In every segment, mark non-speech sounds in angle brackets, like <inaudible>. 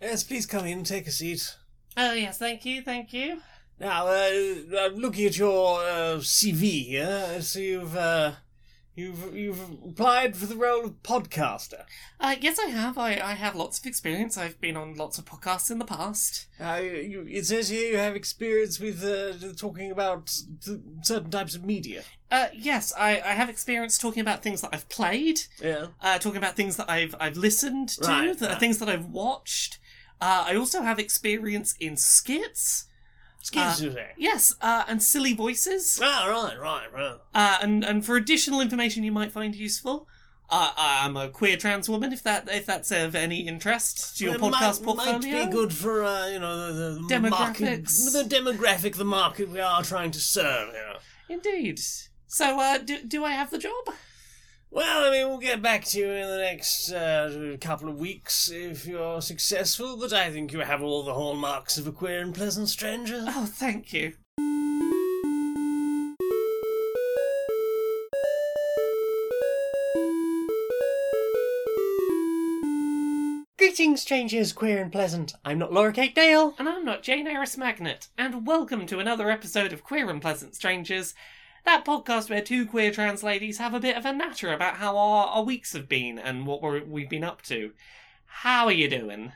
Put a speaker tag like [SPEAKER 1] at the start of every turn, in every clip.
[SPEAKER 1] Yes, please come in, take a seat.
[SPEAKER 2] Oh, yes, thank you, thank you.
[SPEAKER 1] Now, uh, I'm looking at your uh, CV here. so you've uh, you've you've applied for the role of podcaster.
[SPEAKER 2] Uh, yes, I have. I, I have lots of experience. I've been on lots of podcasts in the past.
[SPEAKER 1] Uh, you, it says here you have experience with uh, talking about th- certain types of media.
[SPEAKER 2] Uh, yes, I, I have experience talking about things that I've played,
[SPEAKER 1] Yeah.
[SPEAKER 2] uh, talking about things that I've I've listened to,
[SPEAKER 1] Right,
[SPEAKER 2] that,
[SPEAKER 1] right.
[SPEAKER 2] things that I've watched. Uh, I also have experience in skits. Ah.
[SPEAKER 1] Excuse me.
[SPEAKER 2] Yes, uh, and silly voices.
[SPEAKER 1] Ah, right, right, right.
[SPEAKER 2] Uh, and and for additional information you might find useful, uh, I'm a queer trans woman. If that if that's of any interest to your
[SPEAKER 1] Well, it
[SPEAKER 2] podcast
[SPEAKER 1] might,
[SPEAKER 2] portfolio,
[SPEAKER 1] might be good for uh, you know the, the market,
[SPEAKER 2] Demographics.
[SPEAKER 1] the demographic, the market we are trying to serve. You know.
[SPEAKER 2] Indeed. So, uh, do, do I have the job?
[SPEAKER 1] Well, I mean, we'll get back to you in the next uh, couple of weeks if you're successful, but I think you have all the hallmarks of a queer and pleasant stranger.
[SPEAKER 2] Oh, thank you.
[SPEAKER 1] <laughs> Greetings, strangers, queer and pleasant. I'm not Laura Kate Dale.
[SPEAKER 2] And I'm not Jane Eris Magnet, and welcome to another episode of Queer and Pleasant Strangers, that podcast where two queer trans ladies have a bit of a natter about how our, our weeks have been and what we're, we've been up to. How are you doing?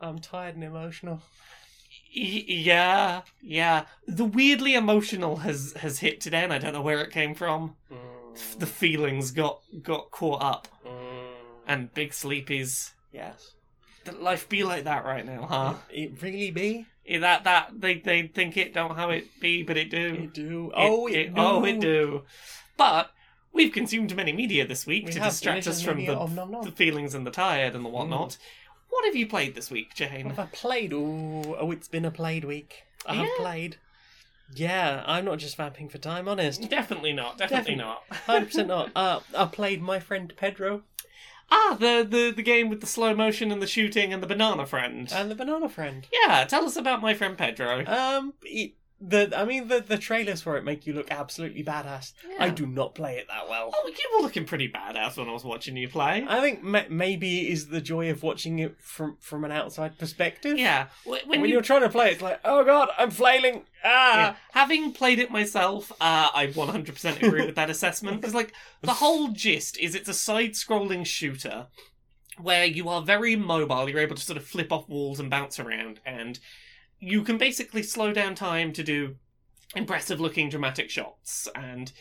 [SPEAKER 1] I'm tired and emotional.
[SPEAKER 2] Y- yeah, yeah. The weirdly emotional has has hit today, and I don't know where it came from. The
[SPEAKER 1] Mm.
[SPEAKER 2] feelings got got caught up,
[SPEAKER 1] Mm.
[SPEAKER 2] and big sleepies.
[SPEAKER 1] yes.
[SPEAKER 2] That life be like that right now, huh?
[SPEAKER 1] It really be?
[SPEAKER 2] Yeah, that that they they think it don't how it be, but it do.
[SPEAKER 1] It do.
[SPEAKER 2] It-
[SPEAKER 1] oh, it,
[SPEAKER 2] it-
[SPEAKER 1] do.
[SPEAKER 2] oh it do. But we've consumed many media this week
[SPEAKER 1] We
[SPEAKER 2] to
[SPEAKER 1] have
[SPEAKER 2] distract
[SPEAKER 1] delicious
[SPEAKER 2] us from
[SPEAKER 1] media
[SPEAKER 2] the,
[SPEAKER 1] of nom Mm. nom.
[SPEAKER 2] the feelings and the tired and the whatnot. What have you played this week, Jane?
[SPEAKER 1] Have I played? Ooh, oh, it's been a played week. I have
[SPEAKER 2] Yeah.
[SPEAKER 1] played. Yeah, I'm not just vamping for time, <laughs> honest.
[SPEAKER 2] <laughs> Definitely not. Definitely
[SPEAKER 1] Defin-
[SPEAKER 2] not.
[SPEAKER 1] 100% not. Uh, I played my friend Pedro
[SPEAKER 2] ah, the, the the game with the slow motion and the shooting and the banana friend.
[SPEAKER 1] and the banana friend.
[SPEAKER 2] yeah, tell us about my friend Pedro.
[SPEAKER 1] Um, it, the I mean the the trailers for it make you look absolutely badass. I
[SPEAKER 2] Yeah.
[SPEAKER 1] do not play it that well.
[SPEAKER 2] Oh, you were looking pretty badass when I was watching you play.
[SPEAKER 1] I think ma- maybe it is the joy of watching it from from an outside perspective.
[SPEAKER 2] yeah, when,
[SPEAKER 1] When,
[SPEAKER 2] when you
[SPEAKER 1] you're trying to play, it, it's like, oh god, I'm flailing.
[SPEAKER 2] Yeah.
[SPEAKER 1] Ah,
[SPEAKER 2] Having played it myself, uh, I 100% agree with that assessment because, like, the whole gist is it's a side-scrolling shooter where you are very mobile. You're able to sort of flip off walls and bounce around, and you can basically slow down time to do impressive-looking dramatic shots. And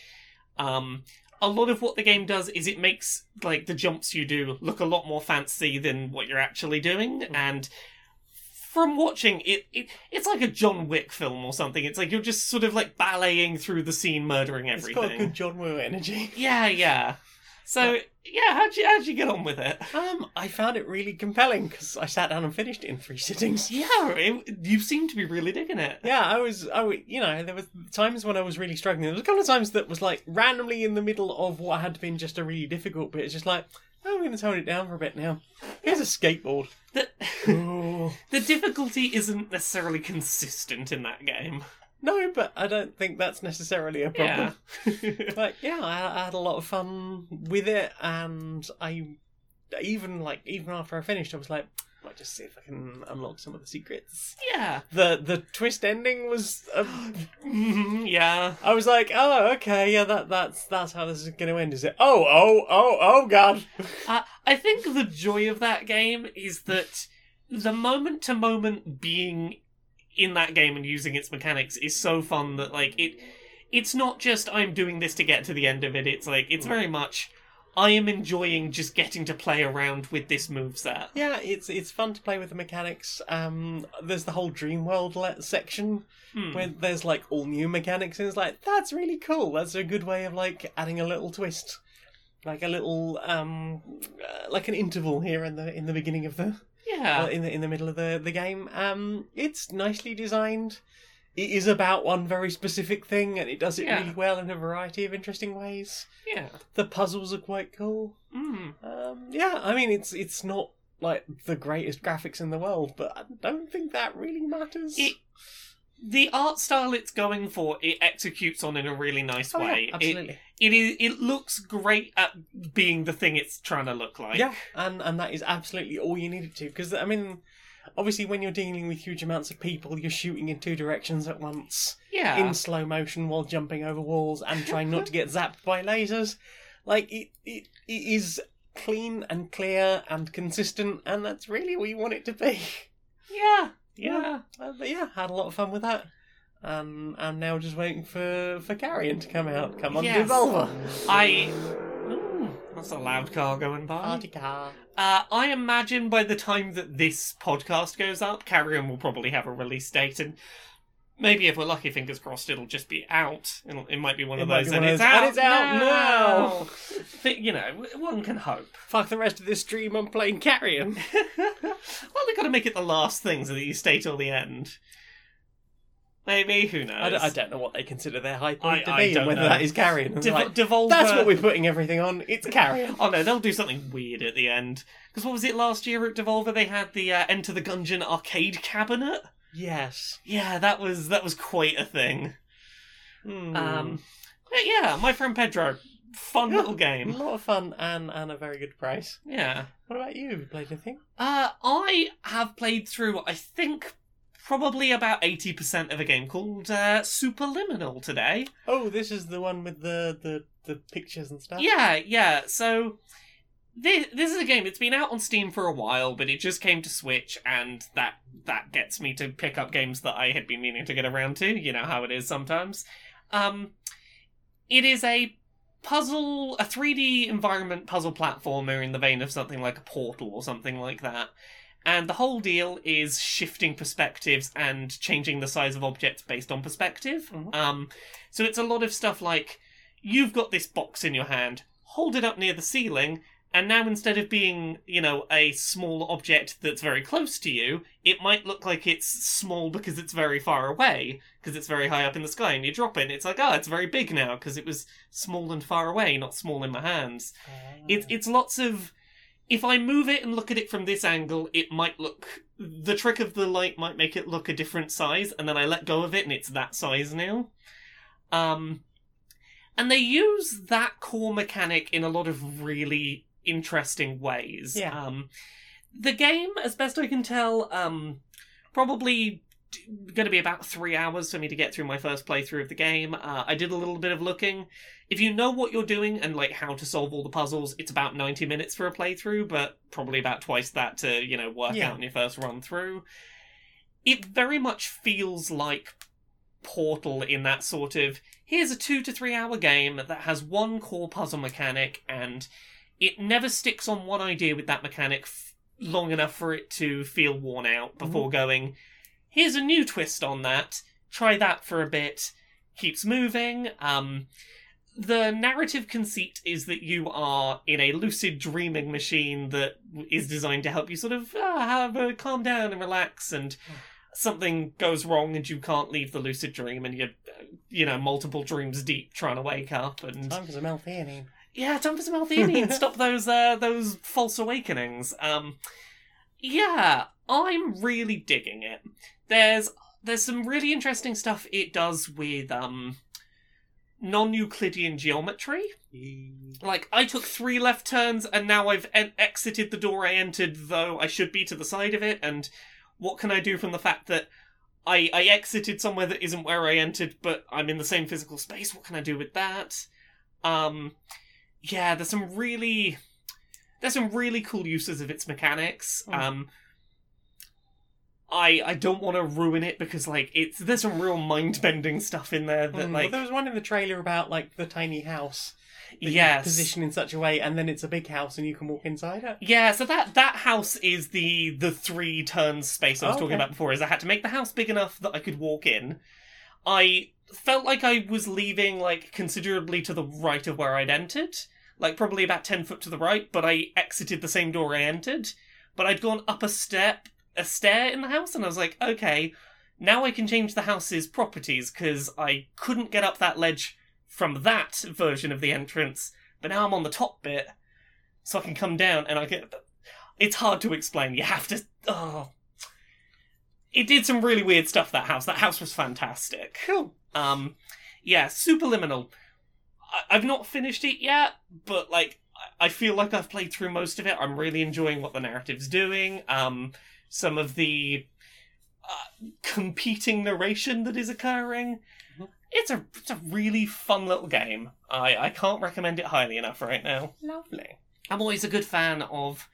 [SPEAKER 2] um, a lot of what the game does is it makes like the jumps you do look a lot more fancy than what you're actually doing,
[SPEAKER 1] Hmm.
[SPEAKER 2] and from watching it, it it's like a John Wick film or something. It's like you're just sort of like balleting through the scene, murdering
[SPEAKER 1] it's got
[SPEAKER 2] everything.
[SPEAKER 1] good John Woo energy. <laughs>
[SPEAKER 2] Yeah, yeah. So yeah, how'd you how'd you get on with it?
[SPEAKER 1] Um, I found it really compelling because I sat down and finished it in three <laughs> sittings.
[SPEAKER 2] Yeah, it, you seem to be really digging it.
[SPEAKER 1] Yeah, I was, I was, you know, there was times when I was really struggling. There was a couple of times that was like randomly in the middle of what had been just a really difficult bit. It's just like, oh, I'm going to tone it down for a bit now. Here's a skateboard.
[SPEAKER 2] The
[SPEAKER 1] Ooh.
[SPEAKER 2] the difficulty isn't necessarily consistent in that game.
[SPEAKER 1] <laughs> no, but I don't think that's necessarily a problem.
[SPEAKER 2] Yeah. <laughs>
[SPEAKER 1] But yeah, I, I had a lot of fun with it, and I even like even after I finished, I was like, I might just see if I can unlock some of the secrets.
[SPEAKER 2] yeah.
[SPEAKER 1] The the twist ending was a
[SPEAKER 2] Mhm, yeah.
[SPEAKER 1] I was like, oh, okay, yeah, that that's that's how this is going to end, is it? Oh, oh, oh, oh, god.
[SPEAKER 2] Uh, I think the joy of that game is that the moment to moment being in that game and using its mechanics is so fun that like it it's not just I'm doing this to get to the end of it. It's like it's very much I am enjoying just getting to play around with this moveset.
[SPEAKER 1] Yeah, it's it's fun to play with the mechanics. Um, there's the whole Dream World le- section
[SPEAKER 2] Hmm.
[SPEAKER 1] where there's like all new mechanics, and it's like that's really cool. That's a good way of like adding a little twist, like a little um, uh, like an interval here in the in the beginning of the
[SPEAKER 2] Yeah.
[SPEAKER 1] uh, in the in the middle of the the game. Um, it's nicely designed. It is about one very specific thing, and it does it
[SPEAKER 2] Yeah.
[SPEAKER 1] really well in a variety of interesting ways.
[SPEAKER 2] yeah.
[SPEAKER 1] The puzzles are quite cool.
[SPEAKER 2] Mm.
[SPEAKER 1] Um, yeah, I mean it's it's not like the greatest graphics in the world, but I don't think that really matters.
[SPEAKER 2] It- The art style it's going for, it executes on in a really nice
[SPEAKER 1] Oh, yeah,
[SPEAKER 2] way. It-
[SPEAKER 1] absolutely.
[SPEAKER 2] it is. It looks great at being the thing it's trying to look like.
[SPEAKER 1] yeah, and and that is absolutely all you need it to because I mean. obviously when you're dealing with huge amounts of people, you're shooting in two directions at once
[SPEAKER 2] Yeah.
[SPEAKER 1] in slow motion while jumping over walls and trying not to get zapped by lasers. Like it, it, it is clean and clear and consistent, and that's really what you want it to be. <laughs>
[SPEAKER 2] yeah.
[SPEAKER 1] Yeah.
[SPEAKER 2] Yeah.
[SPEAKER 1] Uh, but yeah, had a lot of fun with that. Um, I'm now just waiting for for Carrion to come out. Come on,
[SPEAKER 2] Yes.
[SPEAKER 1] Devolver.
[SPEAKER 2] I. Ooh, that's a loud car going by.
[SPEAKER 1] Party car.
[SPEAKER 2] Uh, I imagine by the time that this podcast goes up, Carrion will probably have a release date, and maybe if we're lucky, fingers crossed, it'll just be out. It'll, it might be one
[SPEAKER 1] It
[SPEAKER 2] of
[SPEAKER 1] might
[SPEAKER 2] those,
[SPEAKER 1] be
[SPEAKER 2] and,
[SPEAKER 1] one of
[SPEAKER 2] it's
[SPEAKER 1] those,
[SPEAKER 2] out
[SPEAKER 1] and it's out now.
[SPEAKER 2] now. Thi- you know, w- one can hope. <laughs>
[SPEAKER 1] Fuck the rest of this stream. I'm playing Carrion.
[SPEAKER 2] well, they've got to make it the last thing so that you stay till the end. Maybe who knows?
[SPEAKER 1] I don't, I don't know what they consider their high
[SPEAKER 2] I-
[SPEAKER 1] point to
[SPEAKER 2] I
[SPEAKER 1] be,
[SPEAKER 2] don't
[SPEAKER 1] and whether
[SPEAKER 2] know.
[SPEAKER 1] that is Carrion. It's
[SPEAKER 2] Dev-
[SPEAKER 1] like,
[SPEAKER 2] Devolver.
[SPEAKER 1] that's what we're putting everything on. It's Carrion.
[SPEAKER 2] Oh no, they'll do something weird at the end. Because what was it last year at Devolver? They had the uh, Enter the Gungeon arcade cabinet.
[SPEAKER 1] yes.
[SPEAKER 2] Yeah, that was that was quite a thing.
[SPEAKER 1] Hmm.
[SPEAKER 2] Um, but yeah, my friend Pedro, fun
[SPEAKER 1] Yeah.
[SPEAKER 2] little
[SPEAKER 1] a
[SPEAKER 2] game.
[SPEAKER 1] lot of fun and and a very good price.
[SPEAKER 2] Yeah.
[SPEAKER 1] What about you? Have you played anything?
[SPEAKER 2] Uh, I have played through, I think, probably about eighty percent of a game called uh, Superliminal today.
[SPEAKER 1] Oh, this is the one with the the, the pictures and stuff.
[SPEAKER 2] Yeah, yeah. So this this is a game. It's been out on Steam for a while, but it just came to Switch, and that that gets me to pick up games that I had been meaning to get around to. You know how it is sometimes. Um, it is a puzzle, a three D environment puzzle platformer in the vein of something like a Portal or something like that. And the whole deal is shifting perspectives and changing the size of objects based on perspective.
[SPEAKER 1] Mhm.
[SPEAKER 2] Um, so it's a lot of stuff like you've got this box in your hand, hold it up near the ceiling, and now instead of being, you know, a small object that's very close to you, it might look like it's small because it's very far away, because it's very high up in the sky, and you drop it, and it's like, oh, it's very big now, because it was small and far away, not small in my hands. It's it's lots of if I move it and look at it from this angle, it might look the trick of the light might make it look a different size, and then I let go of it and it's that size now. Um and they use that core mechanic in a lot of really interesting ways.
[SPEAKER 1] Yeah.
[SPEAKER 2] Um the game, as best I can tell, um probably going to be about three hours for me to get through my first playthrough of the game. Uh, I did a little bit of looking. If you know what you're doing and like how to solve all the puzzles, it's about 90 minutes for a playthrough, but probably about twice that to, you know, work
[SPEAKER 1] Yeah.
[SPEAKER 2] out in your first run through. It very much feels like Portal in that sort of here's a two to three hour game that has one core puzzle mechanic and it never sticks on one idea with that mechanic f- long enough for it to feel worn out before going, here's a new twist on that, try that for a bit, keeps moving. Um, the narrative conceit is that you are in a lucid dreaming machine that is designed to help you sort of uh, have a calm down and relax and something goes wrong and you can't leave the lucid dream and you're uh, you know multiple dreams deep trying to wake up and
[SPEAKER 1] time for some Altheanine.
[SPEAKER 2] yeah, time for some Althenia and stop those uh, those false awakenings. Um, yeah, I'm really digging it. There's there's some really interesting stuff it does with um, non-Euclidean geometry. Like I took three left turns and now I've en- exited the door I entered, though I should be to the side of it. And what can I do from the fact that I I exited somewhere that isn't where I entered, but I'm in the same physical space? What can I do with that? Um, yeah, there's some really there's some really cool uses of its mechanics.
[SPEAKER 1] Mm.
[SPEAKER 2] Um, I I don't want to ruin it because like it's there's some real mind bending stuff in there that
[SPEAKER 1] Mm, well,
[SPEAKER 2] like
[SPEAKER 1] there was one in the trailer about like the tiny house. that you
[SPEAKER 2] yes
[SPEAKER 1] Position in such a way, and then it's a big house, and you can walk inside <laughs> it.
[SPEAKER 2] Yeah, so that that house is the the three turn space I was
[SPEAKER 1] Oh,
[SPEAKER 2] talking
[SPEAKER 1] okay.
[SPEAKER 2] about before. Is I had to make the house big enough that I could walk in. I felt like I was leaving like considerably to the right of where I'd entered, like probably about ten foot to the right. But I exited the same door I entered. But I'd gone up a step, a stair in the house, and I was like, okay, now I can change the house's properties because I couldn't get up that ledge from that version of the entrance. But now I'm on the top bit, so I can come down and I get. It's hard to explain. You have to. Oh. It did some really weird stuff. That house. That house was fantastic.
[SPEAKER 1] Cool.
[SPEAKER 2] Um, yeah, Superliminal. I- I've not finished it yet, but like I I feel like I've played through most of it. I'm really enjoying what the narrative's doing. Um, some of the uh, competing narration that is occurring.
[SPEAKER 1] Mhm.
[SPEAKER 2] It's a it's a really fun little game. I I can't recommend it highly enough right now.
[SPEAKER 1] Lovely.
[SPEAKER 2] I'm always a good fan of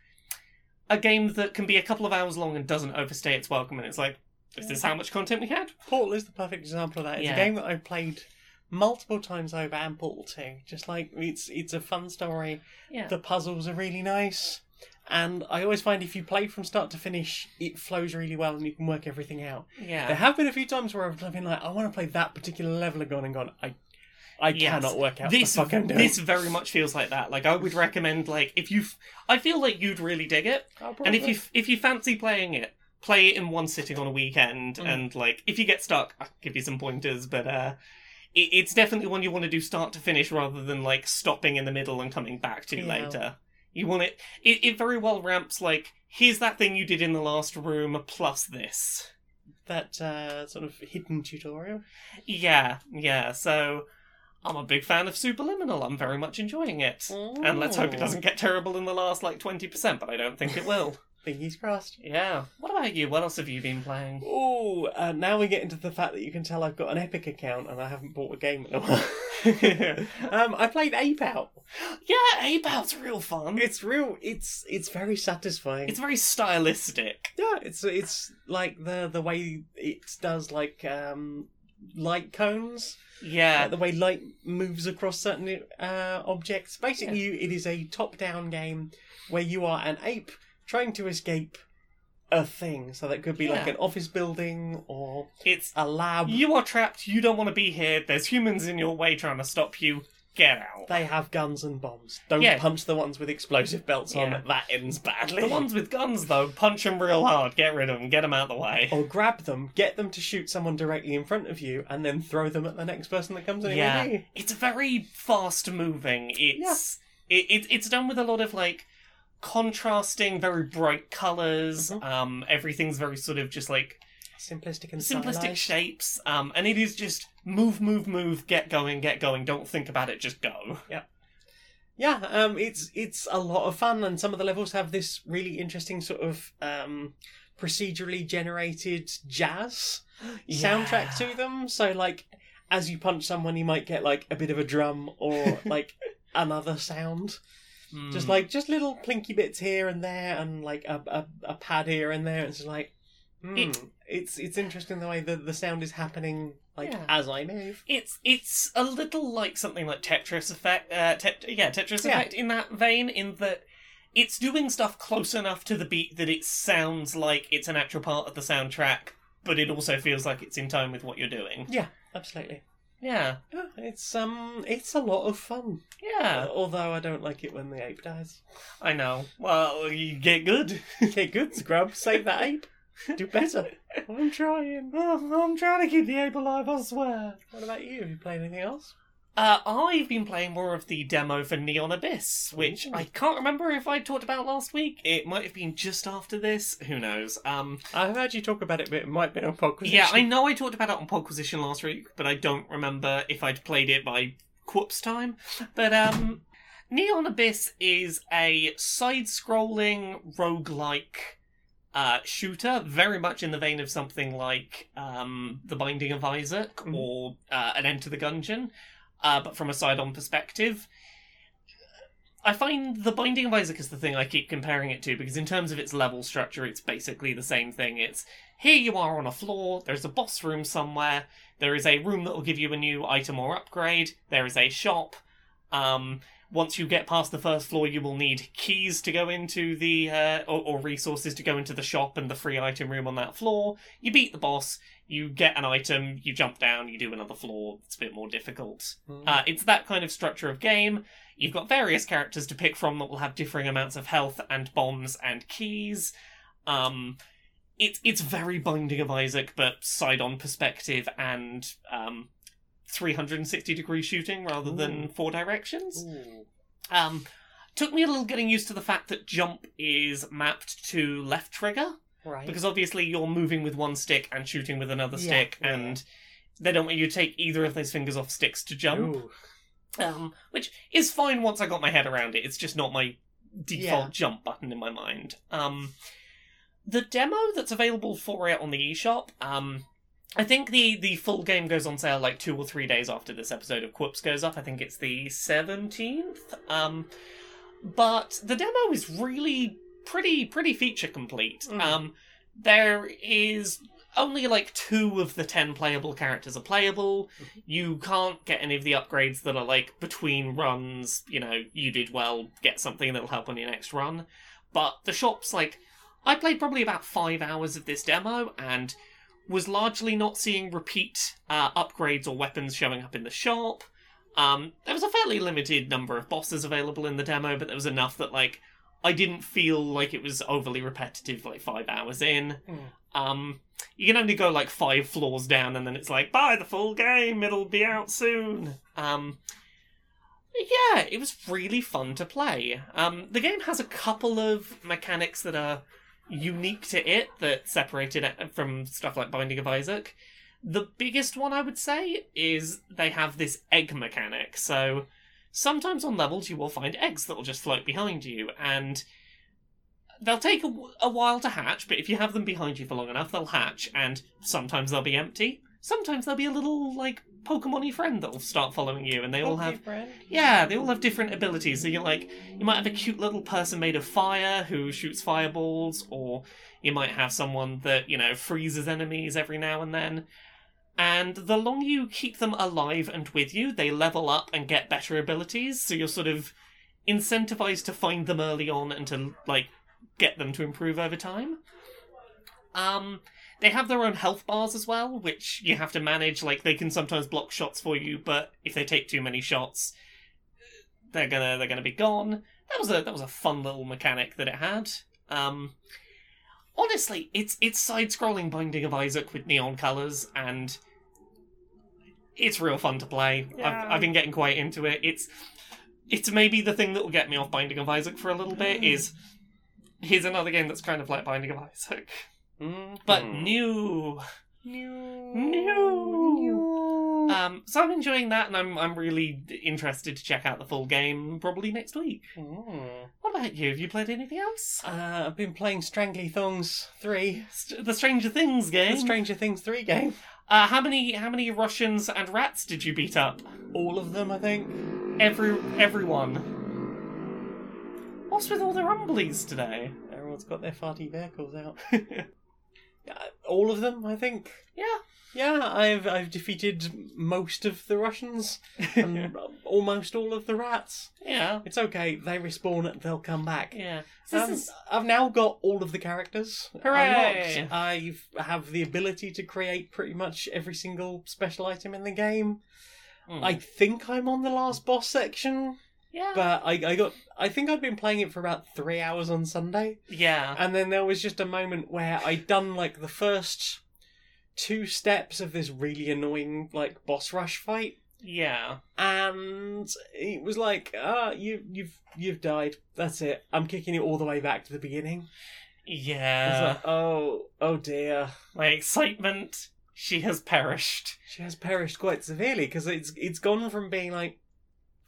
[SPEAKER 2] a game that can be a couple of hours long and doesn't overstay its welcome. And it's like, this is how much content we had.
[SPEAKER 1] Portal is the perfect example of that. It's
[SPEAKER 2] Yeah.
[SPEAKER 1] a game that I've played multiple times over and Portal 2. Just like it's it's a fun story.
[SPEAKER 2] Yeah.
[SPEAKER 1] The puzzles are really nice. And I always find if you play from start to finish, it flows really well and you can work everything out. There
[SPEAKER 2] yeah.
[SPEAKER 1] have been a few times where I've been like, I want to play that particular level and gone and gone, I I
[SPEAKER 2] Yes.
[SPEAKER 1] cannot work out
[SPEAKER 2] This
[SPEAKER 1] what the fuck I'm doing.
[SPEAKER 2] this very much feels like that. Like I would recommend like if you I feel like you'd really dig it.
[SPEAKER 1] Oh,
[SPEAKER 2] And if
[SPEAKER 1] probably.
[SPEAKER 2] you if you fancy playing it, play it in one sitting on a weekend.
[SPEAKER 1] Mm.
[SPEAKER 2] And like, if you get stuck, I'll give you some pointers. But uh, it, it's definitely one you want to do start to finish rather than like stopping in the middle and coming back to
[SPEAKER 1] Yeah.
[SPEAKER 2] later. You want it, it. It very well ramps like here's that thing you did in the last room plus this.
[SPEAKER 1] that uh, sort of hidden tutorial.
[SPEAKER 2] Yeah, yeah. So I'm a big fan of Superliminal. I'm very much enjoying it. And let's hope it doesn't get terrible in the last like twenty percent, but I don't think it will. <laughs>
[SPEAKER 1] Fingers crossed.
[SPEAKER 2] yeah. What about you? What else have you been playing?
[SPEAKER 1] Oh, uh, now we get into the fact that you can tell I've got an Epic account and I haven't bought a game in a while. <laughs> um, I played Ape Out.
[SPEAKER 2] Yeah, Ape Out's real fun. It's,
[SPEAKER 1] It's real. It's it's very satisfying.
[SPEAKER 2] very stylistic.
[SPEAKER 1] yeah, it's it's like the the way it does like um light cones, uh,
[SPEAKER 2] Yeah.
[SPEAKER 1] the way light moves across certain uh, objects. Basically, you, it is a top-down game where you are an ape trying to escape a thing. So that could be like
[SPEAKER 2] Yeah.
[SPEAKER 1] an office building or
[SPEAKER 2] It's
[SPEAKER 1] a lab.
[SPEAKER 2] you are trapped, you don't want to be here, there's humans in your way trying to stop you. Get out.
[SPEAKER 1] They have guns and bombs. Don't
[SPEAKER 2] Yeah.
[SPEAKER 1] punch the ones with explosive belts
[SPEAKER 2] Yeah.
[SPEAKER 1] on. That ends badly.
[SPEAKER 2] The ones with guns though, punch them real hard, get rid of them, get them out the way.
[SPEAKER 1] Or grab them, get them to shoot someone directly in front of you, and then throw them at the next person that comes in.
[SPEAKER 2] Yeah. It's very fast moving. It's it, it it's done with a lot of like contrasting very bright colors
[SPEAKER 1] Mhm.
[SPEAKER 2] um everything's very sort of just like
[SPEAKER 1] Simplistic and
[SPEAKER 2] simplistic
[SPEAKER 1] stylized.
[SPEAKER 2] shapes um and it is just move move move get going get going don't think about it just go
[SPEAKER 1] Yeah, um, it's it's a lot of fun, and some of the levels have this really interesting sort of um, procedurally generated jazz soundtrack to them. So like, as you punch someone, you might get like a bit of a drum
[SPEAKER 2] <laughs>
[SPEAKER 1] or like another sound.
[SPEAKER 2] Mm.
[SPEAKER 1] Just like just little plinky bits here and there, and like a a, a pad here and there. It's just like hmm,
[SPEAKER 2] It-
[SPEAKER 1] it's it's interesting the way the the sound is happening like
[SPEAKER 2] Yeah.
[SPEAKER 1] as I move.
[SPEAKER 2] it's it's a little like something like Tetris effect. Uh, tet- yeah, Tetris
[SPEAKER 1] Yeah.
[SPEAKER 2] effect in that vein. In that it's doing stuff close enough to the beat that it sounds like it's an actual part of the soundtrack, but it also feels like it's in time with what you're doing.
[SPEAKER 1] Absolutely.
[SPEAKER 2] Yeah,
[SPEAKER 1] Yeah, it's um it's a lot of fun.
[SPEAKER 2] yeah.
[SPEAKER 1] Uh, Although I don't like it when the ape dies. <laughs>
[SPEAKER 2] I know. Well, you get good.
[SPEAKER 1] okay, good scrub, save that ape. Do <laughs> better. I'm trying.
[SPEAKER 2] Oh, <laughs> I'm trying to keep the ape alive. I swear.
[SPEAKER 1] What about you? Have you played anything else?
[SPEAKER 2] Uh, I've been playing more of the demo for Neon Abyss, which
[SPEAKER 1] Ooh.
[SPEAKER 2] I can't remember if I talked about last week. It might have been just after this. Who knows? Um,
[SPEAKER 1] I've heard you talk about it, but it might be Mm. on podcast.
[SPEAKER 2] Yeah, I know I talked about it on Podquisition last week, but I don't remember if I'd played it by Quops time. But um Neon Abyss is a side-scrolling roguelike uh, shooter, very much in the vein of something like um, The Binding of Isaac
[SPEAKER 1] Mhm.
[SPEAKER 2] or uh, An Enter the Gungeon, uh, but from a side-on perspective. I find The Binding of Isaac is the thing I keep comparing it to because, in terms of its level structure, it's basically the same thing. It's here you are on a floor, there's a boss room somewhere, there is a room that will give you a new item or upgrade, there is a shop. Um, once you get past the first floor, you will need keys to go into the, uh, or, or resources to go into the shop and the free item room on that floor. You beat the boss, you get an item, you jump down, you do another floor, it's a bit more difficult. Uh, it's that kind of structure of game. You've got various characters to pick from that will have differing amounts of health and bombs and keys. Um, it, it's very Binding of Isaac, but side on perspective and um, 360 degree shooting rather than
[SPEAKER 1] Ooh.
[SPEAKER 2] four directions.
[SPEAKER 1] Ooh.
[SPEAKER 2] Um, took me a little getting used to the fact that jump is mapped to left trigger
[SPEAKER 1] Right.
[SPEAKER 2] because obviously you're moving with one stick and shooting with another
[SPEAKER 1] Yeah,
[SPEAKER 2] stick,
[SPEAKER 1] yeah.
[SPEAKER 2] and they don't want you to take either of those fingers off sticks to jump
[SPEAKER 1] Ooh.
[SPEAKER 2] um, which is fine once I got my head around it. It's just not my default
[SPEAKER 1] Yeah.
[SPEAKER 2] jump button in my mind. Um, the demo that's available for it on the eShop, um, I think the, the full game goes on sale like two or three days after this episode of Quips goes up. I think it's the 17th. Um, but the demo is really pretty, pretty feature complete.
[SPEAKER 1] Mm.
[SPEAKER 2] Um, there is only like two of the 10 playable characters are playable. You can't get any of the upgrades that are like between runs, you know, you did well, get something that'll help on your next run. But the shop's like, I played probably about five hours of this demo and was largely not seeing repeat uh, upgrades or weapons showing up in the shop. Um, there was a fairly limited number of bosses available in the demo, but there was enough that like I didn't feel like it was overly repetitive. Like five hours in,
[SPEAKER 1] Mm.
[SPEAKER 2] um, you can only go like five floors down, and then it's like buy the full game; it'll be out soon. Um, yeah, it was really fun to play. Um, the game has a couple of mechanics that are unique to it that separated it uh, from stuff like Binding of Isaac. The biggest one I would say is they have this egg mechanic. So sometimes on levels you will find eggs that will just float behind you, and they'll take a, wh- a while to hatch. But if you have them behind you for long enough, they'll hatch, and sometimes they'll be empty. Sometimes there'll be a little like Pokemon-y friend that'll start following you, and they all
[SPEAKER 1] Okay,
[SPEAKER 2] have
[SPEAKER 1] friend.
[SPEAKER 2] yeah, they all have different abilities. So you're like, you might have a cute little person made of fire who shoots fireballs, or you might have someone that you know freezes enemies every now and then. And the longer you keep them alive and with you, they level up and get better abilities. So you're sort of incentivized to find them early on and to like get them to improve over time. Um, they have their own health bars as well, which you have to manage. Like they can sometimes block shots for you, but if they take too many shots, they're gonna they're gonna be gone. That was a that was a fun little mechanic that it had. Um, honestly, it's it's side scrolling Binding of Isaac with neon colors, and it's real fun to play. I've,
[SPEAKER 1] Yeah.
[SPEAKER 2] I've been getting quite into it. It's it's maybe the thing that will get me off Binding of Isaac for a little bit. Is here's another game that's kind of like Binding of Isaac,
[SPEAKER 1] Mm.
[SPEAKER 2] but
[SPEAKER 1] Mm.
[SPEAKER 2] new.
[SPEAKER 1] New. Uh,
[SPEAKER 2] New.
[SPEAKER 1] New.
[SPEAKER 2] Um, so I'm enjoying that, and I'm I'm really interested to check out the full game probably next week.
[SPEAKER 1] Mm.
[SPEAKER 2] What about you? Have you played anything else?
[SPEAKER 1] Uh, I've been playing Strangly Thongs 3,
[SPEAKER 2] St- the Stranger Things game.
[SPEAKER 1] the Stranger Things 3 game.
[SPEAKER 2] uh, how many how many Russians and rats did you beat up?
[SPEAKER 1] All of them, I think.
[SPEAKER 2] Every everyone. What's with all the rumblies today?
[SPEAKER 1] Everyone's got their farty vehicles out. <laughs> Uh, All of them, I think.
[SPEAKER 2] Yeah.
[SPEAKER 1] Yeah, I've I've defeated most of the Russians
[SPEAKER 2] <laughs>
[SPEAKER 1] and almost all of the rats.
[SPEAKER 2] yeah.
[SPEAKER 1] It's okay. They respawn. and They'll come back.
[SPEAKER 2] Yeah. So
[SPEAKER 1] Um,
[SPEAKER 2] this is
[SPEAKER 1] I've now got all of the characters
[SPEAKER 2] Hooray!
[SPEAKER 1] unlocked. I've, I have the ability to create pretty much every single special item in the game.
[SPEAKER 2] Mm.
[SPEAKER 1] I think I'm on the last boss section,
[SPEAKER 2] yeah.
[SPEAKER 1] but I, I got. I think I'd been playing it for about three hours on Sunday.
[SPEAKER 2] yeah.
[SPEAKER 1] And then there was just a moment where I'd done like the first two steps of this really annoying like boss rush fight,
[SPEAKER 2] Yeah.
[SPEAKER 1] and it was like, ah, you you've you've died. That's it. I'm kicking it all the way back to the beginning. It's
[SPEAKER 2] Yeah.
[SPEAKER 1] like, oh oh dear,
[SPEAKER 2] My excitement. She has perished.
[SPEAKER 1] she has perished quite severely because it's it's gone from being like,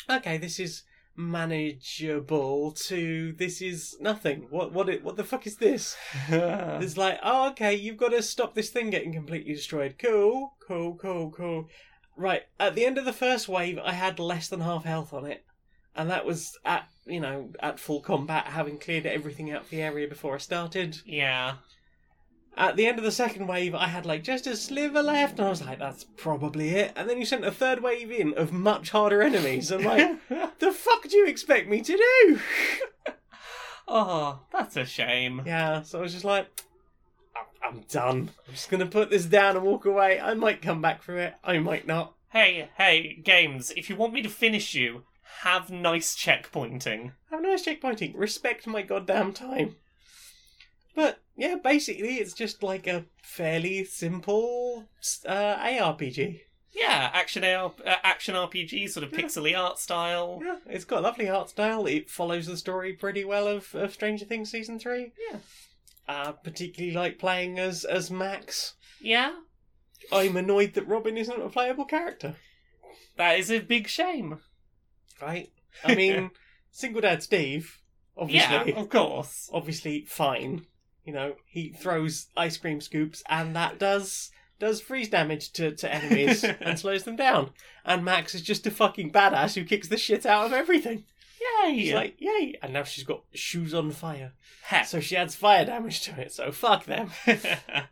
[SPEAKER 1] okay, this is manageable to this is nothing. What what it, what the fuck is <laughs> this? It's like, oh, okay, you've got to stop this thing getting completely destroyed. Cool, cool, cool, cool. Right, at the end of the first wave, I had less than half health on it. And that was at, you know, at full combat, having cleared everything out of the area before I started.
[SPEAKER 2] yeah.
[SPEAKER 1] At the end of the second wave, I had like just a sliver left, and I was like, that's probably it. And then you sent a third wave in of much harder enemies, and
[SPEAKER 2] <laughs>
[SPEAKER 1] like, the fuck do you expect me to do?
[SPEAKER 2] oh, that's a shame.
[SPEAKER 1] Yeah, so I was just like, "I'm- I'm done. I'm just gonna put this down and walk away. I might come back from it. I might not.
[SPEAKER 2] Hey, hey, games, if you want me to finish you, have nice checkpointing.
[SPEAKER 1] Have a nice checkpointing. Respect my goddamn time. But yeah, basically, it's just like a fairly simple uh, ARPG.
[SPEAKER 2] Yeah, action AR- uh, action RPG, sort of
[SPEAKER 1] Yeah.
[SPEAKER 2] pixely art style.
[SPEAKER 1] Yeah, it's got a lovely art style. It follows the story pretty well of, of Stranger Things season three.
[SPEAKER 2] Yeah.
[SPEAKER 1] Uh, particularly like playing as as Max.
[SPEAKER 2] Yeah,
[SPEAKER 1] I'm annoyed that Robin isn't a playable character.
[SPEAKER 2] that is a big shame.
[SPEAKER 1] right? I mean, single dad Steve,
[SPEAKER 2] Yeah,
[SPEAKER 1] obviously,
[SPEAKER 2] of course.
[SPEAKER 1] obviously fine. you know, he throws ice cream scoops, and that does does freeze damage to, to enemies and slows them down. And Max is just a fucking badass who kicks the shit out of everything. She's
[SPEAKER 2] Yay!
[SPEAKER 1] like, yay! And now she's got shoes on fire,
[SPEAKER 2] Heck.
[SPEAKER 1] so she adds fire damage to it. So fuck them.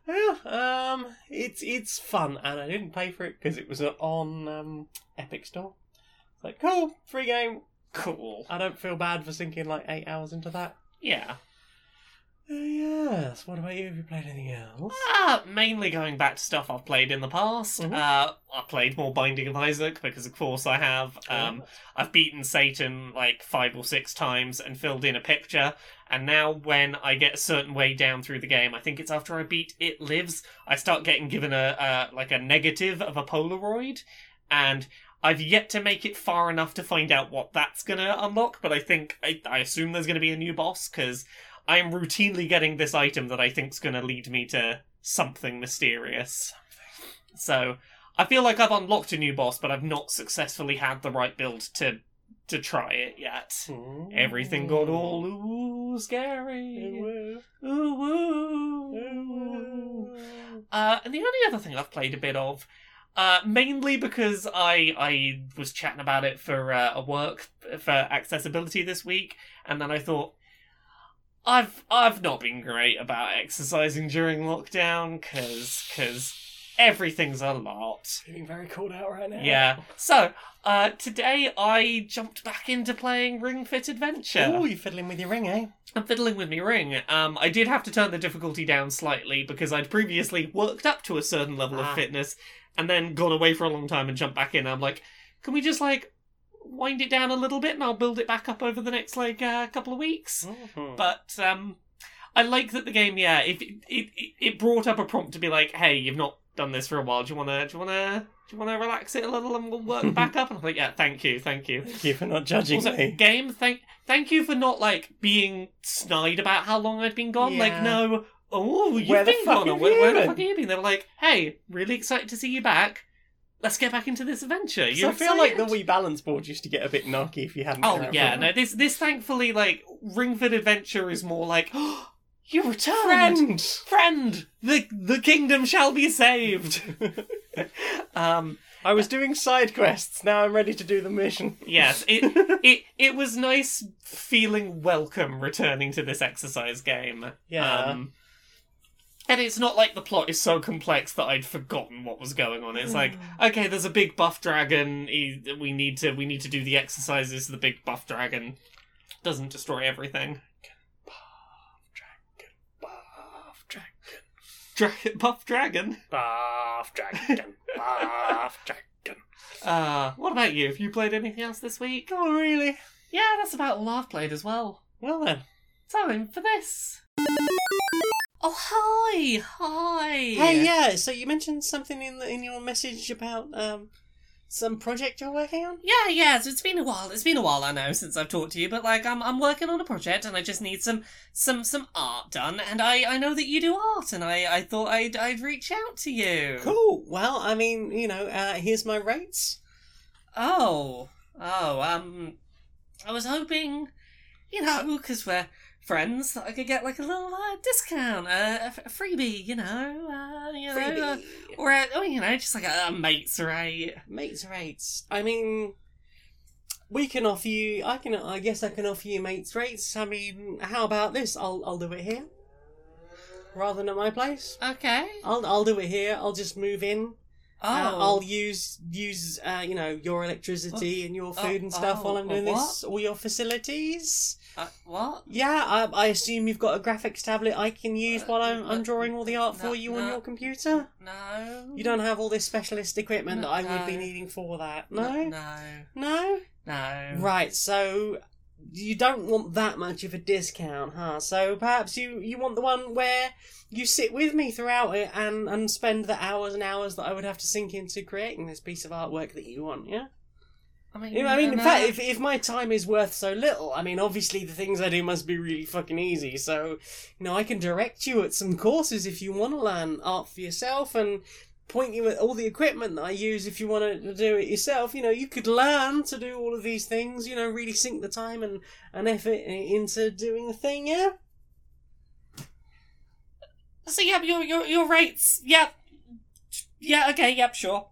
[SPEAKER 1] Well, um, it's it's fun, and I didn't pay for it because it was uh, on um, Epic Store. It's like, cool, free game.
[SPEAKER 2] cool.
[SPEAKER 1] I don't feel bad for sinking like eight hours into that.
[SPEAKER 2] Yeah.
[SPEAKER 1] Uh, yes. What about you? Have you played anything else?
[SPEAKER 2] Uh, mainly going back to stuff I've played in the past.
[SPEAKER 1] Mhm.
[SPEAKER 2] Uh, I played more Binding of Isaac because, of course, I have. Um, I've beaten Satan like five or six times and filled in a picture. And now, when I get a certain way down through the game, I think it's after I beat It Lives, I start getting given a, a like a negative of a Polaroid, and I've yet to make it far enough to find out what that's gonna unlock. But I think I, I assume there's gonna be a new boss because I am routinely getting this item that I think's gonna lead me to something mysterious. So I feel like I've unlocked a new boss, but I've not successfully had the right build to to try it yet.
[SPEAKER 1] Mm.
[SPEAKER 2] Everything got all ooh scary. Ooh ooh. ooh. Uh, and the only other thing I've played a bit of, uh, mainly because I I was chatting about it for uh, a work for accessibility this week, and then I thought. I've I've not been great about exercising during lockdown because cause everything's a lot.
[SPEAKER 1] Feeling very cold out right now.
[SPEAKER 2] Yeah. So, uh, today I jumped back into playing Ring Fit Adventure.
[SPEAKER 1] Oh, you're fiddling with your ring, eh?
[SPEAKER 2] I'm fiddling with my ring. Um, I did have to turn the difficulty down slightly because I'd previously worked up to a certain level
[SPEAKER 1] Ah.
[SPEAKER 2] of fitness and then gone away for a long time and jumped back in. I'm like, can we just like wind it down a little bit and I'll build it back up over the next like uh, couple of weeks?
[SPEAKER 1] Mm-hmm.
[SPEAKER 2] But um, I like that the game. Yeah, if it, it it it brought up a prompt to be like, hey, you've not done this for a while. Do you wanna do you wanna do you wanna relax it a little and we'll work back up? And I'm like, yeah, thank you, thank you.
[SPEAKER 1] Thank you for not judging
[SPEAKER 2] Also,
[SPEAKER 1] me.
[SPEAKER 2] game, thank thank you for not like being snide about how long I'd been gone.
[SPEAKER 1] Yeah.
[SPEAKER 2] Like, no, oh, you've
[SPEAKER 1] Where the
[SPEAKER 2] been
[SPEAKER 1] fuck
[SPEAKER 2] gone.
[SPEAKER 1] have
[SPEAKER 2] Where,
[SPEAKER 1] you
[SPEAKER 2] where the
[SPEAKER 1] been?
[SPEAKER 2] fuck have you been? They were like, hey, really excited to see you back. Let's get back into this adventure.
[SPEAKER 1] So
[SPEAKER 2] You
[SPEAKER 1] I feel like the
[SPEAKER 2] excited?"
[SPEAKER 1] Wii balance board used to get a bit knocky if you hadn't.
[SPEAKER 2] Oh
[SPEAKER 1] been out
[SPEAKER 2] yeah,
[SPEAKER 1] for-
[SPEAKER 2] no. This this thankfully like Ring Fit Adventure is more like <gasps> oh, you returned, friend.
[SPEAKER 1] Friend.
[SPEAKER 2] The the kingdom shall
[SPEAKER 1] <laughs>
[SPEAKER 2] be saved. um,
[SPEAKER 1] I was doing side quests. Now I'm ready to do the mission.
[SPEAKER 2] yes, it it it was nice feeling welcome returning to this exercise game.
[SPEAKER 1] <laughs> Yeah.
[SPEAKER 2] Um, and it's not like the plot is so complex that I'd forgotten what was going on. It's like, okay, there's a big buff dragon. He, we need to we need to do the exercises. The big buff dragon doesn't destroy everything.
[SPEAKER 1] Bath dragon.
[SPEAKER 2] Dra- <laughs> buff dragon.
[SPEAKER 1] Bath
[SPEAKER 2] <laughs>
[SPEAKER 1] dragon. Bath dragon.
[SPEAKER 2] Uh, what about you? Have you played anything else this week?
[SPEAKER 1] Oh really?
[SPEAKER 2] Yeah, that's about all I've played as well.
[SPEAKER 1] Well then.
[SPEAKER 2] Time for this. Oh, hi! Hi!
[SPEAKER 1] Hey, yeah. So you mentioned something in the, in your message about um some project you're working on.
[SPEAKER 2] Yeah, yeah. So it's been a while. It's been a while, I know, since I've talked to you. But like, I'm I'm working on a project, and I just need some some some art done. And I I know that you do art, and I I thought I'd I'd reach out to you.
[SPEAKER 1] Cool. Well, I mean, you know, uh, here's my rates.
[SPEAKER 2] Oh, oh. Um, I was hoping, you know, because we're friends, that I could get like a little uh, discount, uh, a, f- a freebie, you know, uh, you know, uh,
[SPEAKER 1] Freebie.
[SPEAKER 2] or a, oh, you know, just like a, a mate's rate.
[SPEAKER 1] Mates rates. I mean, we can offer you. I can. I guess I can offer you mates rates. I mean, how about this? I'll I'll do it here, rather than at my place.
[SPEAKER 2] Okay.
[SPEAKER 1] I'll I'll do it here. I'll just move in.
[SPEAKER 2] Oh,
[SPEAKER 1] Uh, I'll use use uh, you know your electricity and your food
[SPEAKER 2] Oh,
[SPEAKER 1] and stuff while
[SPEAKER 2] oh,
[SPEAKER 1] I'm doing
[SPEAKER 2] what?
[SPEAKER 1] this. All your facilities.
[SPEAKER 2] uh, what?
[SPEAKER 1] Yeah, I, I assume you've got a graphics tablet I can use
[SPEAKER 2] Uh,
[SPEAKER 1] while I'm
[SPEAKER 2] uh,
[SPEAKER 1] I'm drawing all the art
[SPEAKER 2] no,
[SPEAKER 1] for you on
[SPEAKER 2] no.
[SPEAKER 1] your computer.
[SPEAKER 2] No.
[SPEAKER 1] Uh, You don't have all this specialist equipment
[SPEAKER 2] No,
[SPEAKER 1] that I would be
[SPEAKER 2] no.
[SPEAKER 1] needing for that.
[SPEAKER 2] No.
[SPEAKER 1] No,
[SPEAKER 2] No.
[SPEAKER 1] no.
[SPEAKER 2] No.
[SPEAKER 1] Right, so you don't want that much of a discount, huh? So perhaps you, you want the one where you sit with me throughout it and, and spend the hours and hours that I would have to sink into creating this piece of artwork that you want, yeah?
[SPEAKER 2] I mean,
[SPEAKER 1] You know, I mean, in
[SPEAKER 2] no.
[SPEAKER 1] fact, if, if my time is worth so little, I mean, obviously the things I do must be really fucking easy. So, you know, I can direct you at some courses if you want to learn art for yourself and point you at all the equipment that I use if you want to do it yourself. You know, you could learn to do all of these things, you know, really sink the time and, and effort i- into doing the thing, yeah?
[SPEAKER 3] So yeah, your your your rates. Yeah, yeah. Okay. Yep. Sure.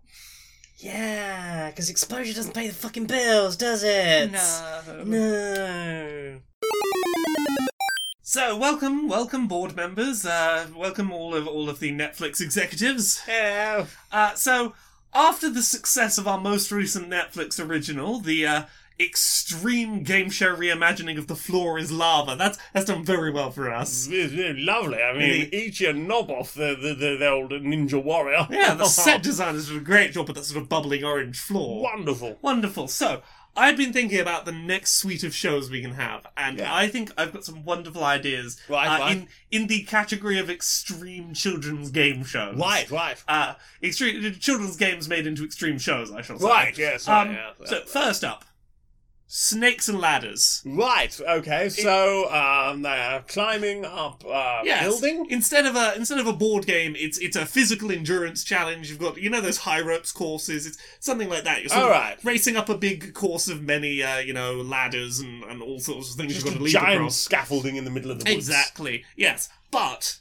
[SPEAKER 1] Yeah, because exposure doesn't pay the fucking bills, does it?
[SPEAKER 3] no.
[SPEAKER 1] No.
[SPEAKER 3] So welcome, welcome board members. Uh, welcome all of all of the Netflix executives.
[SPEAKER 1] Hello.
[SPEAKER 3] Uh, so after the success of our most recent Netflix original, the uh, extreme game show reimagining of the floor is lava. That's that's done very well for
[SPEAKER 1] Mm,
[SPEAKER 3] us.
[SPEAKER 1] Lovely. I
[SPEAKER 3] mean,
[SPEAKER 1] eat your knob off the, the, the, old ninja warrior. <laughs>
[SPEAKER 3] Yeah, the set designers did a great job with that sort of bubbling orange floor.
[SPEAKER 1] Wonderful.
[SPEAKER 3] Wonderful. So, I've been thinking about the next suite of shows we can have, and
[SPEAKER 1] Yeah.
[SPEAKER 3] I think I've got some wonderful ideas
[SPEAKER 1] Right,
[SPEAKER 3] uh,
[SPEAKER 1] right.
[SPEAKER 3] in in the category of extreme children's game shows.
[SPEAKER 1] Right, right.
[SPEAKER 3] Uh, extreme children's games made into extreme shows, I shall say.
[SPEAKER 1] Right, yes.
[SPEAKER 3] Um,
[SPEAKER 1] right, yeah, yeah.
[SPEAKER 3] So first up, snakes and ladders.
[SPEAKER 1] Right. Okay. So um, they are climbing up uh,
[SPEAKER 3] Yes.
[SPEAKER 1] building.
[SPEAKER 3] Instead of a instead of a board game, it's it's a physical endurance challenge. You've got you know those high ropes courses. It's something like that. You're sort
[SPEAKER 1] All
[SPEAKER 3] of
[SPEAKER 1] right.
[SPEAKER 3] racing up a big course of many uh, you know ladders and, and all sorts of things
[SPEAKER 1] Just
[SPEAKER 3] you've got
[SPEAKER 1] a
[SPEAKER 3] to leap
[SPEAKER 1] giant
[SPEAKER 3] across.
[SPEAKER 1] scaffolding in the middle of the woods.
[SPEAKER 3] Exactly. Yes, but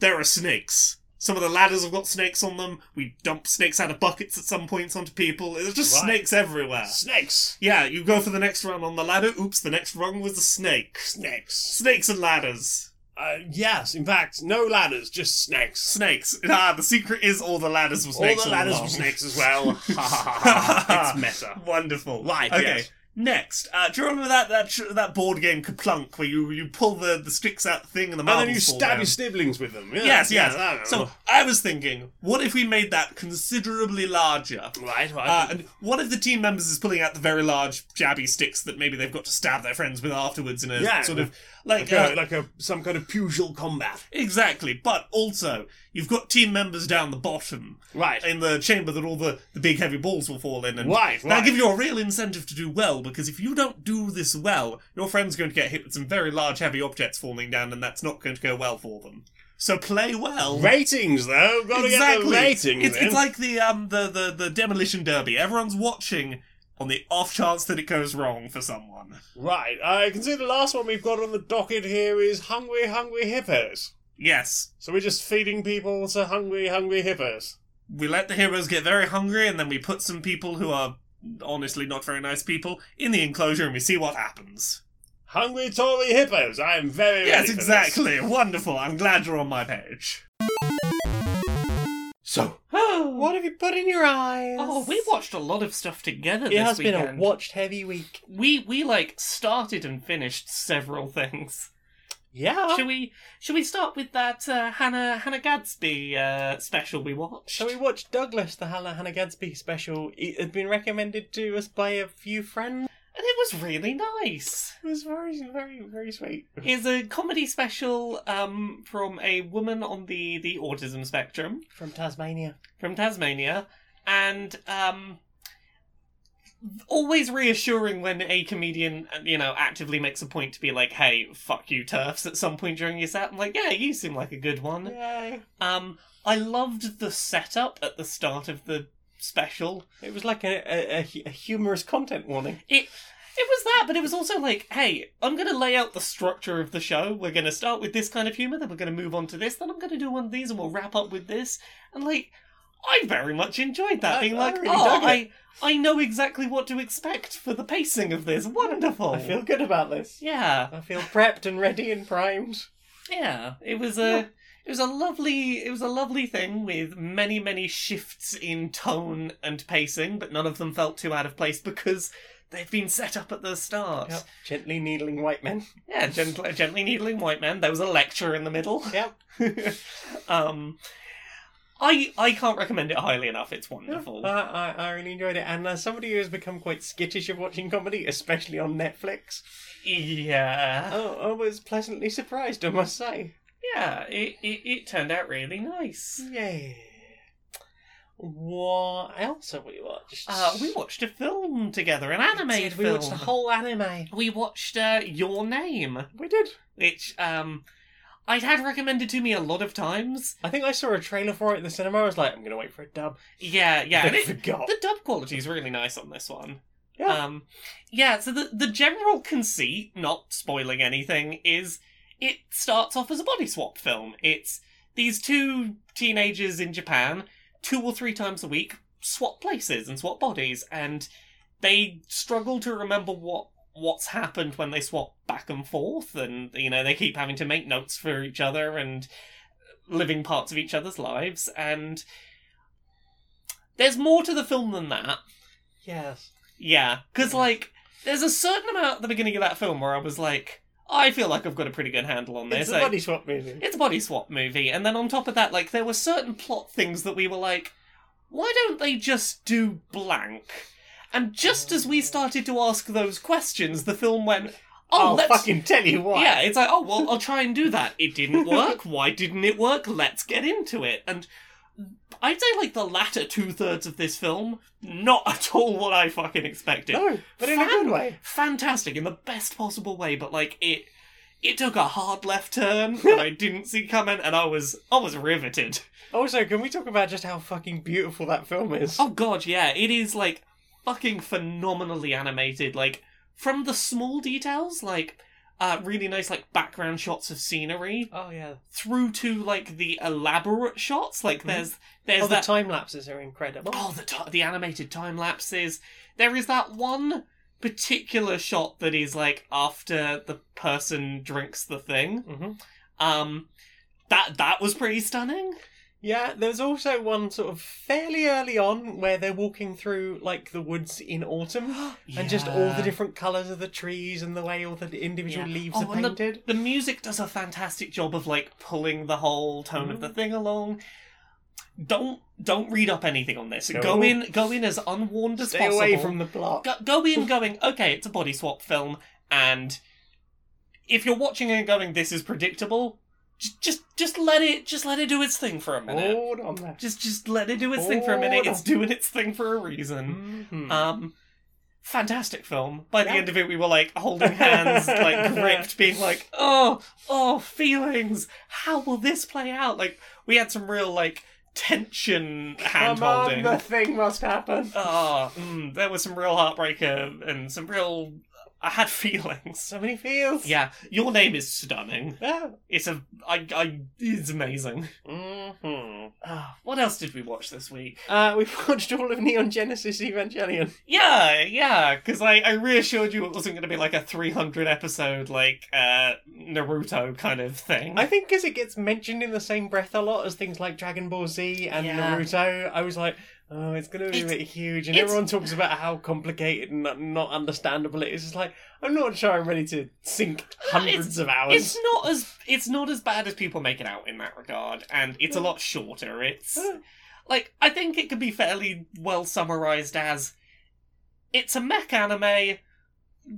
[SPEAKER 3] there are snakes. Some of the ladders have got snakes on them. We dump snakes out of buckets at some points onto people. There's just
[SPEAKER 1] Right.
[SPEAKER 3] snakes everywhere.
[SPEAKER 1] Snakes.
[SPEAKER 3] Yeah, you go for the next run on the ladder. Oops, the next rung was a snake.
[SPEAKER 1] Snakes.
[SPEAKER 3] Snakes and ladders.
[SPEAKER 1] Uh, yes. In fact, no ladders, just snakes.
[SPEAKER 3] Snakes. Ah, the secret is all the ladders were snakes.
[SPEAKER 1] All the ladders
[SPEAKER 3] along.
[SPEAKER 1] were
[SPEAKER 3] <laughs>
[SPEAKER 1] snakes as well. Ha, ha, ha, ha. <laughs> it's meta.
[SPEAKER 3] Wonderful.
[SPEAKER 1] Right,
[SPEAKER 3] Okay.
[SPEAKER 1] yes.
[SPEAKER 3] Next, uh, do you remember that that tr- that board game Kaplunk where you you pull the, the sticks out the thing and the
[SPEAKER 1] And
[SPEAKER 3] marbles
[SPEAKER 1] then you
[SPEAKER 3] fall
[SPEAKER 1] stab
[SPEAKER 3] down?
[SPEAKER 1] your siblings with them. Yeah,
[SPEAKER 3] Yes,
[SPEAKER 1] yeah,
[SPEAKER 3] yes.
[SPEAKER 1] I don't
[SPEAKER 3] so
[SPEAKER 1] know.
[SPEAKER 3] I was thinking, what if we made that considerably larger?
[SPEAKER 1] right, right.
[SPEAKER 3] Uh, and one of the team members is pulling out the very large jabby sticks that maybe they've got to stab their friends with afterwards in a
[SPEAKER 1] Yeah.
[SPEAKER 3] sort of like
[SPEAKER 1] like, a,
[SPEAKER 3] uh,
[SPEAKER 1] like a some kind of pugil combat.
[SPEAKER 3] exactly. But also, you've got team members down the bottom
[SPEAKER 1] Right.
[SPEAKER 3] in the chamber that all the, the big heavy balls will fall in, and
[SPEAKER 1] Right,
[SPEAKER 3] that'll
[SPEAKER 1] right.
[SPEAKER 3] give you a real incentive to do well because if you don't do this well, your friend's going to get hit with some very large heavy objects falling down, and that's not going to go well for them. So play well.
[SPEAKER 1] Ratings though. Gotta get the ratings.
[SPEAKER 3] It's,
[SPEAKER 1] in.
[SPEAKER 3] it's like the um the, the the demolition derby. Everyone's watching on the off chance that it goes wrong for someone.
[SPEAKER 1] Right. I can see the last one we've got on the docket here is Hungry Hungry Hippos.
[SPEAKER 3] Yes,
[SPEAKER 1] So we're just feeding people to hungry, hungry hippos.
[SPEAKER 3] we let the heroes get very hungry, and then we put some people who are honestly not very nice people in the enclosure, and we see what happens.
[SPEAKER 1] Hungry Tory hippos. I am
[SPEAKER 3] <laughs>
[SPEAKER 1] very ready
[SPEAKER 3] Yes,
[SPEAKER 1] for this.
[SPEAKER 3] exactly. Wonderful. I'm glad you're on my page.
[SPEAKER 1] So,
[SPEAKER 3] Oh,
[SPEAKER 1] <gasps> what have you put in your eyes?
[SPEAKER 3] we watched a lot of stuff together.
[SPEAKER 1] It has been a watched heavy week.
[SPEAKER 3] we we like started and finished several things.
[SPEAKER 1] Yeah.
[SPEAKER 3] Should we should we start with that uh, Hannah Hannah Gadsby uh, special we watched?
[SPEAKER 1] So we watched Douglas, the Hannah, Hannah Gadsby special. It had been recommended to us by a few friends.
[SPEAKER 3] And it was really nice.
[SPEAKER 1] It was very, very, very sweet.
[SPEAKER 3] It's a comedy special um, from a woman on the the autism spectrum
[SPEAKER 1] From Tasmania.
[SPEAKER 3] from Tasmania, and um, always reassuring when a comedian uh, you know actively makes a point to be like, "Hey, fuck you, turfs!" At some point during your set, I'm like, "Yeah, you seem like a good one."
[SPEAKER 1] Yay.
[SPEAKER 3] Um, I loved the setup at the start of the special.
[SPEAKER 1] It was like a, a, a, hu- a humorous content warning.
[SPEAKER 3] It it was that, but it was also like, hey, I'm going to lay out the structure of the show. We're going to start with this kind of humor, then we're going to move on to this, then I'm going to do one of these, and we'll wrap up with this. And like, I very much enjoyed that,
[SPEAKER 1] I-
[SPEAKER 3] being
[SPEAKER 1] I
[SPEAKER 3] like,
[SPEAKER 1] really
[SPEAKER 3] oh,
[SPEAKER 1] dug it."
[SPEAKER 3] I I know exactly what to expect for the pacing of this. Wonderful.
[SPEAKER 1] I feel good about this.
[SPEAKER 3] yeah,
[SPEAKER 1] I feel prepped and ready and primed.
[SPEAKER 3] yeah. It was a. It was a lovely, it was a lovely thing with many, many shifts in tone and pacing, but none of them felt too out of place because they've been set up at the start.
[SPEAKER 1] Yep. Gently needling white men.
[SPEAKER 3] Yeah, gently, gently needling white man. There was a lecture in the middle.
[SPEAKER 1] Yep.
[SPEAKER 3] <laughs> um, I I can't recommend it highly enough. It's wonderful.
[SPEAKER 1] I, I, I really enjoyed it. And as somebody who has become quite skittish of watching comedy, especially on Netflix,
[SPEAKER 3] yeah,
[SPEAKER 1] oh, I was pleasantly surprised, I must say.
[SPEAKER 3] yeah. It, it it turned out really nice.
[SPEAKER 1] Yay. What else have we watched?
[SPEAKER 3] Uh, we watched a film together, an anime
[SPEAKER 1] We did,
[SPEAKER 3] film.
[SPEAKER 1] We watched the whole Oh, anime.
[SPEAKER 3] We watched uh, Your Name,
[SPEAKER 1] We did.
[SPEAKER 3] which um, I'd had recommended to me a lot of times.
[SPEAKER 1] I think I saw a trailer for it in the cinema. I was like, I'm going to wait for a dub. <laughs>
[SPEAKER 3] Yeah, yeah.
[SPEAKER 1] I
[SPEAKER 3] and it-
[SPEAKER 1] forgot.
[SPEAKER 3] The dub quality is really nice on this one.
[SPEAKER 1] Yeah.
[SPEAKER 3] Um, yeah. So the the general conceit, not spoiling anything, is it starts off as a body swap film. It's these two teenagers in Japan, two or three times a week, swap places and swap bodies, and they struggle to remember what what's happened when they swap back and forth, and you know they keep having to make notes for each other and living parts of each other's lives, and there's more to the film than that.
[SPEAKER 1] Yes.
[SPEAKER 3] Yeah, because
[SPEAKER 1] Yeah.
[SPEAKER 3] like there's a certain amount at the beginning of that film where I was like, I feel like I've got a pretty good handle on this.
[SPEAKER 1] It's a
[SPEAKER 3] Like,
[SPEAKER 1] body swap movie.
[SPEAKER 3] it's a body swap movie, and then on top of that, like there were certain plot things that we were like, why don't they just do blank? And just as we started to ask those questions, the film went, oh,
[SPEAKER 1] I'll
[SPEAKER 3] let's
[SPEAKER 1] fucking tell you why.
[SPEAKER 3] yeah, it's like, oh, well, I'll try and do that. It didn't work. Why didn't it work? Let's get into it. And I'd say, like, the latter two thirds of this film, not at all what I fucking expected.
[SPEAKER 1] No, but in a good
[SPEAKER 3] Fan-
[SPEAKER 1] way.
[SPEAKER 3] Fantastic in the best possible way, but, like, it. It took a hard left turn that <laughs> I didn't see coming, and I was I was riveted.
[SPEAKER 1] Also, can we talk about just how fucking beautiful that film is?
[SPEAKER 3] Oh god, yeah, it is like fucking phenomenally animated. Like from the small details, like uh, really nice like background shots of scenery,
[SPEAKER 1] Oh, yeah.
[SPEAKER 3] through to like the elaborate shots. Like
[SPEAKER 1] Mhm.
[SPEAKER 3] there's there's
[SPEAKER 1] Oh, the
[SPEAKER 3] that
[SPEAKER 1] time lapses are incredible.
[SPEAKER 3] oh the ti the animated time lapses. There is that one particular shot that is like after the person drinks the thing.
[SPEAKER 1] hmm
[SPEAKER 3] Um, that that was pretty stunning.
[SPEAKER 1] Yeah, there's also one sort of fairly early on where they're walking through like the woods in autumn,
[SPEAKER 3] <gasps>
[SPEAKER 1] and just all the
[SPEAKER 3] Yeah.
[SPEAKER 1] different colours of the trees and the way all the individual
[SPEAKER 3] Yeah.
[SPEAKER 1] leaves
[SPEAKER 3] Oh,
[SPEAKER 1] are
[SPEAKER 3] and the-
[SPEAKER 1] painted.
[SPEAKER 3] The music does a fantastic job of like pulling the whole tone
[SPEAKER 1] Mm-hmm.
[SPEAKER 3] of the thing along. Don't don't read up anything on this.
[SPEAKER 1] No.
[SPEAKER 3] Go in go in as unwarned as
[SPEAKER 1] Stay
[SPEAKER 3] possible.
[SPEAKER 1] away from the plot.
[SPEAKER 3] go, go in going, okay, it's a body swap film, and if you're watching and going, this is predictable, just just, just let it just let it do its thing for a minute.
[SPEAKER 1] Hold on there.
[SPEAKER 3] Just just let it do its thing for a
[SPEAKER 1] Hold
[SPEAKER 3] minute. It's doing its thing for a reason.
[SPEAKER 1] Mhm.
[SPEAKER 3] Um, fantastic film. By the
[SPEAKER 1] Yeah.
[SPEAKER 3] end of it, we were like
[SPEAKER 1] <laughs>
[SPEAKER 3] holding hands, like gripped, being like, oh, oh, feelings. How will this play out? Like we had some real like tension hand
[SPEAKER 1] Come on,
[SPEAKER 3] holding.
[SPEAKER 1] the thing must happen.
[SPEAKER 3] Oh, mm, there was some real heartbreaker and some real. I had <laughs> feelings.
[SPEAKER 1] So many feels.
[SPEAKER 3] Yeah, your name is stunning.
[SPEAKER 1] Yeah.
[SPEAKER 3] It's a, I, I, it's amazing.
[SPEAKER 1] hmm
[SPEAKER 3] Uh, what else did we watch this week?
[SPEAKER 1] Uh, we've <laughs> watched all of Neon Genesis Evangelion.
[SPEAKER 3] <laughs> Yeah, yeah, because I, I reassured you it wasn't going to be like a three hundred episode like uh Naruto kind of thing.
[SPEAKER 1] I think because it gets mentioned in the same breath a lot as things like Dragon Ball Z and
[SPEAKER 3] Yeah.
[SPEAKER 1] Naruto, I was like, oh, it's going to be
[SPEAKER 3] It's-
[SPEAKER 1] a bit huge. And
[SPEAKER 3] it's-
[SPEAKER 1] everyone talks about how complicated and not- not understandable it is. It's like, I'm not sure I'm ready to sink
[SPEAKER 3] No, it's-
[SPEAKER 1] hundreds of hours.
[SPEAKER 3] it's not as it's not as bad as people make it out in that regard, and it's a lot shorter. It's
[SPEAKER 1] Uh,
[SPEAKER 3] like I think it could be fairly well summarized as it's a mech anime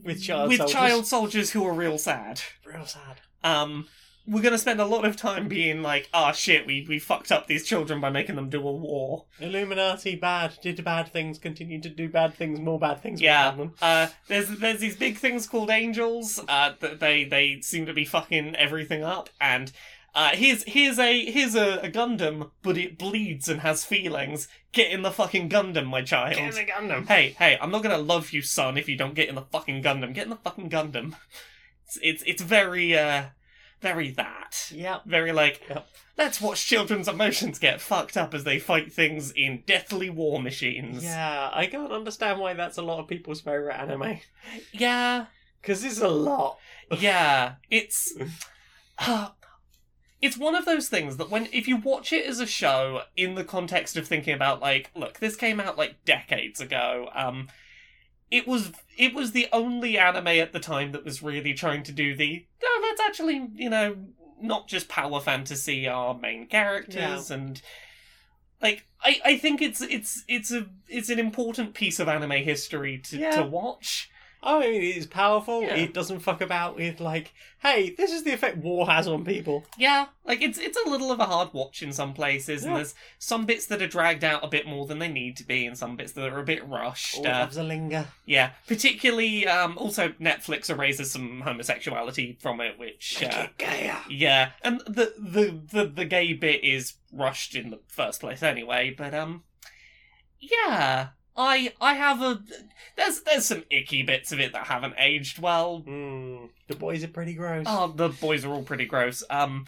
[SPEAKER 1] with child
[SPEAKER 3] with
[SPEAKER 1] soldiers.
[SPEAKER 3] child soldiers who are real sad.
[SPEAKER 1] Real sad.
[SPEAKER 3] Um, we're gonna spend a lot of time being like, ah, shit, we we fucked up these children by making them do a war.
[SPEAKER 1] Illuminati bad, did bad things, continue to do bad things, more bad things. will
[SPEAKER 3] Yeah.
[SPEAKER 1] happen.
[SPEAKER 3] Uh, there's there's these big things called angels. Uh, that they they seem to be fucking everything up. And uh, here's here's a here's a, a Gundam, but it bleeds and has feelings. Get in the fucking Gundam, my child.
[SPEAKER 1] Get the Gundam.
[SPEAKER 3] Hey, hey, I'm not gonna love you, son, if you don't get in the fucking Gundam. Get in the fucking Gundam. It's it's, it's very uh very that.
[SPEAKER 1] Yep.
[SPEAKER 3] Very like
[SPEAKER 1] Yep.
[SPEAKER 3] let's watch children's emotions get fucked up as they fight things in deathly war machines.
[SPEAKER 1] Yeah, I can't understand why that's a lot of people's favourite anime.
[SPEAKER 3] Yeah.
[SPEAKER 1] Because it's a lot.
[SPEAKER 3] Yeah. It's uh, it's one of those things that when if you watch it as a show in the context of thinking about like look this came out like decades ago um it was it was the only anime at the time that was really trying to do the no let's actually you know not just power fantasy our main characters and like I, I think it's it's it's a it's an important piece of anime history to,
[SPEAKER 1] Yeah.
[SPEAKER 3] to watch.
[SPEAKER 1] Oh, I mean, it is powerful.
[SPEAKER 3] Yeah.
[SPEAKER 1] It doesn't fuck about with, like, hey, this is the effect war has on people.
[SPEAKER 3] Yeah, like it's it's a little of a hard watch in some places,
[SPEAKER 1] Yeah.
[SPEAKER 3] and there's some bits that are dragged out a bit more than they need to be, and some bits that are a bit rushed.
[SPEAKER 1] All
[SPEAKER 3] Uh,
[SPEAKER 1] loves a linger.
[SPEAKER 3] yeah, particularly um, also Netflix erases some homosexuality from it, which
[SPEAKER 1] Make
[SPEAKER 3] uh,
[SPEAKER 1] it gayer.
[SPEAKER 3] yeah, and the, the the the gay bit is rushed in the first place anyway. But um, yeah, I I have a there's there's some icky bits of it that haven't aged well, Hmm.
[SPEAKER 1] Mm, the boys are pretty gross.
[SPEAKER 3] Oh, the boys are all pretty gross. Um,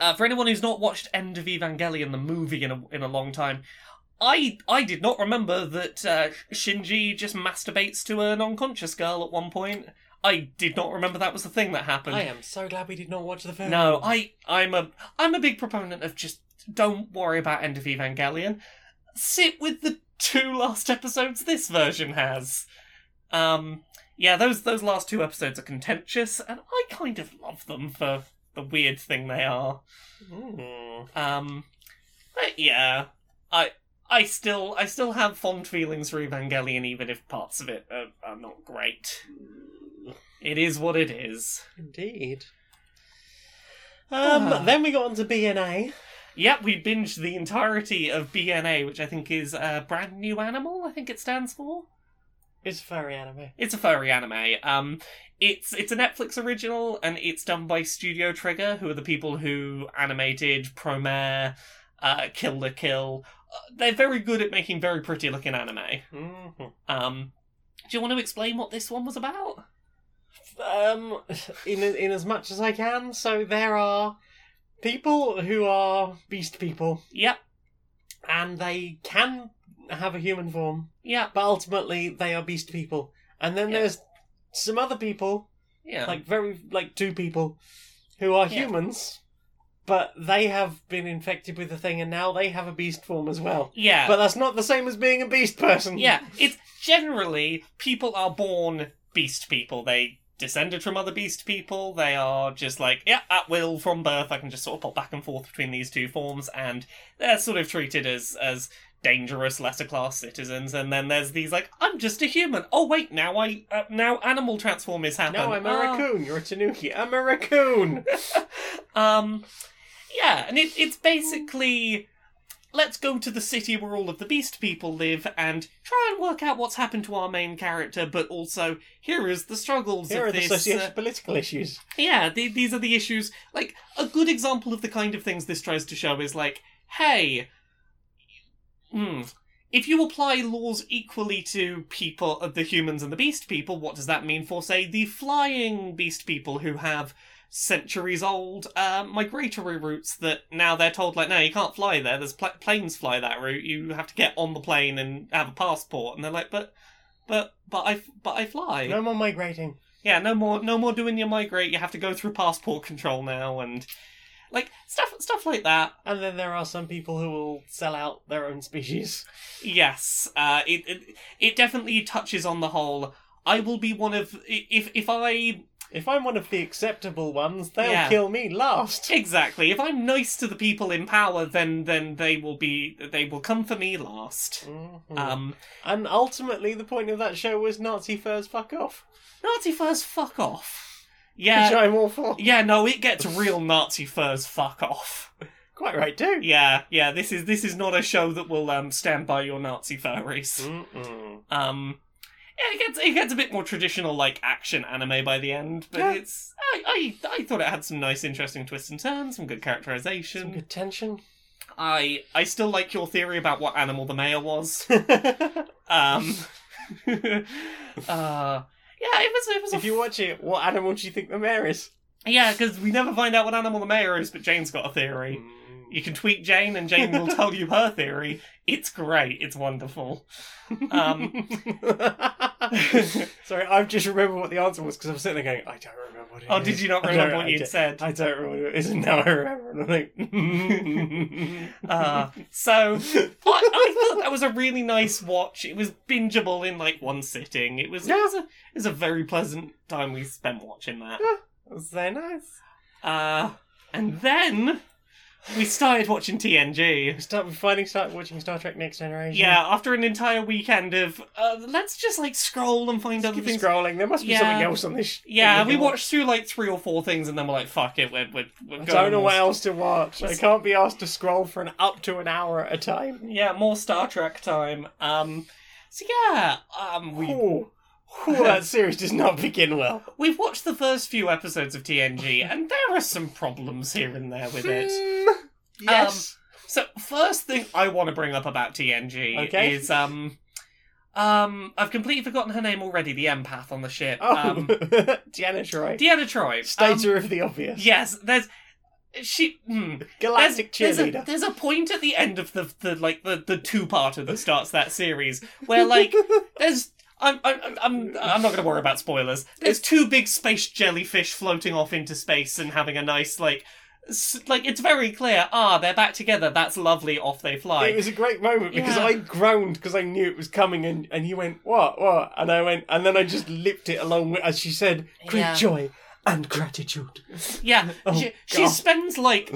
[SPEAKER 3] Uh, for anyone who's not watched End of Evangelion the movie in a, in a long time, I I did not remember that uh, Shinji just masturbates to an unconscious girl at one point. I did not remember that was the thing that happened.
[SPEAKER 1] I am so glad we did not watch the film.
[SPEAKER 3] No, I I'm a I'm a big proponent of just don't worry about End of Evangelion. Sit with the two last episodes this version has. Um yeah, those those last two episodes are contentious and I kind of love them for the weird thing they are.
[SPEAKER 1] Mm.
[SPEAKER 3] Um but yeah, I I still I still have fond feelings for Evangelion even if parts of it are, are not great. It is what it is.
[SPEAKER 1] Indeed. Um,
[SPEAKER 3] Ah.
[SPEAKER 1] Then we got onto BNA.
[SPEAKER 3] Yep, we binged the entirety of BNA, which I think is uh, brand new animal. I think it stands for.
[SPEAKER 1] It's a furry anime.
[SPEAKER 3] It's a furry anime. Um, it's it's a Netflix original, and it's done by Studio Trigger, who are the people who animated Promare, uh, Kill the Kill. Uh, they're very good at making very pretty looking anime.
[SPEAKER 1] hmm
[SPEAKER 3] Um, do you want to explain what this one was about?
[SPEAKER 1] um, in in as much as I can. So there are people who are beast people,
[SPEAKER 3] Yep,
[SPEAKER 1] and they can have a human form,
[SPEAKER 3] yep,
[SPEAKER 1] but ultimately they are beast people. And then
[SPEAKER 3] Yeah.
[SPEAKER 1] there's some other people,
[SPEAKER 3] yeah.
[SPEAKER 1] like very like two people, who are
[SPEAKER 3] Yeah.
[SPEAKER 1] humans, but they have been infected with the thing, and now they have a beast form as well.
[SPEAKER 3] yeah.
[SPEAKER 1] But that's not the same as being a beast person.
[SPEAKER 3] Yeah, it's generally people are born beast people. They descended from other beast people. They are just like, yeah, at will from birth. I can just sort of pop back and forth between these two forms, and they're sort of treated as as dangerous lesser class citizens. And then there's these like, I'm just a human. Oh wait, now I uh, now animal transform is Oh, happening.
[SPEAKER 1] Now I'm a raccoon. You're a tanuki. I'm a raccoon.
[SPEAKER 3] Um, yeah, and it, it's basically let's go to the city where all of the beast people live and try and work out what's happened to our main character, but also here is the struggles
[SPEAKER 1] Here
[SPEAKER 3] of
[SPEAKER 1] are the
[SPEAKER 3] this.
[SPEAKER 1] socio
[SPEAKER 3] uh,
[SPEAKER 1] political issues.
[SPEAKER 3] yeah, the, these are the issues. Like a good example of the kind of things this tries to show is like, hey, hmm, if you apply laws equally to people, uh, the humans and the beast people, what does that mean for, say, the flying beast people who have centuries old uh, migratory routes that now they're told like, no, you can't fly there. There's pl- planes fly that route. You have to get on the plane and have a passport. And they're like, but, but, but I, f- but I fly.
[SPEAKER 1] No more migrating.
[SPEAKER 3] Yeah, no more, no more doing your migrate. You have to go through passport control now, and like stuff, stuff like that.
[SPEAKER 1] And then there are some people who will sell out their own species.
[SPEAKER 3] Yes, uh, it, it it definitely touches on the whole. I will be one of i- if if I
[SPEAKER 1] If I'm one of the acceptable ones, they'll
[SPEAKER 3] Yeah.
[SPEAKER 1] kill me last.
[SPEAKER 3] exactly if I'm nice to the people in power, then then they will be they will come for me last.
[SPEAKER 4] Mm.
[SPEAKER 1] Mhm.
[SPEAKER 3] Um,
[SPEAKER 1] and ultimately, the point of that show was Nazi furs fuck off,
[SPEAKER 3] Nazi furs, fuck off. Yeah,
[SPEAKER 1] which I'm all for.
[SPEAKER 3] yeah, no, it gets real Nazi furs, fuck off.
[SPEAKER 1] Quite right, too.
[SPEAKER 3] Yeah, yeah. This is this is not a show that will um, stand by your Nazi furries.
[SPEAKER 1] Mm-mm.
[SPEAKER 3] Um, yeah, it gets it gets a bit more traditional like action anime by the end, but
[SPEAKER 1] Yeah.
[SPEAKER 3] it's I, I I thought it had some nice, interesting twists and turns, some good characterization.
[SPEAKER 1] Some good tension.
[SPEAKER 3] I I still like your theory about what animal the mayor
[SPEAKER 1] <laughs>
[SPEAKER 3] was.
[SPEAKER 1] if
[SPEAKER 3] Um, <laughs> uh, yeah, it was it was a
[SPEAKER 1] you watch it, what animal do you think the mare is?
[SPEAKER 3] <laughs> yeah because we never find out what animal the mayor is, but Jane's got a theory. You can tweet Jane, and Jane will tell you her theory. It's great. It's
[SPEAKER 1] <laughs>
[SPEAKER 3] wonderful. Um,
[SPEAKER 1] Sorry, I've just remembered what the answer was because I'm sitting there going, I don't remember what it
[SPEAKER 3] oh,
[SPEAKER 1] is.
[SPEAKER 3] did you not
[SPEAKER 1] I
[SPEAKER 3] remember
[SPEAKER 1] don't-
[SPEAKER 3] what
[SPEAKER 1] I
[SPEAKER 3] you'd
[SPEAKER 1] don't-
[SPEAKER 3] said?
[SPEAKER 1] I don't remember what it is, and now I remember. And I'm
[SPEAKER 3] <laughs>
[SPEAKER 1] like,
[SPEAKER 3] Uh,
[SPEAKER 1] <laughs>
[SPEAKER 3] so I, I thought that was a really nice watch. It was bingeable in like one sitting. It was, it, was a, it was a very pleasant time we spent watching that.
[SPEAKER 1] That's so nice.
[SPEAKER 3] Uh, and then we started watching TNG.
[SPEAKER 1] We start, we finally start watching Star Trek Next Generation.
[SPEAKER 3] Yeah, after an entire weekend of uh, let's just like scroll and find
[SPEAKER 1] Just
[SPEAKER 3] other
[SPEAKER 1] keep
[SPEAKER 3] things.
[SPEAKER 1] scrolling. There must be
[SPEAKER 3] Yeah.
[SPEAKER 1] something else on this. sh-
[SPEAKER 3] Yeah,
[SPEAKER 1] thing
[SPEAKER 3] we
[SPEAKER 1] can watch.
[SPEAKER 3] watched through like three or four things, and then we're like, "Fuck it, we're we're, we're
[SPEAKER 1] I
[SPEAKER 3] going."
[SPEAKER 1] don't know
[SPEAKER 3] more
[SPEAKER 1] what else to watch. I can't be asked to scroll for an up to an hour at a time.
[SPEAKER 3] Yeah, more Star Trek time. Um, so yeah, um, we
[SPEAKER 1] Ooh.
[SPEAKER 3] <laughs>
[SPEAKER 1] Ooh, that series does not begin well.
[SPEAKER 3] we've watched the first few episodes of TNG, and there are some problems here and there with it. Um,
[SPEAKER 1] Hmm. Yes.
[SPEAKER 3] So first thing I want to bring up about TNG
[SPEAKER 1] Okay.
[SPEAKER 3] is um, um, I've completely forgotten her name already. The empath on the ship,
[SPEAKER 1] oh, <laughs>
[SPEAKER 3] um,
[SPEAKER 1] Deanna Troy. <laughs>
[SPEAKER 3] Deanna Troy. Um,
[SPEAKER 1] Stater of the obvious.
[SPEAKER 3] yes, there's She. hmm. There's,
[SPEAKER 1] Galactic
[SPEAKER 3] there's a, <laughs>
[SPEAKER 1] cheerleader.
[SPEAKER 3] there's a point at the end of the, the like the, the two parter that starts that series where
[SPEAKER 1] <laughs>
[SPEAKER 3] like there's I'm I'm I'm- I'm I'm not going to worry about spoilers. There's two big space jellyfish floating off into space and having a nice like s- like it's very clear. Ah, they're back together. That's lovely. Off they fly.
[SPEAKER 1] It was a great moment because
[SPEAKER 3] Yeah.
[SPEAKER 1] I groaned because I knew it was coming, and, and you went, What? What? And I went, and then I just lipped it along with, as she said, Great
[SPEAKER 3] Yeah.
[SPEAKER 1] joy and gratitude.
[SPEAKER 3] <laughs> Yeah,
[SPEAKER 1] <laughs> Oh,
[SPEAKER 3] she, she
[SPEAKER 1] God.
[SPEAKER 3] spends like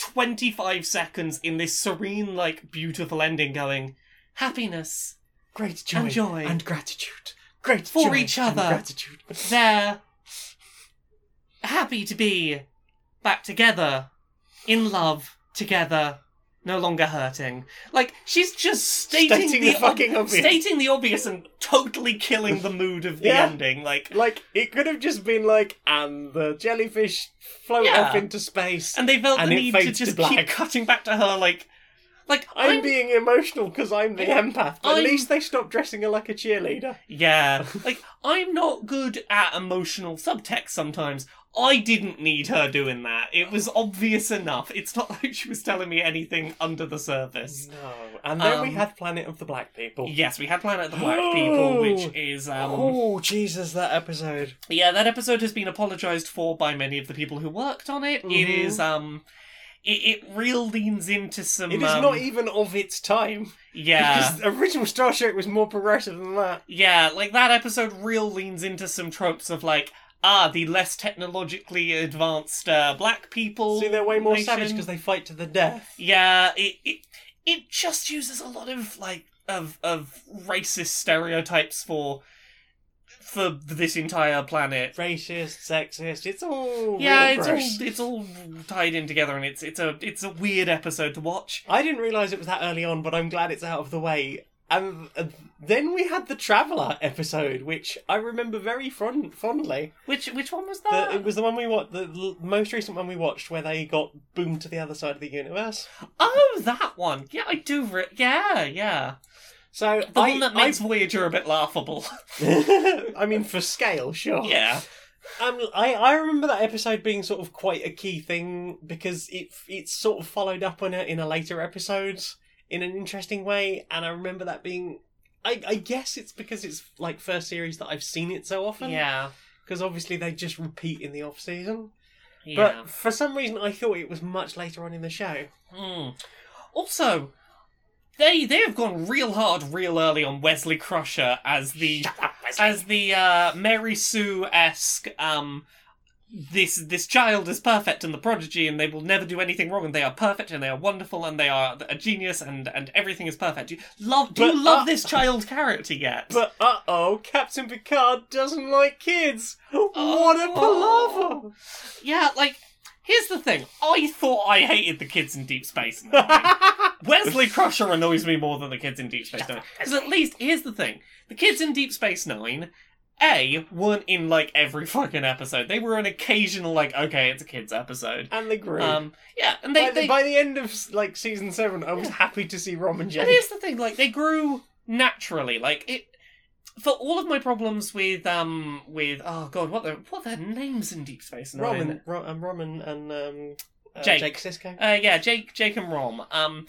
[SPEAKER 3] 25 seconds in this serene, like beautiful ending going, happiness,
[SPEAKER 1] Great joy
[SPEAKER 3] And joy.
[SPEAKER 1] and gratitude. Great
[SPEAKER 3] For
[SPEAKER 1] joy
[SPEAKER 3] each
[SPEAKER 1] and
[SPEAKER 3] other.
[SPEAKER 1] gratitude.
[SPEAKER 3] they're happy to be back together, in love, together, no longer hurting. Like, she's just stating,
[SPEAKER 1] Stating the fucking obvious.
[SPEAKER 3] Stating the obvious and totally killing the mood of the
[SPEAKER 1] Yeah.
[SPEAKER 3] ending. Like,
[SPEAKER 1] Like, it could have just been like, and the jellyfish float
[SPEAKER 3] Yeah.
[SPEAKER 1] off into space.
[SPEAKER 3] and they felt
[SPEAKER 1] And
[SPEAKER 3] the
[SPEAKER 1] it
[SPEAKER 3] need to
[SPEAKER 1] fades to
[SPEAKER 3] just
[SPEAKER 1] black.
[SPEAKER 3] keep cutting back to her, like, like
[SPEAKER 1] I'm, being emotional because I'm the empath. But
[SPEAKER 3] I'm-
[SPEAKER 1] at least they stopped dressing her like a cheerleader. <laughs>
[SPEAKER 3] Yeah. Like, I'm not good at emotional subtext sometimes. I didn't need her doing that. It was obvious enough. It's not <laughs> like she was telling me anything under the surface.
[SPEAKER 1] No. And then we
[SPEAKER 3] Um,
[SPEAKER 1] had Planet of the Black People.
[SPEAKER 3] Yes, we had Planet of the Black
[SPEAKER 1] <gasps>
[SPEAKER 3] People, which is um
[SPEAKER 1] oh, Jesus, that episode.
[SPEAKER 3] Yeah, that episode has been apologized for by many of the people who worked on it. It
[SPEAKER 1] Mhm.
[SPEAKER 3] is um it, it real leans into some
[SPEAKER 1] It is
[SPEAKER 3] um,
[SPEAKER 1] not e- even of its time.
[SPEAKER 3] <laughs> Yeah.
[SPEAKER 1] <laughs> Because the original Star Trek was more progressive than that.
[SPEAKER 3] Yeah, like that episode real leans into some tropes of like ah the less technologically advanced uh, black people.
[SPEAKER 1] See, they're way more
[SPEAKER 3] nation.
[SPEAKER 1] savage because they fight to the death.
[SPEAKER 3] yeah, it, it it just uses a lot of like of of racist stereotypes for for this entire planet.
[SPEAKER 1] Racist, sexist, it's all.
[SPEAKER 3] Yeah,
[SPEAKER 1] real
[SPEAKER 3] it's
[SPEAKER 1] gross.
[SPEAKER 3] all it's all tied in together, and it's it's a it's a weird episode to watch.
[SPEAKER 1] I didn't realise it was that early on, but I'm glad it's out of the way. And uh, then we had the Traveller episode, which I remember very fond- fondly.
[SPEAKER 3] Which which one was
[SPEAKER 1] The,
[SPEAKER 3] that?
[SPEAKER 1] it was the one we watched, the l- most recent one we watched, where they got boomed to the other side of the universe.
[SPEAKER 3] oh, that one. Yeah, I do. Re- yeah, yeah.
[SPEAKER 1] So
[SPEAKER 3] The
[SPEAKER 1] I,
[SPEAKER 3] one that makes Voyager a bit laughable.
[SPEAKER 1] <laughs>
[SPEAKER 3] <laughs>
[SPEAKER 1] I, I mean, for scale, sure. <laughs>
[SPEAKER 3] yeah.
[SPEAKER 1] Um, I, I remember that episode being sort of quite a key thing because it it's sort of followed up on it in a later episode in an interesting way, and I remember that being. I, I guess it's because it's like first series that I've seen it so often.
[SPEAKER 3] Yeah.
[SPEAKER 1] Because obviously they just repeat in the off season.
[SPEAKER 3] Yeah.
[SPEAKER 1] But for some reason, I thought it was much later on in the show.
[SPEAKER 3] Hmm. Also, they they have gone real hard, real early on Wesley Crusher as the as the uh, Mary Sue esque. Um, this this child is perfect and the prodigy, and they will never do anything wrong, and they are perfect, and they are wonderful, and they are a genius, and and everything is perfect. Do you love do you
[SPEAKER 1] But,
[SPEAKER 3] love
[SPEAKER 1] uh,
[SPEAKER 3] this child character yet?
[SPEAKER 1] But uh oh, Captain Picard doesn't like kids. What a
[SPEAKER 3] Oh.
[SPEAKER 1] palaver!
[SPEAKER 3] yeah, like here's the thing: I thought I hated the kids in Deep
[SPEAKER 1] <laughs>
[SPEAKER 3] Space Nine. Wesley Crusher annoys me more than the kids in Deep
[SPEAKER 1] <laughs>
[SPEAKER 3] Space Nine. Because at least, here's the thing the kids in Deep Space Nine, A, weren't in like every fucking episode. They were an occasional, like, okay, it's a kids episode.
[SPEAKER 1] and they grew.
[SPEAKER 3] Um, yeah, and they.
[SPEAKER 1] by, the,
[SPEAKER 3] they
[SPEAKER 1] by the end of like season seven, I was happy to see Rom and
[SPEAKER 3] and
[SPEAKER 1] Jane.
[SPEAKER 3] here's the thing, like, they grew naturally. Like, it. For all of my problems with, um, with, oh god, what the, what are their names in Deep Space Nine?
[SPEAKER 1] Rom and Rom, um, Rom and, and um, uh,
[SPEAKER 3] Jake.
[SPEAKER 1] Jake. Sisko.
[SPEAKER 3] Uh, yeah, Jake, Jake and Rom. Um,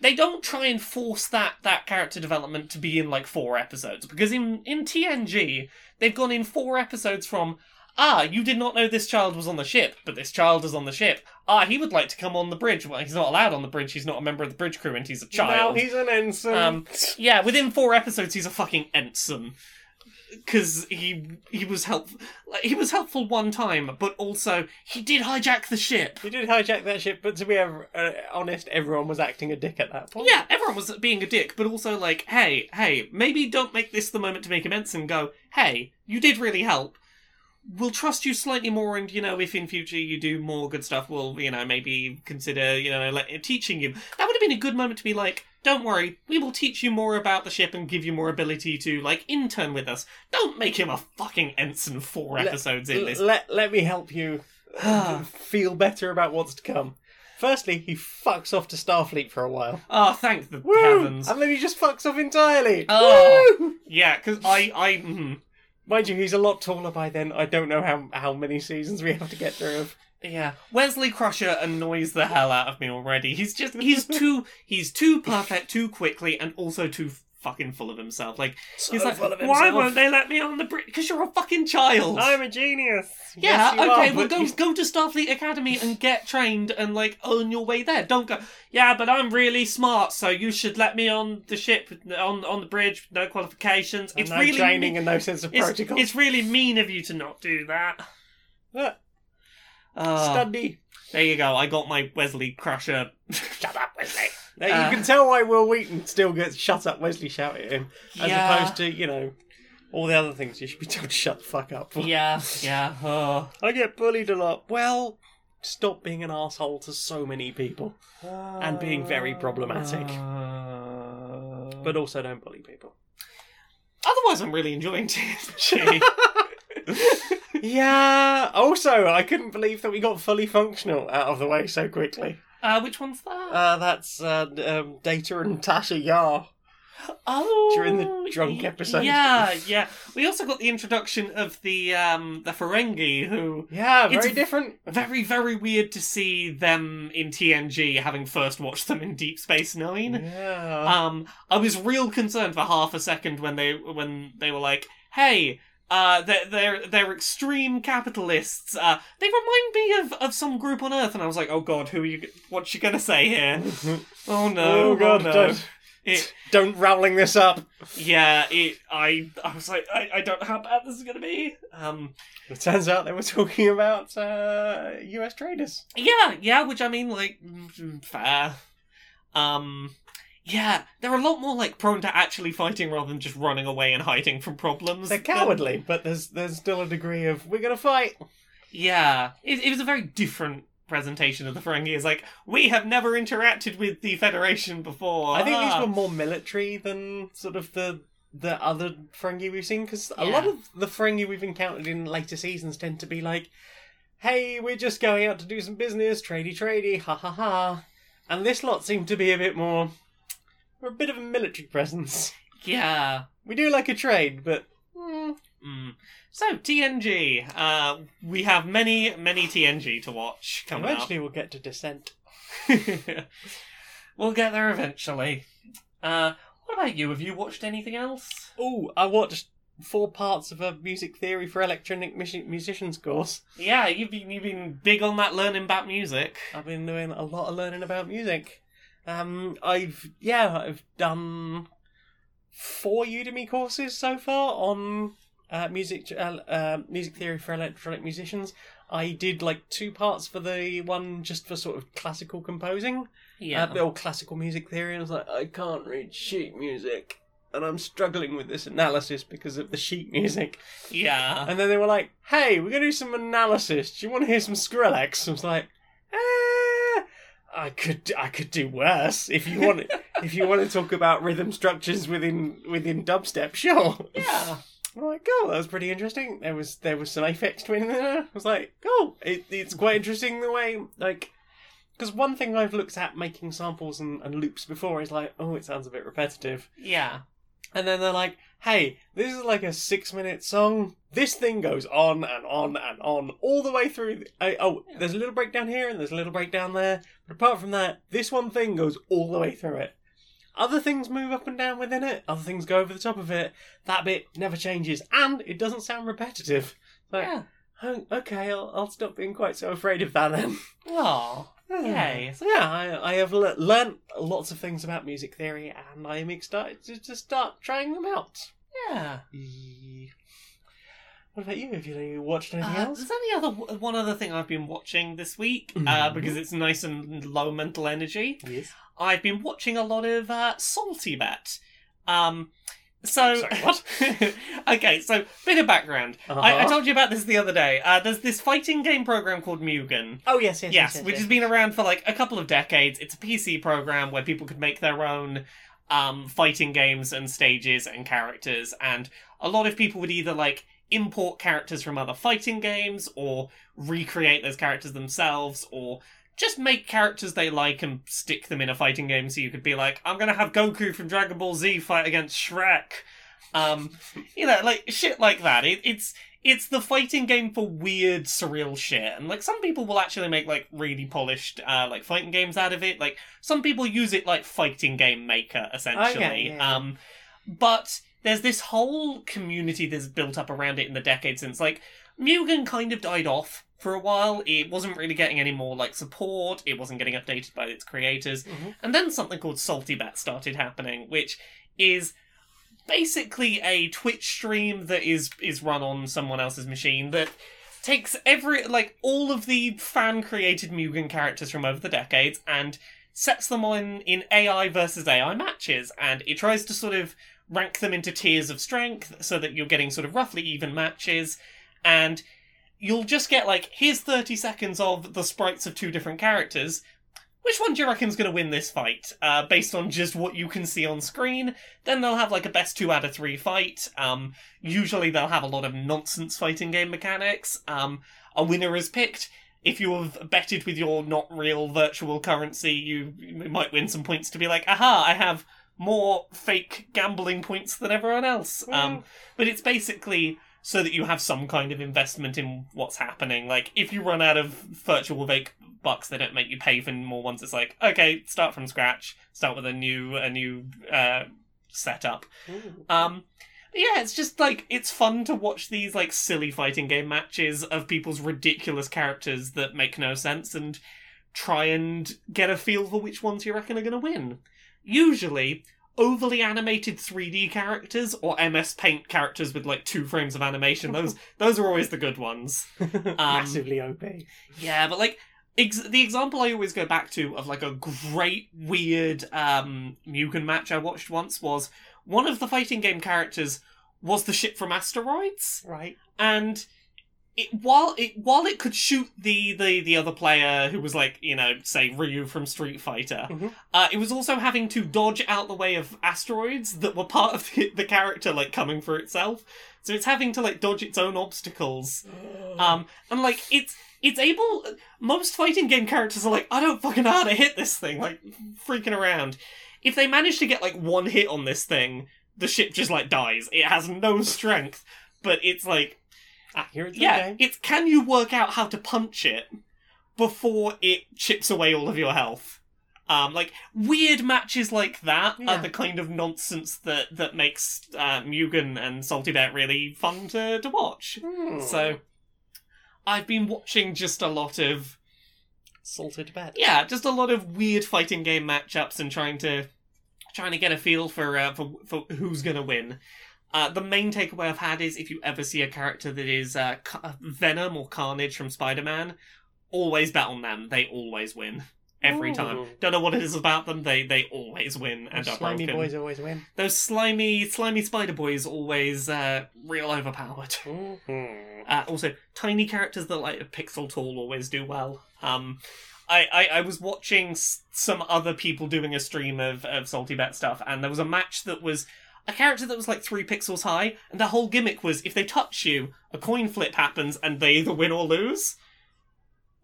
[SPEAKER 3] they don't try and force that that character development to be in like four episodes because in in TNG they've gone in four episodes from ah you did not know this child was on the ship but this child is on the ship ah he would like to come on the bridge well he's not allowed on the bridge he's not a member of the bridge crew and he's a child
[SPEAKER 1] Now he's an ensign.
[SPEAKER 3] um, yeah, within four episodes, he's a fucking ensign because he he was helpful. Like, he was helpful one time, but also he did hijack the ship.
[SPEAKER 1] he did hijack that ship, but to be ev- uh, honest, everyone was acting a dick at that point.
[SPEAKER 3] Yeah, everyone was being a dick, but also like, hey, hey, maybe don't make this the moment to make him ensign. Go, hey, you did really help. We'll trust you slightly more, and you know, if in future you do more good stuff, we'll you know maybe consider you know like, teaching you. That would have been a good moment to be like, don't worry, we will teach you more about the ship and give you more ability to like intern with us. Don't make him a fucking ensign four
[SPEAKER 1] Let-
[SPEAKER 3] episodes in this.
[SPEAKER 1] L- let let me help <sighs> you uh, feel better about what's to come. Firstly, he fucks off to Starfleet for a while.
[SPEAKER 3] Ah, thank the
[SPEAKER 1] <laughs> Woo!
[SPEAKER 3] heavens.
[SPEAKER 1] And then he just fucks off entirely.
[SPEAKER 3] Oh.
[SPEAKER 1] Woo!
[SPEAKER 3] Yeah, because I, I. mhm.
[SPEAKER 1] Mind you, he's a lot taller by then. I don't know how how many seasons we have to get through of Yeah.
[SPEAKER 3] Wesley Crusher annoys the hell out of me already. He's
[SPEAKER 1] <laughs>
[SPEAKER 3] just he's too he's too perfect too quickly and also too fucking full of himself. Like
[SPEAKER 1] So
[SPEAKER 3] he's like,
[SPEAKER 1] full of
[SPEAKER 3] why
[SPEAKER 1] himself.
[SPEAKER 3] won't they let me on the bridge? Because you're a fucking child.
[SPEAKER 1] I'm a genius.
[SPEAKER 3] yeah,
[SPEAKER 1] Yes, you
[SPEAKER 3] okay,
[SPEAKER 1] are, but
[SPEAKER 3] well go
[SPEAKER 1] you-
[SPEAKER 3] go to Starfleet Academy and get trained and like earn your way there. Don't go. Yeah, but I'm really smart, so you should let me on the ship with- on on the bridge with no qualifications.
[SPEAKER 1] and
[SPEAKER 3] it's
[SPEAKER 1] no
[SPEAKER 3] really
[SPEAKER 1] training
[SPEAKER 3] mean-
[SPEAKER 1] and no sense of
[SPEAKER 3] it's,
[SPEAKER 1] protocol.
[SPEAKER 3] it's really mean of you to not do that.
[SPEAKER 1] Look,
[SPEAKER 3] Uh,
[SPEAKER 1] study.
[SPEAKER 3] there you go. I got my Wesley Crusher. <laughs> Shut up, Wesley.
[SPEAKER 1] Now,
[SPEAKER 3] uh,
[SPEAKER 1] you can tell why Will Wheaton still gets shut up Wesley shout at him, as
[SPEAKER 3] Uh, Yeah.
[SPEAKER 1] opposed to, you know, all the other things you should be told to shut the fuck up for.
[SPEAKER 3] yeah, yeah. uh,
[SPEAKER 1] I get bullied a lot. Well, stop being an asshole to so many people,
[SPEAKER 3] and
[SPEAKER 1] being very problematic. but Ah.
[SPEAKER 3] but
[SPEAKER 1] also don't bully people.
[SPEAKER 3] otherwise, I'm really enjoying
[SPEAKER 1] <laughs>
[SPEAKER 3] TNG.
[SPEAKER 1] <laughs> yeah. Also, I couldn't believe that we got fully functional out of the way so quickly.
[SPEAKER 3] uh, which one's that?
[SPEAKER 1] Uh, that's uh, um, Data and Tasha Yar.
[SPEAKER 3] oh,
[SPEAKER 1] during the drunk
[SPEAKER 3] y-
[SPEAKER 1] episode. <laughs>
[SPEAKER 3] Yeah, yeah. We also got the introduction of the um the Ferengi, who
[SPEAKER 1] Yeah,
[SPEAKER 3] It's
[SPEAKER 1] very
[SPEAKER 3] v-
[SPEAKER 1] different.
[SPEAKER 3] very very weird to see them in TNG, having first watched them in Deep Space Nine.
[SPEAKER 1] Yeah.
[SPEAKER 3] Um, I was real concerned for half a second when they when they were like, "Hey, uh, they're they're, they're extreme capitalists. Uh, they remind me of, of some group on Earth." And I was like, "Oh God, who are you? What's you gonna say
[SPEAKER 1] <laughs>
[SPEAKER 3] here? Oh no!
[SPEAKER 1] oh god,
[SPEAKER 3] no.
[SPEAKER 1] don't,
[SPEAKER 3] It-
[SPEAKER 1] don't rowling this up.
[SPEAKER 3] yeah, it. I I was like, I, I don't know how bad this is gonna be. Um,
[SPEAKER 1] It turns out they were talking about uh, U.S. traders.
[SPEAKER 3] yeah, yeah. Which I mean, like, mm, mm, fair. Um. Yeah, they're a lot more like prone to actually fighting rather than just running away and hiding from problems.
[SPEAKER 1] They're
[SPEAKER 3] than-
[SPEAKER 1] cowardly, but there's there's still a degree of we're gonna fight.
[SPEAKER 3] Yeah, it, it was a very different presentation of the Ferengi. It's like we have never interacted with the Federation before.
[SPEAKER 1] I think these
[SPEAKER 3] Ah.
[SPEAKER 1] were more military than sort of the the other Ferengi we've seen because a lot
[SPEAKER 3] Yeah.
[SPEAKER 1] of the Ferengi we've encountered in later seasons tend to be like, "Hey, we're just going out to do some business, tradey tradey, ha ha ha," and this lot seemed to be a bit more. We're a bit of a military presence. <laughs>
[SPEAKER 3] yeah.
[SPEAKER 1] We do like a trade, but mm,
[SPEAKER 3] Mm. So TNG, uh, we have many many TNG to watch coming
[SPEAKER 1] eventually we'll get to dissent.
[SPEAKER 3] up. <laughs> we'll get there eventually. Uh, what about you? Have you watched anything else?
[SPEAKER 1] Oh, I watched four parts of a music theory for electronic musi- musicians course.
[SPEAKER 3] Yeah, you've been you've been big on that learning about music.
[SPEAKER 1] I've been doing a lot of learning about music. Um, I've yeah, I've done four Udemy courses so far on uh, music uh, uh, music theory for electronic musicians. I did like two parts for the one just for sort of classical composing,
[SPEAKER 3] Yeah.
[SPEAKER 1] uh, the old classical music theory. And I was like, I can't read sheet music, and I'm struggling with this analysis because of the sheet <laughs> music.
[SPEAKER 3] yeah.
[SPEAKER 1] And then they were like, hey, we're going to do some analysis. Do you want to hear some Skrillex? I was like, eh, I could I could do worse if you want if you want to talk about rhythm structures within within dubstep, sure.
[SPEAKER 3] Yeah.
[SPEAKER 1] I'm like, oh, that was pretty interesting. There was there was some aphex twin there. I was like, oh, it, it's quite interesting the way like because one thing I've looked at making samples and, and loops before is like, oh, it sounds a bit repetitive.
[SPEAKER 3] Yeah.
[SPEAKER 1] And then they're like, hey, this is like a six minute song. This thing goes on and on and on all the way through. I, oh, there's a little breakdown here and there's a little breakdown there. But apart from that, this one thing goes all the way through it. Other things move up and down within it, other things go over the top of it. That bit never changes and it doesn't sound repetitive. Like,
[SPEAKER 3] Yeah.
[SPEAKER 1] oh, okay, I'll, I'll stop being quite so afraid of that then.
[SPEAKER 3] Oh. Yay.
[SPEAKER 1] So yeah, I, I have le- learnt lots of things about music theory and I am excited to, to start trying them out.
[SPEAKER 3] Yeah.
[SPEAKER 1] What about you? Have you watched anything
[SPEAKER 3] Uh,
[SPEAKER 1] else?
[SPEAKER 3] there's only other one other thing I've been watching this week uh,
[SPEAKER 1] Mhm.
[SPEAKER 3] because it's nice and low mental energy.
[SPEAKER 1] Yes.
[SPEAKER 3] I've been watching a lot of uh, Salty Bat. Um, so
[SPEAKER 1] Sorry, what?
[SPEAKER 3] <laughs> okay, so bit of background.
[SPEAKER 1] Uh-huh.
[SPEAKER 3] I, I told you about this the other day. Uh, there's this fighting game program called Mugen.
[SPEAKER 1] Oh yes, yes, yes,
[SPEAKER 3] Yes,
[SPEAKER 1] yes,
[SPEAKER 3] which
[SPEAKER 1] yes,
[SPEAKER 3] has been around for like a couple of decades. It's a PC program where people could make their own um, fighting games and stages and characters, and a lot of people would either like import characters from other fighting games or recreate those characters themselves or just make characters they like and stick them in a fighting game so you could be like i'm gonna have goku from dragon ball z fight against shrek um you know like shit like that it, it's it's the fighting game for weird, surreal shit. And like some people will actually make like really polished uh like fighting games out of it. Like some people use it like fighting game maker essentially.
[SPEAKER 1] yeah, yeah.
[SPEAKER 3] Um but there's this whole community that's built up around it in the decades since like Mugen kind of died off for a while. It wasn't really getting any more like support. It wasn't getting updated by its creators.
[SPEAKER 1] Mhm.
[SPEAKER 3] And then something called Salty Bat started happening, which is basically a Twitch stream that is is run on someone else's machine that takes every like all of the fan created Mugen characters from over the decades and sets them on in AI versus AI matches and it tries to sort of rank them into tiers of strength so that you're getting sort of roughly even matches and you'll just get like here's 30 seconds of the sprites of two different characters which one do you reckon's going to win this fight uh, based on just what you can see on screen then they'll have like a best two out of three fight um, usually they'll have a lot of nonsense fighting game mechanics um, a winner is picked if you have betted with your not real virtual currency you, you might win some points to be like aha i have more fake gambling points than everyone else um, but it's basically so that you have some kind of investment in what's happening. Like if you run out of virtual vague bucks, they don't make you pay for more ones. It's like okay, start from scratch, start with a new a new uh, setup.
[SPEAKER 1] Ooh.
[SPEAKER 3] Um, but yeah, it's just like it's fun to watch these like silly fighting game matches of people's ridiculous characters that make no sense and try and get a feel for which ones you reckon are going to win. Usually, overly animated 3D characters or MS Paint characters with like two frames of animation. Those those are always the good ones.
[SPEAKER 1] <laughs> Massively OP.
[SPEAKER 3] Yeah, but like ex- the example I always go back to of like a great weird um Mugen match I watched once was one of the fighting game characters was the ship from asteroids <gasps>
[SPEAKER 1] Right.
[SPEAKER 3] and it, while it while it could shoot the, the the other player who was like you know say Ryu from Street Fighter,
[SPEAKER 1] Mhm.
[SPEAKER 3] uh, it was also having to dodge out the way of asteroids that were part of the, the character like coming for itself. So it's having to like dodge its own obstacles um, and like it's it's able. Most fighting game characters are like, I don't fucking know how to hit this thing, like freaking around. If they manage to get like one hit on this thing, the ship just like dies. It has no strength, but it's like
[SPEAKER 1] Here it's
[SPEAKER 3] yeah,
[SPEAKER 1] okay.
[SPEAKER 3] it's can you work out how to punch it before it chips away all of your health? Um, like weird matches like that
[SPEAKER 1] Yeah.
[SPEAKER 3] are the kind of nonsense that that makes uh, Mugen and Salty Bat really fun to to watch.
[SPEAKER 1] Hmm.
[SPEAKER 3] So I've been watching just a lot of
[SPEAKER 1] salted bed.
[SPEAKER 3] yeah, just a lot of weird fighting game matchups and trying to trying to get a feel for uh, for, for who's gonna win. Uh, the main takeaway I've had is if you ever see a character that is uh, Ca- Venom or Carnage from Spider Man, always battle them. They always win every
[SPEAKER 1] Ooh.
[SPEAKER 3] time. Don't know what it is about them. They they always win and are
[SPEAKER 1] Slimy
[SPEAKER 3] broken.
[SPEAKER 1] boys always win.
[SPEAKER 3] Those slimy slimy spider boys always uh, real overpowered. <laughs>
[SPEAKER 1] Mhm.
[SPEAKER 3] Uh, also, tiny characters that like a pixel tall always do well. Um, I, I, I was watching s- some other people doing a stream of, of Salty Bet stuff, and there was a match that was a character that was like three pixels high, and their whole gimmick was if they touch you, a coin flip happens, and they either win or lose. <laughs>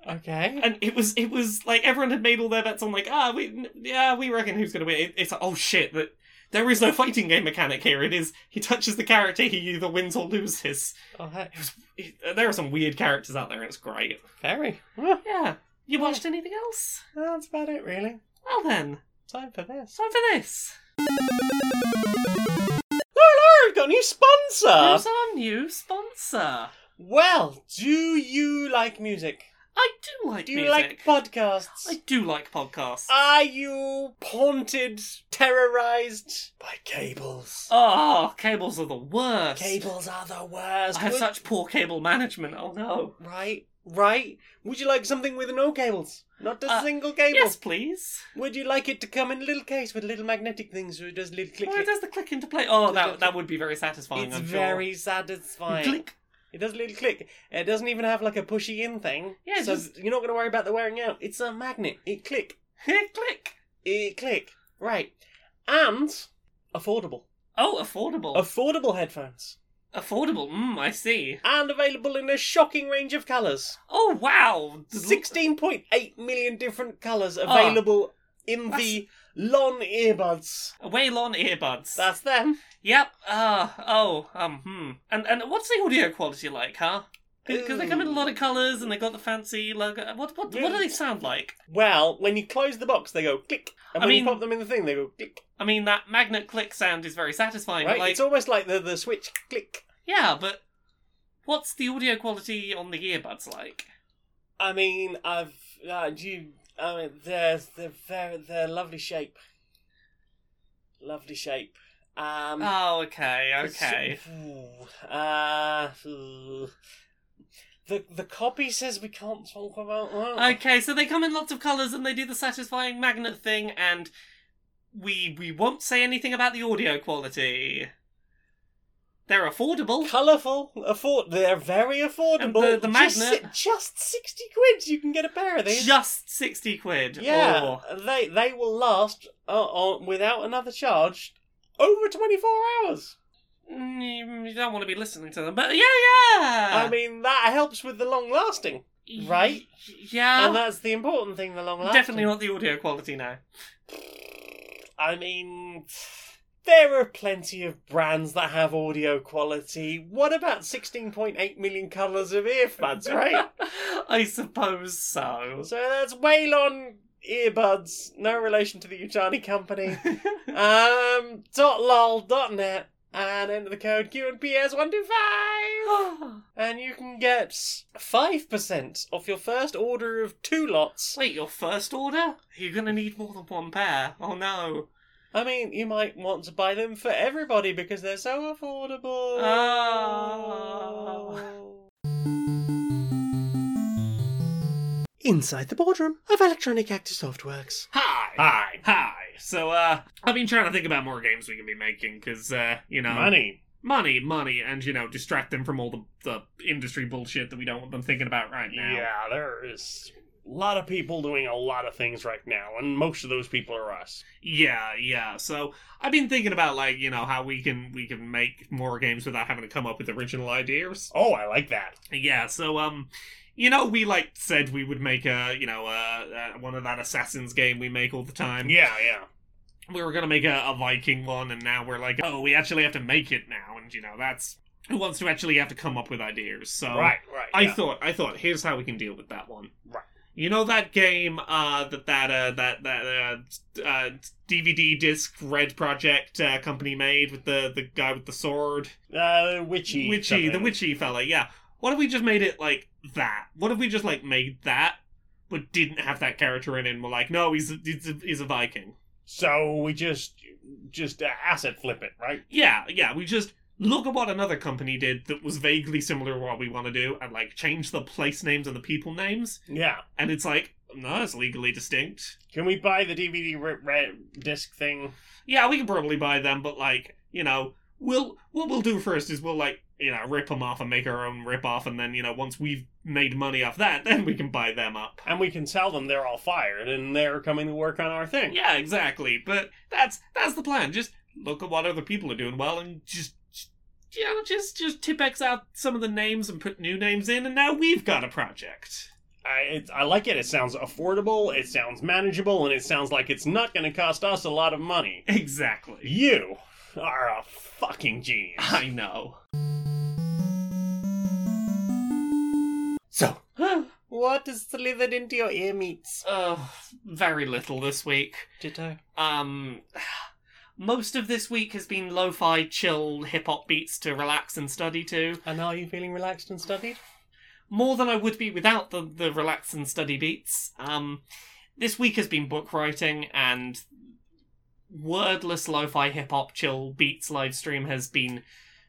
[SPEAKER 1] Okay.
[SPEAKER 3] And it was it was like everyone had made all their bets on like ah we yeah we reckon who's gonna win. It, it's like oh shit that there is no <laughs> fighting game mechanic here. It is he touches the character, he either wins or loses uh,
[SPEAKER 1] Oh, hey.
[SPEAKER 3] there are some weird characters out there. It's great.
[SPEAKER 1] Very. Well,
[SPEAKER 3] Yeah. You
[SPEAKER 1] Yeah.
[SPEAKER 3] watched anything else?
[SPEAKER 1] that's about it, really.
[SPEAKER 3] Well then,
[SPEAKER 1] Time for this.
[SPEAKER 3] it's time for this.
[SPEAKER 1] Hello, we've got a new sponsor.
[SPEAKER 3] Who's our new sponsor?
[SPEAKER 1] Well, do you like music?
[SPEAKER 3] I do like
[SPEAKER 1] Do you
[SPEAKER 3] music.
[SPEAKER 1] like Uh. podcasts?
[SPEAKER 3] I do like podcasts.
[SPEAKER 1] Are you haunted, terrorized by cables?
[SPEAKER 3] oh, cables are the worst.
[SPEAKER 1] Cables are the worst.
[SPEAKER 3] I have
[SPEAKER 1] Would-
[SPEAKER 3] such poor cable management. Oh no.
[SPEAKER 1] Right, right. Would you like something with no cables? Not a
[SPEAKER 3] Uh,
[SPEAKER 1] single cable.
[SPEAKER 3] Yes, please.
[SPEAKER 1] Would you like it to come in a little case with little magnetic things so it does little click?
[SPEAKER 3] Where
[SPEAKER 1] click?
[SPEAKER 3] does Oh, the click into play? Oh,
[SPEAKER 1] Does it-
[SPEAKER 3] that that would be very satisfying.
[SPEAKER 1] It's
[SPEAKER 3] I'm sure.
[SPEAKER 1] very satisfying.
[SPEAKER 3] Click.
[SPEAKER 1] It does a little click. It doesn't even have like a pushy in thing.
[SPEAKER 3] Yeah,
[SPEAKER 1] so
[SPEAKER 3] just-
[SPEAKER 1] you're not going to worry about the wearing out. It's a magnet. It click.
[SPEAKER 3] click.
[SPEAKER 1] It click. Right. And affordable.
[SPEAKER 3] Oh, affordable.
[SPEAKER 1] Affordable headphones.
[SPEAKER 3] affordable. Mm, I see.
[SPEAKER 1] And available in a shocking range of colours.
[SPEAKER 3] Oh wow.
[SPEAKER 1] Ah. 16.8 million different colours available in the Lon earbuds.
[SPEAKER 3] Waylon earbuds.
[SPEAKER 1] That's them.
[SPEAKER 3] Yep. Uh, oh, um, hmm. And and what's the audio quality like, huh? Because they come in a lot of colours and they got the fancy logo. What what what do they sound like?
[SPEAKER 1] Well, when you close the box, they go click, and
[SPEAKER 3] I
[SPEAKER 1] when
[SPEAKER 3] mean-
[SPEAKER 1] you pop them in the thing, they go click.
[SPEAKER 3] I mean, that magnet click sound is very satisfying.
[SPEAKER 1] Right?
[SPEAKER 3] But like,
[SPEAKER 1] It's almost like the the switch click.
[SPEAKER 3] yeah, but what's the audio quality on the earbuds like?
[SPEAKER 1] I mean, I've uh, do you. I mean, they're they're very they're lovely shape. Lovely shape. Um,
[SPEAKER 3] Oh, okay,
[SPEAKER 1] it's-
[SPEAKER 3] okay.
[SPEAKER 1] ooh, uh, ooh. the the copy says we can't talk about that.
[SPEAKER 3] Okay, so they come in lots of colours and they do the satisfying magnet thing, and we we won't say anything about the audio quality. They're affordable.
[SPEAKER 1] Colourful, afford. They're very affordable.
[SPEAKER 3] And the- the
[SPEAKER 1] just,
[SPEAKER 3] magnet-
[SPEAKER 1] si- just sixty quid. You can get a pair of these.
[SPEAKER 3] Just sixty quid.
[SPEAKER 1] yeah,
[SPEAKER 3] Or-
[SPEAKER 1] they they will last uh, on, without another charge over twenty four hours.
[SPEAKER 3] Mm, you don't want to be listening to them, but yeah, yeah.
[SPEAKER 4] Um,
[SPEAKER 1] I mean, that helps with the long lasting,
[SPEAKER 3] Y-
[SPEAKER 1] right?
[SPEAKER 3] Yeah.
[SPEAKER 1] and that's the important thing. The long lasting.
[SPEAKER 3] Definitely not the audio quality now. <laughs>
[SPEAKER 1] I mean, there are plenty of brands that have audio quality. What about 16.8 million colours of earbuds,
[SPEAKER 3] <laughs>
[SPEAKER 1] right?
[SPEAKER 3] I suppose
[SPEAKER 4] <laughs>
[SPEAKER 3] so.
[SPEAKER 1] so that's Waylon earbuds. No relation to the Utani company. um, dot lol dot net and enter the code QNPS125. And you can get 5% off your first order of two lots.
[SPEAKER 3] Wait, your first order? You're gonna need more than one pair. Oh no.
[SPEAKER 1] I mean, you might want to buy them for everybody because they're so affordable.
[SPEAKER 3] Uh, Oh.
[SPEAKER 1] Inside the boardroom of Electronic Actors Softworks.
[SPEAKER 3] Ah. Hi. Hi. Hi. So, uh, I've been trying to think about more games we can be making because, uh, you know,
[SPEAKER 1] Money.
[SPEAKER 3] money, money, and you know, distract them from all the the industry bullshit that we don't want them thinking about right now.
[SPEAKER 1] Yeah, there is a lot of people doing a lot of things right now, and most of those people are us.
[SPEAKER 3] Yeah, yeah. So I've been thinking about like you know how we can we can make more games without having to come up with original ideas.
[SPEAKER 1] Oh, I like that.
[SPEAKER 3] Yeah. So um, you know we like said we would make a you know uh, uh one of that assassins game we make all the time.
[SPEAKER 1] Yeah, yeah.
[SPEAKER 3] We were gonna make a, a Viking one, and now we're like, oh, we actually have to make it now, and you know that's who wants to actually have to come up with ideas. So
[SPEAKER 1] right, right.
[SPEAKER 3] I
[SPEAKER 1] yeah.
[SPEAKER 3] thought, I thought, here's how we can deal with that one.
[SPEAKER 1] Right.
[SPEAKER 3] You know that game, uh, that that uh, that that uh, uh, DVD disc Red Project uh, company made with the the guy with the sword,
[SPEAKER 1] uh, witchy.
[SPEAKER 3] witchy, the
[SPEAKER 1] something.
[SPEAKER 3] witchy fella. Yeah. What if we just made it like that? What if we just like made that, but didn't have that character in it? and We're like, no, he's a, he's a, he's a Viking.
[SPEAKER 1] So we just, just uh, asset flip it, right?
[SPEAKER 3] Yeah, yeah. We just look at what another company did that was vaguely similar to what we want to do, and like change the place names and the people names.
[SPEAKER 1] Yeah.
[SPEAKER 3] And it's like, no, it's legally distinct.
[SPEAKER 1] Can we buy the DVD re- re- disc thing?
[SPEAKER 3] Yeah, we can probably buy them, but like, you know, we'll what we'll do first is we'll like, you know, rip them off and make our own rip off, and then you know, once we've made money off that, <laughs> then we can buy them up.
[SPEAKER 1] and we can tell them they're all fired and they're coming to work on our thing.
[SPEAKER 3] Yeah, exactly. But that's that's the plan. Just look at what other people are doing well, and just. You know, just just tipex out some of the names and put new names in, and now we've got a project. <laughs>
[SPEAKER 1] I, it, I like it. It sounds affordable, it sounds manageable, and it sounds like it's not going to cost us a lot of money.
[SPEAKER 3] Exactly. <laughs>
[SPEAKER 1] You are a fucking genius.
[SPEAKER 3] I know.
[SPEAKER 1] so, what has slithered into your ear meats,
[SPEAKER 3] Uh, very little this week.
[SPEAKER 1] Ditto?
[SPEAKER 3] um most of this week has been lo-fi chill hip-hop beats to relax and study to
[SPEAKER 1] And are you feeling relaxed and studied?
[SPEAKER 3] more than i would be without the, the relax and study beats um this week has been book writing and wordless lo-fi hip-hop chill beats live stream has been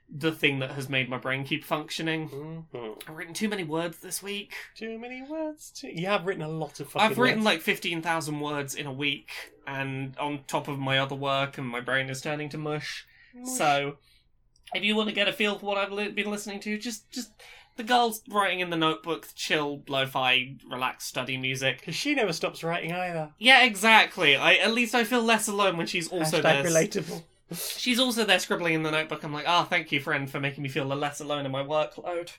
[SPEAKER 3] the thing that has made my brain keep functioning
[SPEAKER 1] Mm-hmm.
[SPEAKER 3] i've written too many words this week
[SPEAKER 1] Too many words. Too... You have written a lot of fucking
[SPEAKER 3] I've written
[SPEAKER 1] words.
[SPEAKER 3] like 15,000 words in a week, and on top of my other work, and my brain is turning to mush. So, if you want to get a feel for what I've li- been listening to, just just the girls writing in the notebook, chill, lo-fi, relaxed study music.
[SPEAKER 1] Because she never stops writing either.
[SPEAKER 3] Yeah, exactly. I at least I feel less alone when she's also there.
[SPEAKER 1] Hashtag relatable.
[SPEAKER 3] She's also there scribbling in the notebook. I'm like, ah, thank you, friend, for making me feel less alone in my workload.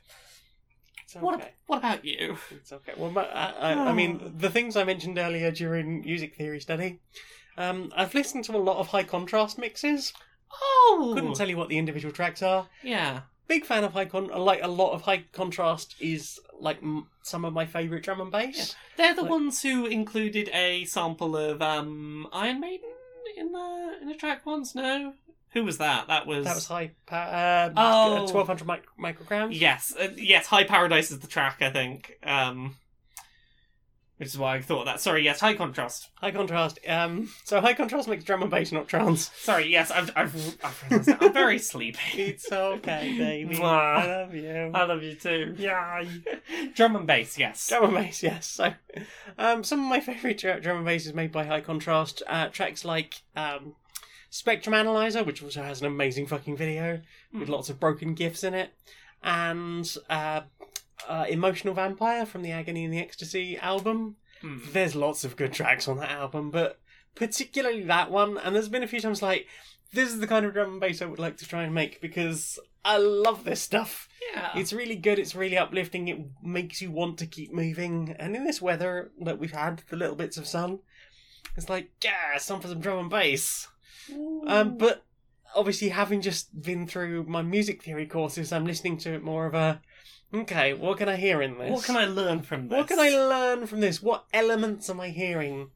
[SPEAKER 1] It's
[SPEAKER 3] What ab- what about you?
[SPEAKER 1] uh, It's okay. Well, my, I, I, I mean, the things I mentioned earlier during music theory study, Um, I've listened to a lot of high contrast mixes.
[SPEAKER 3] <sighs> Oh,
[SPEAKER 1] Couldn't tell you what the individual tracks are.
[SPEAKER 3] yeah.
[SPEAKER 1] Big fan of high con. Like a lot of high contrast is like m- some of my favourite drum and bass.
[SPEAKER 3] They're the
[SPEAKER 1] Like-
[SPEAKER 3] ones who included a sample of um, Iron Maiden in the in the track once. No, who was that? That was
[SPEAKER 1] That was high. Pa- um,
[SPEAKER 3] Oh.
[SPEAKER 1] twelve hundred mic- micrograms.
[SPEAKER 3] yes, uh, yes. High Paradise is the track I think. Um, which is why I thought that. Sorry, yes. High contrast.
[SPEAKER 1] High contrast. Um, so high contrast makes drum and bass, not trance.
[SPEAKER 3] Sorry, yes. I've I've, I've realised that. I'm very sleepy.
[SPEAKER 1] <laughs> It's okay, baby.
[SPEAKER 3] Mwah.
[SPEAKER 1] I <laughs> love you.
[SPEAKER 3] I love you too.
[SPEAKER 1] Yay.
[SPEAKER 3] Drum and bass,
[SPEAKER 1] <laughs>
[SPEAKER 3] yes.
[SPEAKER 1] Drum and bass, yes. So, um, some of my favourite dr- drum and bass is made by High Contrast. Uh, tracks like um, Spectrum Analyzer, which also has an amazing fucking video with
[SPEAKER 3] Hmm.
[SPEAKER 1] lots of broken gifs in it, and uh, uh, Emotional Vampire from the Agony and the Ecstasy album.
[SPEAKER 3] Hmm.
[SPEAKER 1] There's lots of good tracks on that album, but particularly that one. And there's been a few times like, this is the kind of drum and bass I would like to try and make because I love this stuff.
[SPEAKER 3] Yeah.
[SPEAKER 1] It's really good. It's really uplifting. It makes you want to keep moving. And in this weather that we've had, the little bits of sun, it's like, yeah, it's time for some drum and bass. Um, but obviously, having just been through my music theory courses, I'm listening to it more of a, okay, what can I hear in this?
[SPEAKER 3] what can I learn from this?
[SPEAKER 1] What can I learn from this? What elements am I hearing?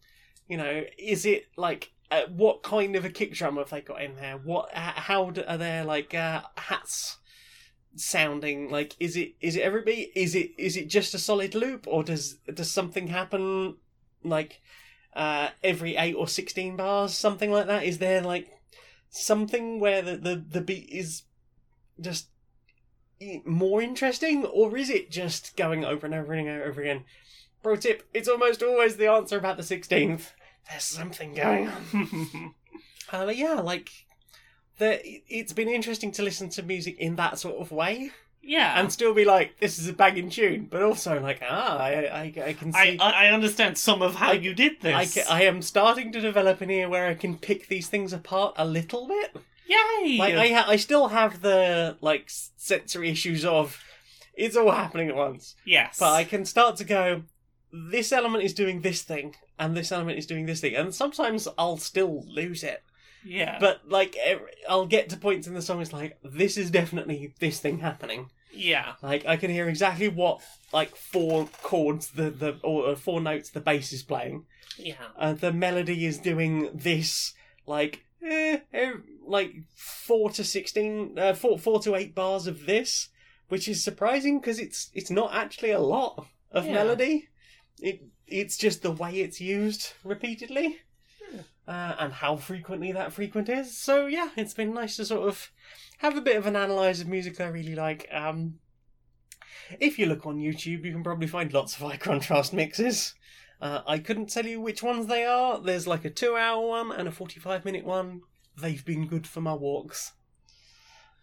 [SPEAKER 1] You know, is it like uh, what kind of a kick drum have they got in there? What h- how do, are their like uh, hats sounding? Like is it is it every beat? Is it is it just a solid loop or does does something happen like uh, every eight or sixteen bars, something like that? Is there like something where the the, the beat is just i- more interesting, or is it just going over and over and over again? Pro tip: It's almost always the answer about the sixteenth. There's something going on. Uh, but yeah, like the, i- it's been interesting to listen to music in that sort of way
[SPEAKER 3] <laughs> yeah.
[SPEAKER 1] and still be like, this is a banging tune, but also like, ah, I I, I can
[SPEAKER 3] I,
[SPEAKER 1] see. I,
[SPEAKER 3] I I understand some of how
[SPEAKER 1] I-
[SPEAKER 3] you did this.
[SPEAKER 1] ca- I am starting to develop an ear where I can pick these things apart a little bit.
[SPEAKER 3] Yay!
[SPEAKER 1] Like I, ha- I still have the like s- sensory issues of it's all happening at once,
[SPEAKER 3] yes.
[SPEAKER 1] but I can start to go. This element is doing this thing, and this element is doing this thing, and sometimes I'll still lose it.
[SPEAKER 3] yeah.
[SPEAKER 1] But like, ev- I'll get to points in the song. It's like this is definitely this thing happening.
[SPEAKER 3] <laughs> yeah.
[SPEAKER 1] Like I can hear exactly what like four chords the the or uh, four notes the bass is playing.
[SPEAKER 3] Yeah.
[SPEAKER 1] Uh, the melody is doing this like <laughs> eh, eh, like four to sixteen, uh, four four to eight bars of this, which is surprising because it's it's not actually a lot of
[SPEAKER 3] Yeah.
[SPEAKER 1] melody. It it's just the way it's used repeatedly,
[SPEAKER 3] Yeah.
[SPEAKER 1] uh, and how frequently that frequent is. So yeah, it's been nice to sort of have a bit of an analyze of music I really like. Um, if you look on YouTube, you can probably find lots of high contrast mixes. Uh, I couldn't tell you which ones they are. There's like a two hour one and a 45 minute one. They've been good for my walks.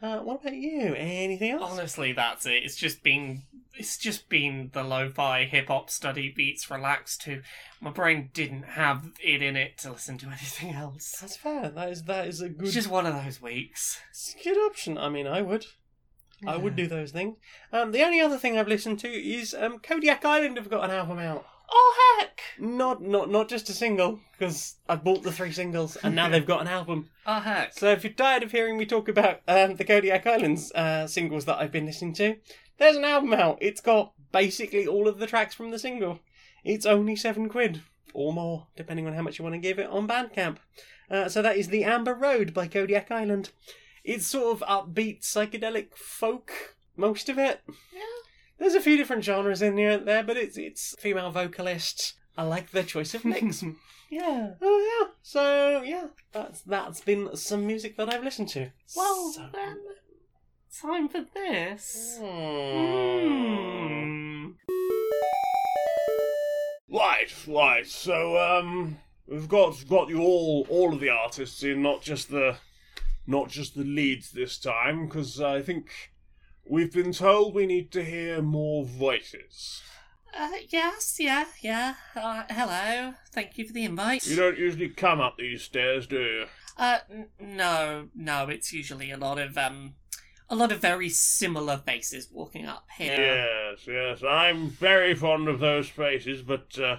[SPEAKER 1] Uh, what about you? Anything else?
[SPEAKER 3] Honestly, that's it. It's just been it's just been the lo-fi hip hop study beats relaxed to. My brain didn't have it in it to listen to <laughs> anything else.
[SPEAKER 1] That's fair. That is that is a good,
[SPEAKER 3] It's just one of those weeks.
[SPEAKER 1] it's a good option. I mean, I would. I would do those things. Um, the only other thing I've listened to is um, Kodiak Island have got an album out.
[SPEAKER 3] Oh heck!
[SPEAKER 1] Not not not just a single because I bought the three singles and
[SPEAKER 3] <laughs>
[SPEAKER 1] now they've got an album.
[SPEAKER 3] Oh heck!
[SPEAKER 1] So if you're tired of hearing me talk about um, the Kodiak Islands uh, singles that I've been listening to, there's an album out. It's got basically all of the tracks from the single. It's only seven quid or more, depending on how much you want to give it on Bandcamp. Uh, so that is The Amber Road by Kodiak Island. It's sort of upbeat psychedelic folk, most of it.
[SPEAKER 3] Yeah.
[SPEAKER 1] There's a few different genres in here and there, but it's it's female vocalists. I like their choice of
[SPEAKER 3] <laughs>
[SPEAKER 1] mix.
[SPEAKER 3] Yeah.
[SPEAKER 1] Oh yeah. So yeah, that's that's been some music that I've listened to.
[SPEAKER 3] Well
[SPEAKER 1] So-
[SPEAKER 3] then, time for this.
[SPEAKER 1] Hmm.
[SPEAKER 3] Hmm.
[SPEAKER 4] Right, right. So um, we've got got you all all of the artists in, not just the not just the leads this time, because I think we've been told we need to hear more voices.
[SPEAKER 3] Uh, yes, yeah, yeah. Uh, hello. Thank you for the invite.
[SPEAKER 4] You don't usually come up these stairs, do you?
[SPEAKER 3] Uh, n- no, no. It's usually a lot of um, a lot of very similar faces walking up here.
[SPEAKER 4] Yes, yes. I'm very fond of those faces, but uh,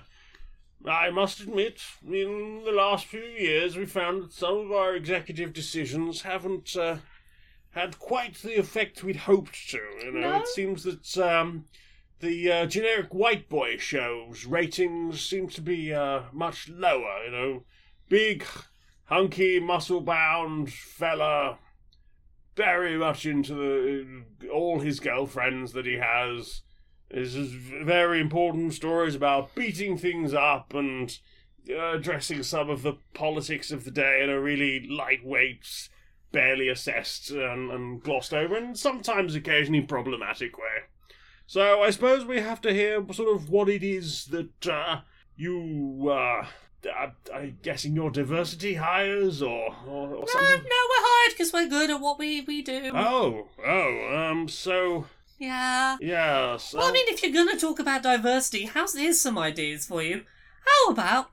[SPEAKER 4] I must admit, in the last few years, we found that some of our executive decisions haven't uh, had quite the effect we'd hoped to. You know,
[SPEAKER 3] No?
[SPEAKER 4] it seems that um, the uh, generic white boy shows ratings seem to be uh, much lower. You know, big, hunky, muscle-bound fella, very much into the uh, all his girlfriends that he has. This is very important stories about beating things up and uh, addressing some of the politics of the day in a really lightweight, barely assessed and, and glossed over, and sometimes occasionally problematic way. So I suppose we have to hear sort of what it is that uh, you. Uh, I, I'm guessing your diversity hires or, or, or
[SPEAKER 3] No, no, we're
[SPEAKER 4] something.
[SPEAKER 3] hired because we're good at what we, we do.
[SPEAKER 4] Oh, oh, um, so um,
[SPEAKER 3] yeah.
[SPEAKER 4] yeah, so
[SPEAKER 3] Well, I mean, if you're going to talk about diversity, how's here's some ideas for you. How about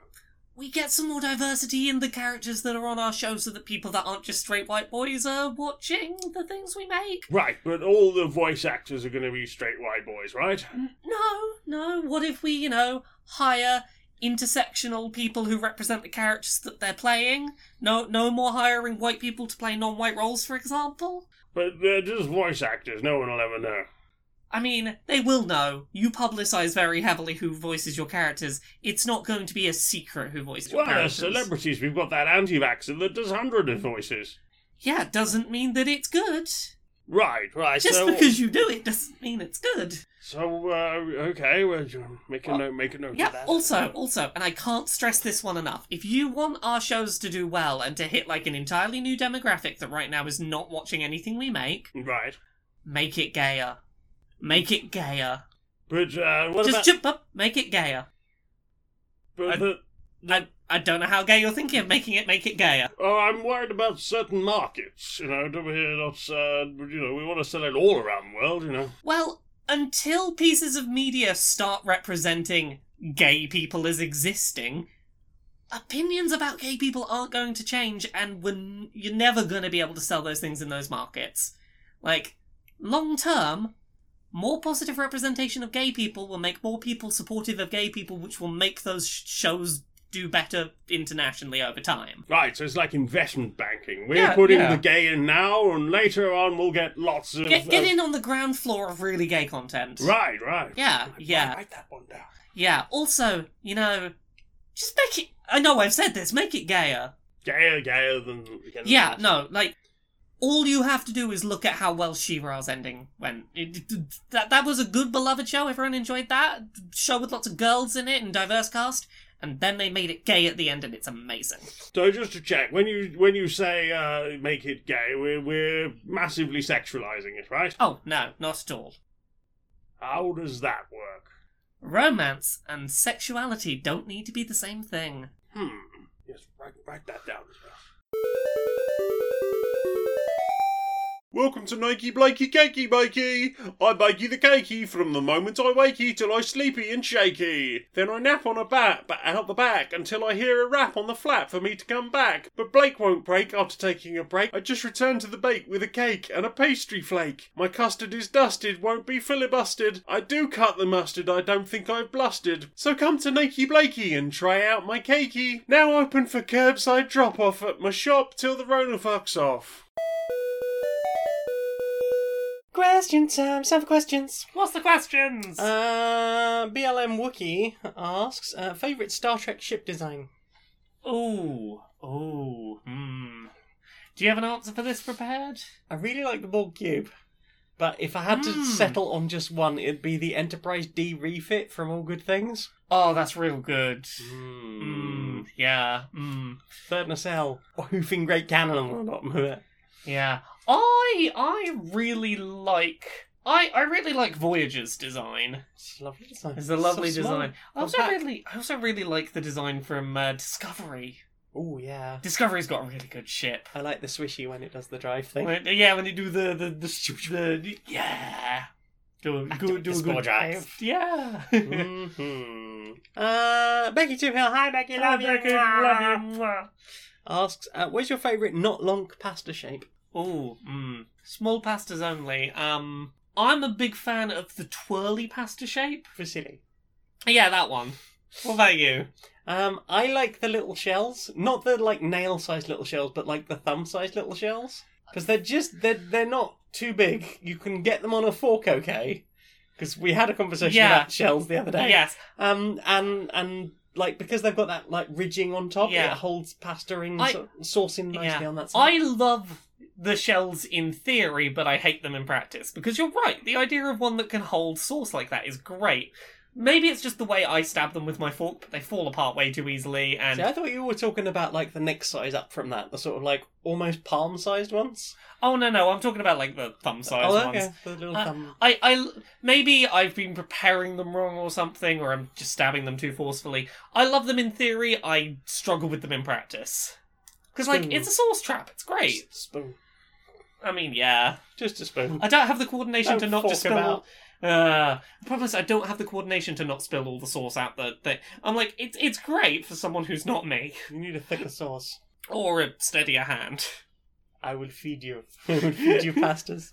[SPEAKER 3] we get some more diversity in the characters that are on our show so that people that aren't just straight white boys are watching the things we make?
[SPEAKER 4] Right, but all the voice actors are going to be straight white boys, right?
[SPEAKER 3] No, no. What if we, you know, hire intersectional people who represent the characters that they're playing? No, no more hiring white people to play non-white roles, for example.
[SPEAKER 4] But they're just voice actors. No one will ever know.
[SPEAKER 3] I mean, they will know. You publicise very heavily who voices your characters. It's not going to be a secret who voices your
[SPEAKER 4] Well,
[SPEAKER 3] characters.
[SPEAKER 4] as celebrities, we've got that anti-vaxxer that does hundred of voices.
[SPEAKER 3] Yeah, doesn't mean that it's good.
[SPEAKER 4] Right, right.
[SPEAKER 3] Just
[SPEAKER 4] so,
[SPEAKER 3] because you do it doesn't mean it's good.
[SPEAKER 4] so uh, okay, well, you- make a
[SPEAKER 3] Well,
[SPEAKER 4] note. Make a note of
[SPEAKER 3] Yeah,
[SPEAKER 4] that.
[SPEAKER 3] also, also, and I can't stress this one enough. If you want our shows to do well and to hit like an entirely new demographic that right now is not watching anything we make,
[SPEAKER 4] right.
[SPEAKER 3] make it gayer. Make it gayer.
[SPEAKER 4] But uh, what
[SPEAKER 3] Just
[SPEAKER 4] about?
[SPEAKER 3] jump up, make it gayer.
[SPEAKER 4] but
[SPEAKER 3] I-
[SPEAKER 4] the-
[SPEAKER 3] I, I don't know how gay you're thinking of making it, make it gayer.
[SPEAKER 4] oh, I'm worried about certain markets. You know, do we not? Uh, you know, we want to sell it all around the world. You know.
[SPEAKER 3] Well, until pieces of media start representing gay people as existing, opinions about gay people aren't going to change, and we're n- you're never going to be able to sell those things in those markets. Like, long term, more positive representation of gay people will make more people supportive of gay people, which will make those sh- shows do better internationally over time.
[SPEAKER 4] Right, so it's like investment banking. We're
[SPEAKER 3] Yeah,
[SPEAKER 4] putting
[SPEAKER 3] yeah.
[SPEAKER 4] the gay in now, and later on we'll get lots of.
[SPEAKER 3] Get, get
[SPEAKER 4] of-
[SPEAKER 3] in on the ground floor of really gay content.
[SPEAKER 4] uh, Right, right.
[SPEAKER 3] Yeah, yeah.
[SPEAKER 4] Write that one down.
[SPEAKER 3] Yeah, also, you know, just make it. I know I've said this, make it gayer.
[SPEAKER 4] Gayer, gayer than. than-
[SPEAKER 3] Yeah, no, like, all you have to do is look at how well She Ra's ending went. It- it- that, that was a good, beloved show. Everyone enjoyed that. Show with lots of girls in it and diverse cast. And then they made it gay at the end, and it's amazing.
[SPEAKER 4] So just to check, when you when you say uh, make it gay, we're we're massively sexualizing it, right?
[SPEAKER 3] Oh, no, not at all.
[SPEAKER 4] How does that work?
[SPEAKER 3] Romance and sexuality don't need to be the same thing.
[SPEAKER 4] Hmm. Yes, write write that down as well. Welcome to Nike Blakey Cakey Bakey. I bake you the cakey from the moment I wakey till I sleepy and shaky. Then I nap on a bat, but out the back until I hear a rap on the flap for me to come back. But Blake won't break after taking a break. I just return to the bake with a cake and a pastry flake. My custard is dusted, won't be filibustered. I do cut the mustard, I don't think I've blustered. So come to Nike Blakey and try out my cakey. Now open for curbside drop off at my shop till the Rona fucks off.
[SPEAKER 1] Question time. Time for questions.
[SPEAKER 3] What's the questions?
[SPEAKER 1] Uh, BLM Wookie asks uh, favorite Star Trek ship design.
[SPEAKER 3] oh, oh, hmm. Do you have an answer for this prepared?
[SPEAKER 1] I really like the Borg cube, but if I had to
[SPEAKER 3] Hmm.
[SPEAKER 1] settle on just one, it'd be the Enterprise D refit from All Good Things. Hmm.
[SPEAKER 3] Oh, that's real good. Mm, yeah. Mm,
[SPEAKER 1] Third nacelle, <laughs> or hoofing great cannon on the bottom of it.
[SPEAKER 3] yeah. I I really like I I really like Voyager's design.
[SPEAKER 1] It's a lovely design.
[SPEAKER 3] It's a lovely
[SPEAKER 1] So small.
[SPEAKER 3] design. I also
[SPEAKER 1] Compact.
[SPEAKER 3] really I also really like the design from uh, Discovery.
[SPEAKER 1] Oh yeah,
[SPEAKER 3] Discovery's got a really good ship.
[SPEAKER 1] I like the swishy when it does the drive thing.
[SPEAKER 3] When, yeah, when you do the the the, sh- the yeah. Do a,
[SPEAKER 1] Activate
[SPEAKER 3] good do
[SPEAKER 1] the
[SPEAKER 3] a
[SPEAKER 1] spore
[SPEAKER 3] good
[SPEAKER 1] drive.
[SPEAKER 3] Yeah. <laughs> Mm-hmm.
[SPEAKER 1] hmm Uh, Becky Tubhill, hi Becky, love you. Asks, uh, where's your favourite not long pasta shape?
[SPEAKER 3] Oh, mm. small pastas only. Um, I'm a big fan of the twirly pasta shape.
[SPEAKER 1] Vasili.
[SPEAKER 3] Yeah, that one. What about you?
[SPEAKER 1] Um, I like the little shells, not the like nail-sized little shells, but like the thumb-sized little shells, because they're just they're they're not too big. You can get them on a fork, okay? Because we had a conversation
[SPEAKER 3] Yeah.
[SPEAKER 1] about shells the other day.
[SPEAKER 3] Yes.
[SPEAKER 1] Um, and and like because they've got that like ridging on top,
[SPEAKER 3] Yeah.
[SPEAKER 1] it holds pasta in
[SPEAKER 3] I-
[SPEAKER 1] so- sauce in nicely
[SPEAKER 3] Yeah.
[SPEAKER 1] on that side.
[SPEAKER 3] I love the shells in theory, but I hate them in practice because you're right. The idea of one that can hold sauce like that is great. Maybe it's just the way I stab them with my fork, but they fall apart way too easily. And
[SPEAKER 1] See, I thought you were talking about like the next size up from that, the sort of like almost palm-sized ones.
[SPEAKER 3] oh no, no, I'm talking about like the thumb size
[SPEAKER 1] oh,
[SPEAKER 3] ones.
[SPEAKER 1] okay, the little
[SPEAKER 3] Uh,
[SPEAKER 1] thumb.
[SPEAKER 3] I, I, maybe I've been preparing them wrong or something, or I'm just stabbing them too forcefully. I love them in theory. I struggle with them in practice because, like,
[SPEAKER 1] Spoon.
[SPEAKER 3] it's a sauce trap. It's great.
[SPEAKER 1] Hmm. Just a spoon,
[SPEAKER 3] I mean, yeah,
[SPEAKER 1] just a spoon.
[SPEAKER 3] I don't have the coordination to
[SPEAKER 1] Uh, Don't
[SPEAKER 3] not just
[SPEAKER 1] fork
[SPEAKER 3] spill.
[SPEAKER 1] about.
[SPEAKER 3] Uh, the problem is, I don't have the coordination to not spill all the sauce out the thing. I'm like, it's it's great for someone who's not me
[SPEAKER 1] <laughs> You need a thicker sauce.
[SPEAKER 3] or a steadier hand.
[SPEAKER 1] I will feed you. <laughs> I will feed you <laughs> pastas.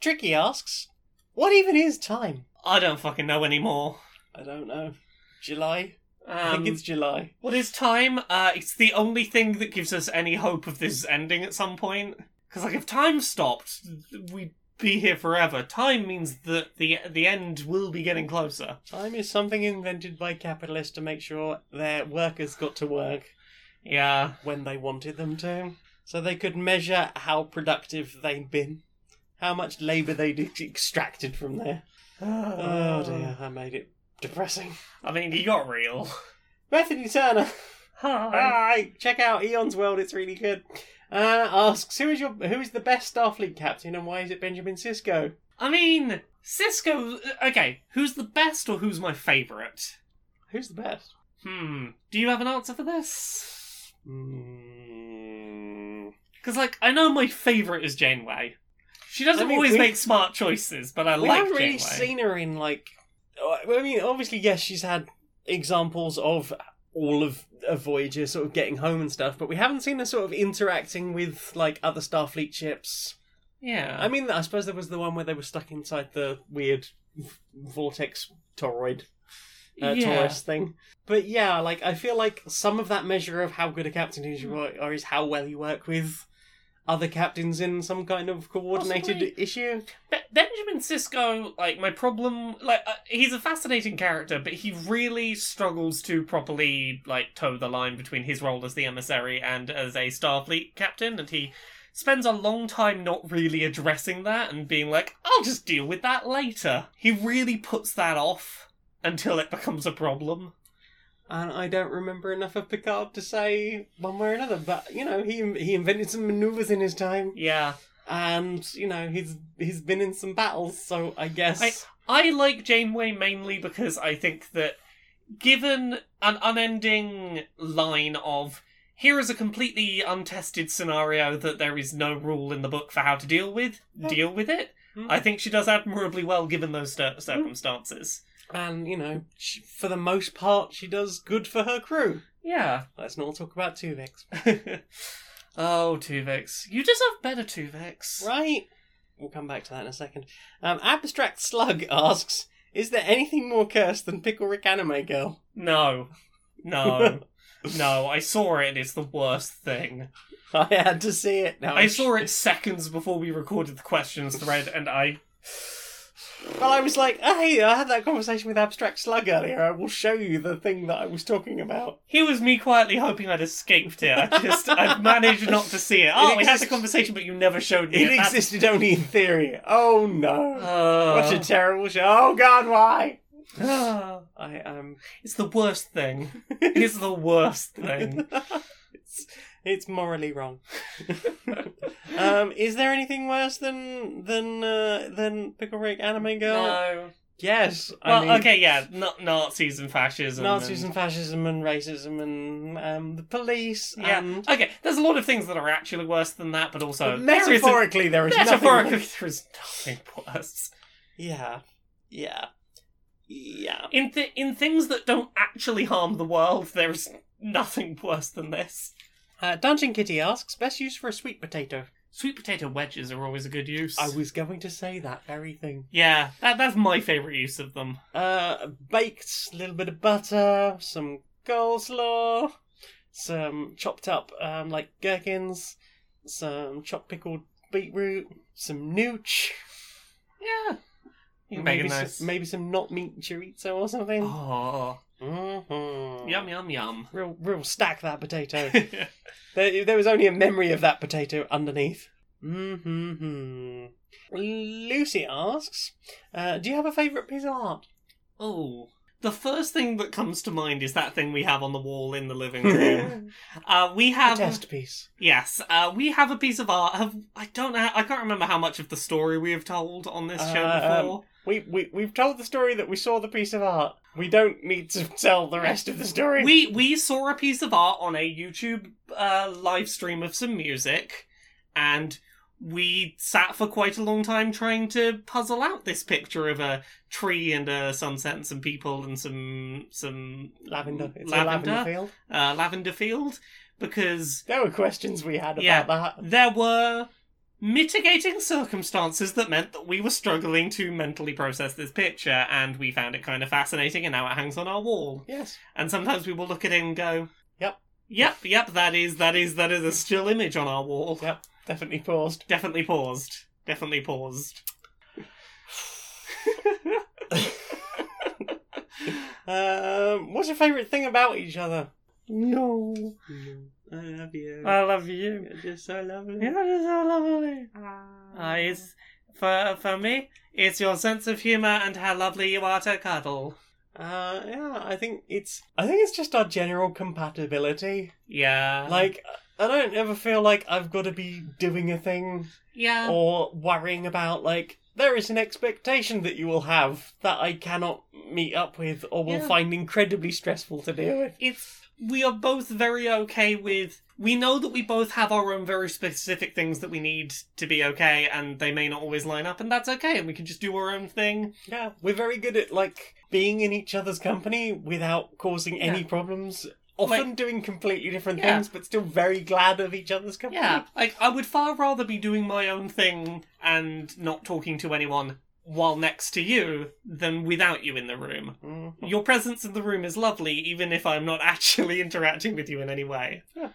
[SPEAKER 1] Tricky asks, "What even is time?"
[SPEAKER 3] I don't fucking know anymore.
[SPEAKER 1] I don't know. July. I
[SPEAKER 3] Um,
[SPEAKER 1] think it's July.
[SPEAKER 3] What is time? Uh, it's the only thing that gives us any hope of this ending at some point. Because like, if time stopped, we'd be here forever. Time means that the the end will be getting closer.
[SPEAKER 1] Time is something invented by capitalists to make sure their workers got to work
[SPEAKER 3] Yeah,
[SPEAKER 1] when they wanted them to, so they could measure how productive they'd been, how much labour they'd <laughs> ex- extracted from there. <sighs> Oh dear, I made it depressing.
[SPEAKER 3] I mean, you got real.
[SPEAKER 1] Bethany Turner.
[SPEAKER 3] Hi.
[SPEAKER 1] Hi, check out Eon's World. It's really good. Uh, asks who is your who is the best Starfleet captain and why is it Benjamin Sisko?
[SPEAKER 3] I mean, Cisco. uh, Okay, who's the best or who's my favourite?
[SPEAKER 1] Who's the best?
[SPEAKER 3] Hmm. Do you have an answer for this?
[SPEAKER 1] Mm.
[SPEAKER 3] Because like, I know my favourite is Janeway. She doesn't
[SPEAKER 1] I mean,
[SPEAKER 3] always
[SPEAKER 1] we-
[SPEAKER 3] make smart choices, but I
[SPEAKER 1] we
[SPEAKER 3] like
[SPEAKER 1] haven't really
[SPEAKER 3] Janeway.
[SPEAKER 1] seen her in like. uh, I mean, obviously, yes, she's had examples of all of, of Voyager sort of getting home and stuff, but we haven't seen her sort of interacting with like other Starfleet ships.
[SPEAKER 3] Yeah.
[SPEAKER 1] I mean, I suppose there was the one where they were stuck inside the weird v- vortex toroid uh, Taurus thing. But yeah, like I feel like some of that measure of how good a captain is you are, is how well you work with other captains in some kind of coordinated
[SPEAKER 3] Possibly.
[SPEAKER 1] issue.
[SPEAKER 3] Be- Benjamin Sisko, like my problem, like uh, he's a fascinating character, but he really struggles to properly like toe the line between his role as the emissary and as a Starfleet captain, and he spends a long time not really addressing that and being like, "I'll just deal with that later." He really puts that off until it becomes a problem.
[SPEAKER 1] And I don't remember enough of Picard to say one way or another. But you know, he he invented some maneuvers in his time,
[SPEAKER 3] Yeah,
[SPEAKER 1] and you know, he's he's been in some battles. So I guess
[SPEAKER 3] I like Janeway mainly because I think that given an unending line of here is a completely untested scenario that there is no rule in the book for how to deal with,
[SPEAKER 1] Yeah.
[SPEAKER 3] deal with it.
[SPEAKER 1] Mm.
[SPEAKER 3] I think she does admirably well given those
[SPEAKER 1] Mm-hmm.
[SPEAKER 3] cir- circumstances.
[SPEAKER 1] and you know, she, for the most part, she does good for her crew.
[SPEAKER 3] Yeah. <laughs>
[SPEAKER 1] Let's not talk about Tuvix,
[SPEAKER 3] oh, Tuvix. You deserve better, Tuvix.
[SPEAKER 1] right? We'll come back to that in a second. Um, Abstract Slug <laughs> asks: Is there anything more cursed than Pickle Rick Anime Girl? <laughs>
[SPEAKER 3] No. No. no, I saw it. It's the worst thing.
[SPEAKER 1] I had to see it. Now
[SPEAKER 3] I saw it seconds before we recorded the questions thread, and I.
[SPEAKER 1] Well, I was like, oh, hey, I had that conversation with Abstract Slug earlier. I will show you the thing that I was talking about.
[SPEAKER 3] Here was me quietly hoping I'd escaped it. I
[SPEAKER 1] <laughs>
[SPEAKER 3] just. I've managed not to see it. Oh, we had the
[SPEAKER 1] exist-
[SPEAKER 3] conversation, but you never showed me
[SPEAKER 1] It
[SPEAKER 3] it. That's- <laughs>
[SPEAKER 1] existed only in theory. Oh no. What a
[SPEAKER 3] Uh,
[SPEAKER 1] terrible show. Oh god, why?
[SPEAKER 3] uh,
[SPEAKER 1] I <laughs> um
[SPEAKER 3] <gasps> it's the worst thing. It's the
[SPEAKER 1] <laughs>
[SPEAKER 3] worst thing.
[SPEAKER 1] it's it's morally wrong. <laughs> um is there anything worse than than uh, than Pickle Rick anime girl?
[SPEAKER 3] No.
[SPEAKER 1] Yes.
[SPEAKER 3] Well,
[SPEAKER 1] I mean,
[SPEAKER 3] okay, yeah. Na- Nazis and fascism.
[SPEAKER 1] Nazis
[SPEAKER 3] and-
[SPEAKER 1] and fascism and racism and um the police
[SPEAKER 3] Yeah.
[SPEAKER 1] and
[SPEAKER 3] Okay, there's a lot of things that are actually worse than that, but also.
[SPEAKER 1] But
[SPEAKER 3] there is a-
[SPEAKER 1] metaphorically there is nothing
[SPEAKER 3] Metaphorically, there is nothing worse.
[SPEAKER 1] Yeah. Yeah. Yeah.
[SPEAKER 3] In th- in things that don't actually harm the world, there's nothing worse than this.
[SPEAKER 1] Uh, Dungeon Kitty asks, best use for a sweet potato?
[SPEAKER 3] Sweet potato wedges are always a good use.
[SPEAKER 1] I was going to say that very thing.
[SPEAKER 3] yeah, that, that's my favourite use of them.
[SPEAKER 1] Uh, baked, a little bit of butter, some coleslaw, some chopped up um, like gherkins, some chopped pickled beetroot, some nooch,
[SPEAKER 3] Yeah. You can make
[SPEAKER 1] maybe
[SPEAKER 3] it nice.
[SPEAKER 1] some, maybe some not meat chorizo or something.
[SPEAKER 3] Oh,
[SPEAKER 1] hmm
[SPEAKER 3] yum,
[SPEAKER 1] <laughs>
[SPEAKER 3] yum, yum.
[SPEAKER 1] Real, real stack that potato. there, there was only a memory of that potato underneath. hmm Lucy asks, uh, "Do you have a favourite piece of art?"
[SPEAKER 3] oh. The first thing that comes to mind is that thing we have on the wall in the living
[SPEAKER 1] <laughs>
[SPEAKER 3] room. uh, we have.
[SPEAKER 1] Test piece.
[SPEAKER 3] Yes, uh, we have a piece of art. Have I don't know. I can't remember how much of the story we have told on this show
[SPEAKER 1] Uh, um,
[SPEAKER 3] before.
[SPEAKER 1] We, we we've told the story that we saw the piece of art. We don't need to <laughs> tell the rest of the story.
[SPEAKER 3] we we saw a piece of art on a YouTube uh, live stream of some music, and we sat for quite a long time trying to puzzle out this picture of a tree and a sunset and some people and some some
[SPEAKER 1] lavender. It's
[SPEAKER 3] lavender
[SPEAKER 1] a lavender field.
[SPEAKER 3] uh, lavender field because
[SPEAKER 1] There were questions we had about
[SPEAKER 3] Yeah.
[SPEAKER 1] that.
[SPEAKER 3] there were mitigating circumstances that meant that we were struggling to mentally process this picture and we found it kind of fascinating and now it hangs on our wall
[SPEAKER 1] Yes.
[SPEAKER 3] and sometimes we will look at it and go
[SPEAKER 1] Yep.
[SPEAKER 3] yep yep that is that is that is a still image on our wall
[SPEAKER 1] Yep. Definitely paused.
[SPEAKER 3] definitely paused definitely paused <laughs>
[SPEAKER 1] Um, what's your favourite thing about each other? Uh,
[SPEAKER 3] no
[SPEAKER 1] I love you.
[SPEAKER 3] love you
[SPEAKER 1] You're just so lovely.
[SPEAKER 3] is so lovely uh, it's, for, for me it's your sense of humor and how lovely you are to cuddle
[SPEAKER 1] Uh, yeah, I think it's I think it's just our general compatibility.
[SPEAKER 3] yeah
[SPEAKER 1] Like I don't ever feel like I've got to be doing a thing
[SPEAKER 3] yeah
[SPEAKER 1] or worrying about like there is an expectation that you will have that I cannot meet up with or will
[SPEAKER 3] Yeah.
[SPEAKER 1] find incredibly stressful to deal with.
[SPEAKER 3] it's we are both very okay with we know that we both have our own very specific things that we need to be okay and they may not always line up and that's okay and we can just do our own thing
[SPEAKER 1] Yeah, we're very good at like being in each other's company without causing any problems. Often doing completely different
[SPEAKER 3] Yeah.
[SPEAKER 1] things, but still very glad of each other's company.
[SPEAKER 3] yeah like i would far rather be doing my own thing and not talking to anyone while next to you than without you in the room
[SPEAKER 1] Mhm.
[SPEAKER 3] your presence in the room is lovely even if i'm not <laughs> actually interacting with you in any way
[SPEAKER 1] Yeah.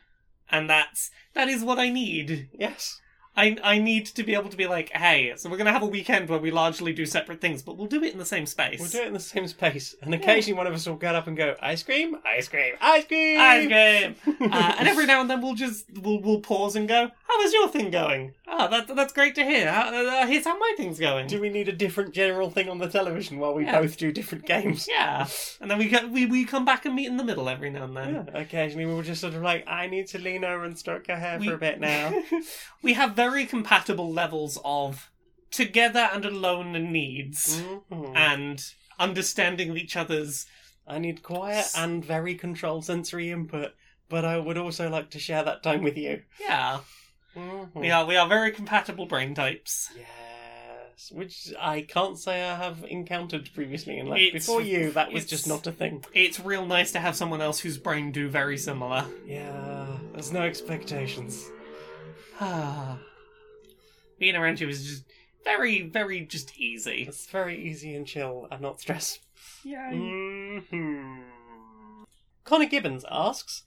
[SPEAKER 3] and that's that is what i need
[SPEAKER 1] Yes.
[SPEAKER 3] I I need to be able to be like, hey, so we're gonna have a weekend where we largely do separate things, but we'll do it in the same space.
[SPEAKER 1] We'll do it in the same space, and occasionally one of us will get up and go, "Ice cream, ice cream, ice cream." <laughs>
[SPEAKER 3] Ice cream. uh, and every now and then we'll just we'll we'll pause and go, how is your thing going? Ah, that that's great to hear. How, uh, here's how my thing's going.
[SPEAKER 1] Do we need a different general thing on the television while we
[SPEAKER 3] Yeah.
[SPEAKER 1] both do different games?
[SPEAKER 3] <laughs> yeah, and then we go, we we come back and meet in the middle every now and then.
[SPEAKER 1] Yeah, Occasionally, we'll just sort of like, "I need to lean over and stroke her hair
[SPEAKER 3] We-
[SPEAKER 1] for a bit
[SPEAKER 3] <laughs>
[SPEAKER 1] now."
[SPEAKER 3] we have very compatible levels of together and alone needs
[SPEAKER 1] Mhm.
[SPEAKER 3] and understanding each other's
[SPEAKER 1] I need quiet and very controlled sensory input, but I would also like to share that time with you.
[SPEAKER 3] yeah.
[SPEAKER 1] Mhm.
[SPEAKER 3] We are we are very compatible brain types.
[SPEAKER 1] Yes, which I can't say I have encountered previously in life.
[SPEAKER 3] It's-
[SPEAKER 1] Before you, that was just
[SPEAKER 3] it's-
[SPEAKER 1] not a thing.
[SPEAKER 3] It's real nice to have someone else whose brain do very similar. <sighs>
[SPEAKER 1] Yeah, there's no expectations.
[SPEAKER 3] Being around you is just very, very just easy.
[SPEAKER 1] It's very easy and chill and not stress.
[SPEAKER 3] Yeah.
[SPEAKER 1] Mm-hmm. Connor Gibbons asks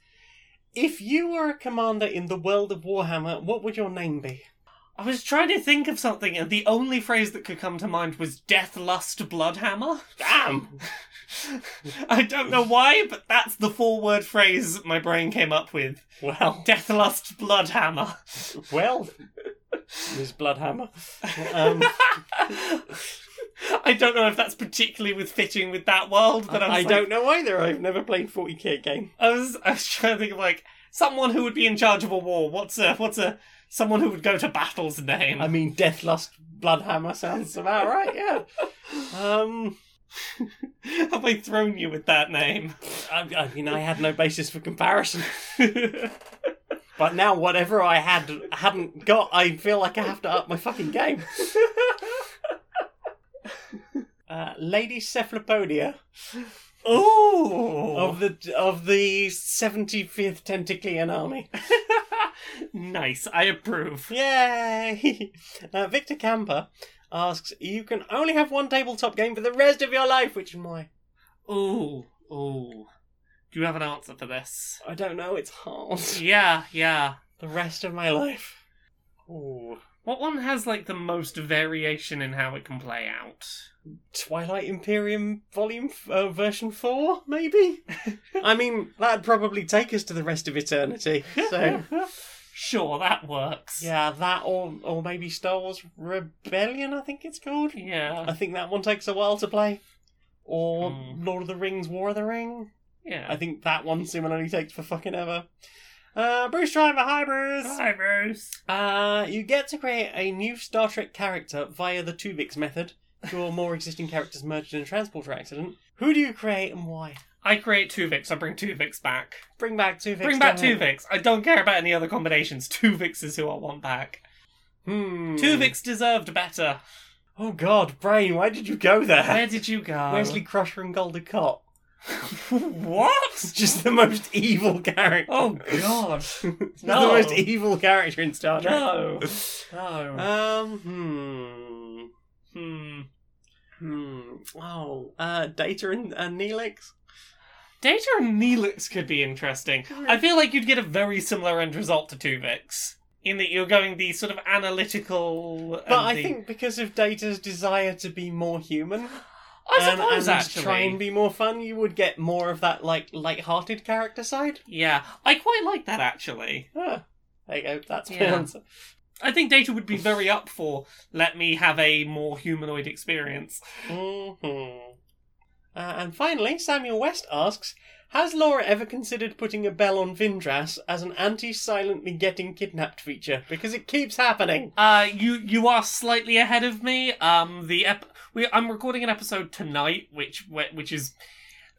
[SPEAKER 1] If you were a commander in the world of Warhammer, what would your name be?
[SPEAKER 3] I was trying to think of something, and the only phrase that could come to mind was "death lust bloodhammer." <laughs>
[SPEAKER 1] Damn!
[SPEAKER 3] I don't know why, but that's the four-word phrase my brain came up with:
[SPEAKER 1] Well,
[SPEAKER 3] "death lust bloodhammer."
[SPEAKER 1] well, Miss Bloodhammer.
[SPEAKER 3] <laughs>
[SPEAKER 1] Um,
[SPEAKER 3] I don't know if that's particularly with fitting with that world, but I, was
[SPEAKER 1] I
[SPEAKER 3] like,
[SPEAKER 1] don't know either. I've never played 40k game.
[SPEAKER 3] I was I was trying to think of like someone who would be in charge of a war. What's a what's a someone who would go to battle's name? <laughs>
[SPEAKER 1] I mean, Deathlust Bloodhammer sounds about right, yeah. Um,
[SPEAKER 3] Have I thrown you with that name? <laughs>
[SPEAKER 1] I, I mean, I had no basis for comparison. But now, whatever I had hadn't got, I feel like I have to up my fucking game. uh, Lady Cephalopodia
[SPEAKER 3] Ooh.
[SPEAKER 1] Oh. of the of the seventy fifth Tentaclean Army.
[SPEAKER 3] <laughs> Nice. I approve.
[SPEAKER 1] Yay! <laughs> Uh, Victor Camper asks, "You can only have one tabletop game for the rest of your life, which is my
[SPEAKER 3] Ooh, ooh. Do you have an answer for this?
[SPEAKER 1] I don't know. It's hard.
[SPEAKER 3] Yeah, yeah.
[SPEAKER 1] the rest of my life. Ooh,
[SPEAKER 3] What one has like the most variation in how it can play out?
[SPEAKER 1] Twilight Imperium Volume f- uh, Version Four,
[SPEAKER 3] <laughs>
[SPEAKER 1] maybe. I mean, that'd probably take us to the rest of
[SPEAKER 3] <laughs>
[SPEAKER 1] eternity. So
[SPEAKER 3] sure, that works.
[SPEAKER 1] yeah, that or or maybe Star Wars Rebellion. I think it's called. I
[SPEAKER 3] Yeah.
[SPEAKER 1] think that one takes a while to play. Or
[SPEAKER 3] Hmm.
[SPEAKER 1] Lord of the Rings, War of the Ring. I
[SPEAKER 3] Yeah.
[SPEAKER 1] think that one similarly takes for fucking ever. Uh, Bruce Driver, hi Bruce!
[SPEAKER 3] Hi, Bruce.
[SPEAKER 1] Uh, you get to create a new Star Trek character via the Tuvix method. Two or more existing characters merged in a transporter accident. Who do you create and why?
[SPEAKER 3] I create Tuvix. I bring Tuvix back.
[SPEAKER 1] Bring back Tuvix.
[SPEAKER 3] Bring back
[SPEAKER 1] don't we?
[SPEAKER 3] Tuvix. I don't care about any other combinations. Tuvix is who I want back.
[SPEAKER 1] Hmm.
[SPEAKER 3] Tuvix deserved better.
[SPEAKER 1] Oh god, Brain, why did you go there? <laughs>
[SPEAKER 3] Where did you go?
[SPEAKER 1] Wesley Crusher and Golda Cott.
[SPEAKER 3] <laughs> what?
[SPEAKER 1] Just the most evil character.
[SPEAKER 3] Oh
[SPEAKER 1] <laughs>
[SPEAKER 3] god.
[SPEAKER 1] He's
[SPEAKER 3] no.
[SPEAKER 1] the most e- evil character in Star Trek. <laughs>
[SPEAKER 3] No. No.
[SPEAKER 1] Um,
[SPEAKER 3] hmm.
[SPEAKER 1] hmm. Hmm. Oh, uh, Data and, and Neelix?
[SPEAKER 3] Data and Neelix could be interesting. I feel like you'd get a very similar end result to Tuvix. In that you're going the sort of analytical. and
[SPEAKER 1] But I
[SPEAKER 3] the-
[SPEAKER 1] think because of Data's desire to be more human
[SPEAKER 3] I
[SPEAKER 1] Um, and,
[SPEAKER 3] suppose
[SPEAKER 1] and
[SPEAKER 3] actually.
[SPEAKER 1] try and be more fun, you would get more of that, like, light-hearted character side.
[SPEAKER 3] Yeah, I quite like that actually.
[SPEAKER 1] Huh. There you go, that's my
[SPEAKER 3] Yeah.
[SPEAKER 1] answer.
[SPEAKER 3] I think Data would be very up for let me have a more humanoid experience.
[SPEAKER 1] hmm Uh, and finally, Samuel West asks, has Laura ever considered putting a bell on Vindras as an anti-silently getting kidnapped feature? Because it keeps happening.
[SPEAKER 3] Uh, you you are slightly ahead of me. Um, the ep- we I'm recording an episode tonight, which which is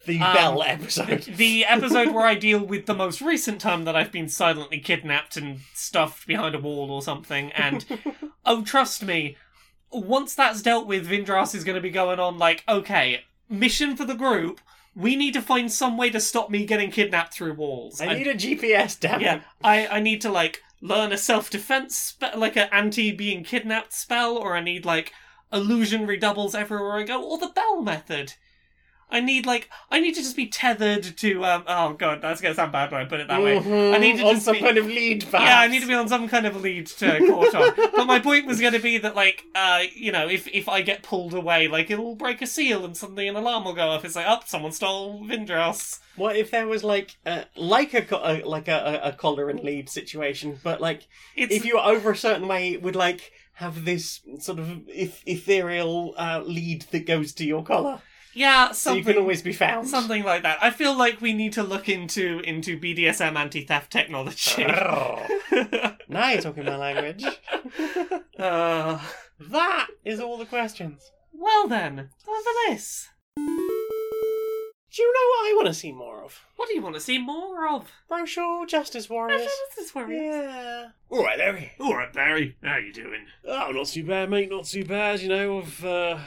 [SPEAKER 1] The
[SPEAKER 3] Um,
[SPEAKER 1] bell episode.
[SPEAKER 3] <laughs> the episode where
[SPEAKER 1] <laughs>
[SPEAKER 3] I deal with the most recent time that I've been silently kidnapped and stuffed behind a wall or something.
[SPEAKER 1] <laughs>
[SPEAKER 3] And oh, trust me, once that's dealt with, Vindras is going to be going on like, okay, mission for the group. We need to find some way to stop me getting kidnapped through walls.
[SPEAKER 1] I
[SPEAKER 3] And-
[SPEAKER 1] need a GPS, damn it.
[SPEAKER 3] yeah, I, I need to like learn a self defense spell, like an anti being kidnapped spell, or I need like illusion redoubles everywhere I go, or the bell method. I need like I need to just be tethered to um. Oh god, that's gonna sound bad when I put it that way.
[SPEAKER 1] Mhm,
[SPEAKER 3] I need to
[SPEAKER 1] on
[SPEAKER 3] just
[SPEAKER 1] some
[SPEAKER 3] be-
[SPEAKER 1] kind of lead, perhaps.
[SPEAKER 3] Yeah, I need to be on some kind of lead to court on. But my point was going to be that, like, uh, you know, if if I get pulled away, like, it'll break a seal and suddenly an alarm will go off. It's like, oh, someone stole Vindras.
[SPEAKER 1] What if there was like a like a, co- a like a, a, a collar and lead situation, but like
[SPEAKER 3] It's
[SPEAKER 1] if you were over a certain way, it would like have this sort of eth- ethereal uh, lead that goes to your collar,
[SPEAKER 3] yeah,
[SPEAKER 1] so
[SPEAKER 3] something.
[SPEAKER 1] you can always be found. <laughs>
[SPEAKER 3] Something like that. I feel like we need to look into into BDSM anti theft <laughs> technology.
[SPEAKER 1] now you're talking my language.
[SPEAKER 3] uh,
[SPEAKER 1] that is all the questions.
[SPEAKER 3] well then, time for this.
[SPEAKER 1] Do you know what I want to see more of?
[SPEAKER 3] What do you want to see more of?
[SPEAKER 1] Social justice warriors.
[SPEAKER 3] This is where we-
[SPEAKER 1] Yeah.
[SPEAKER 4] All right, Larry.
[SPEAKER 3] All right, Barry. How you doing?
[SPEAKER 4] Oh, not too bad, mate. Not too bad. You know, I've. Uh...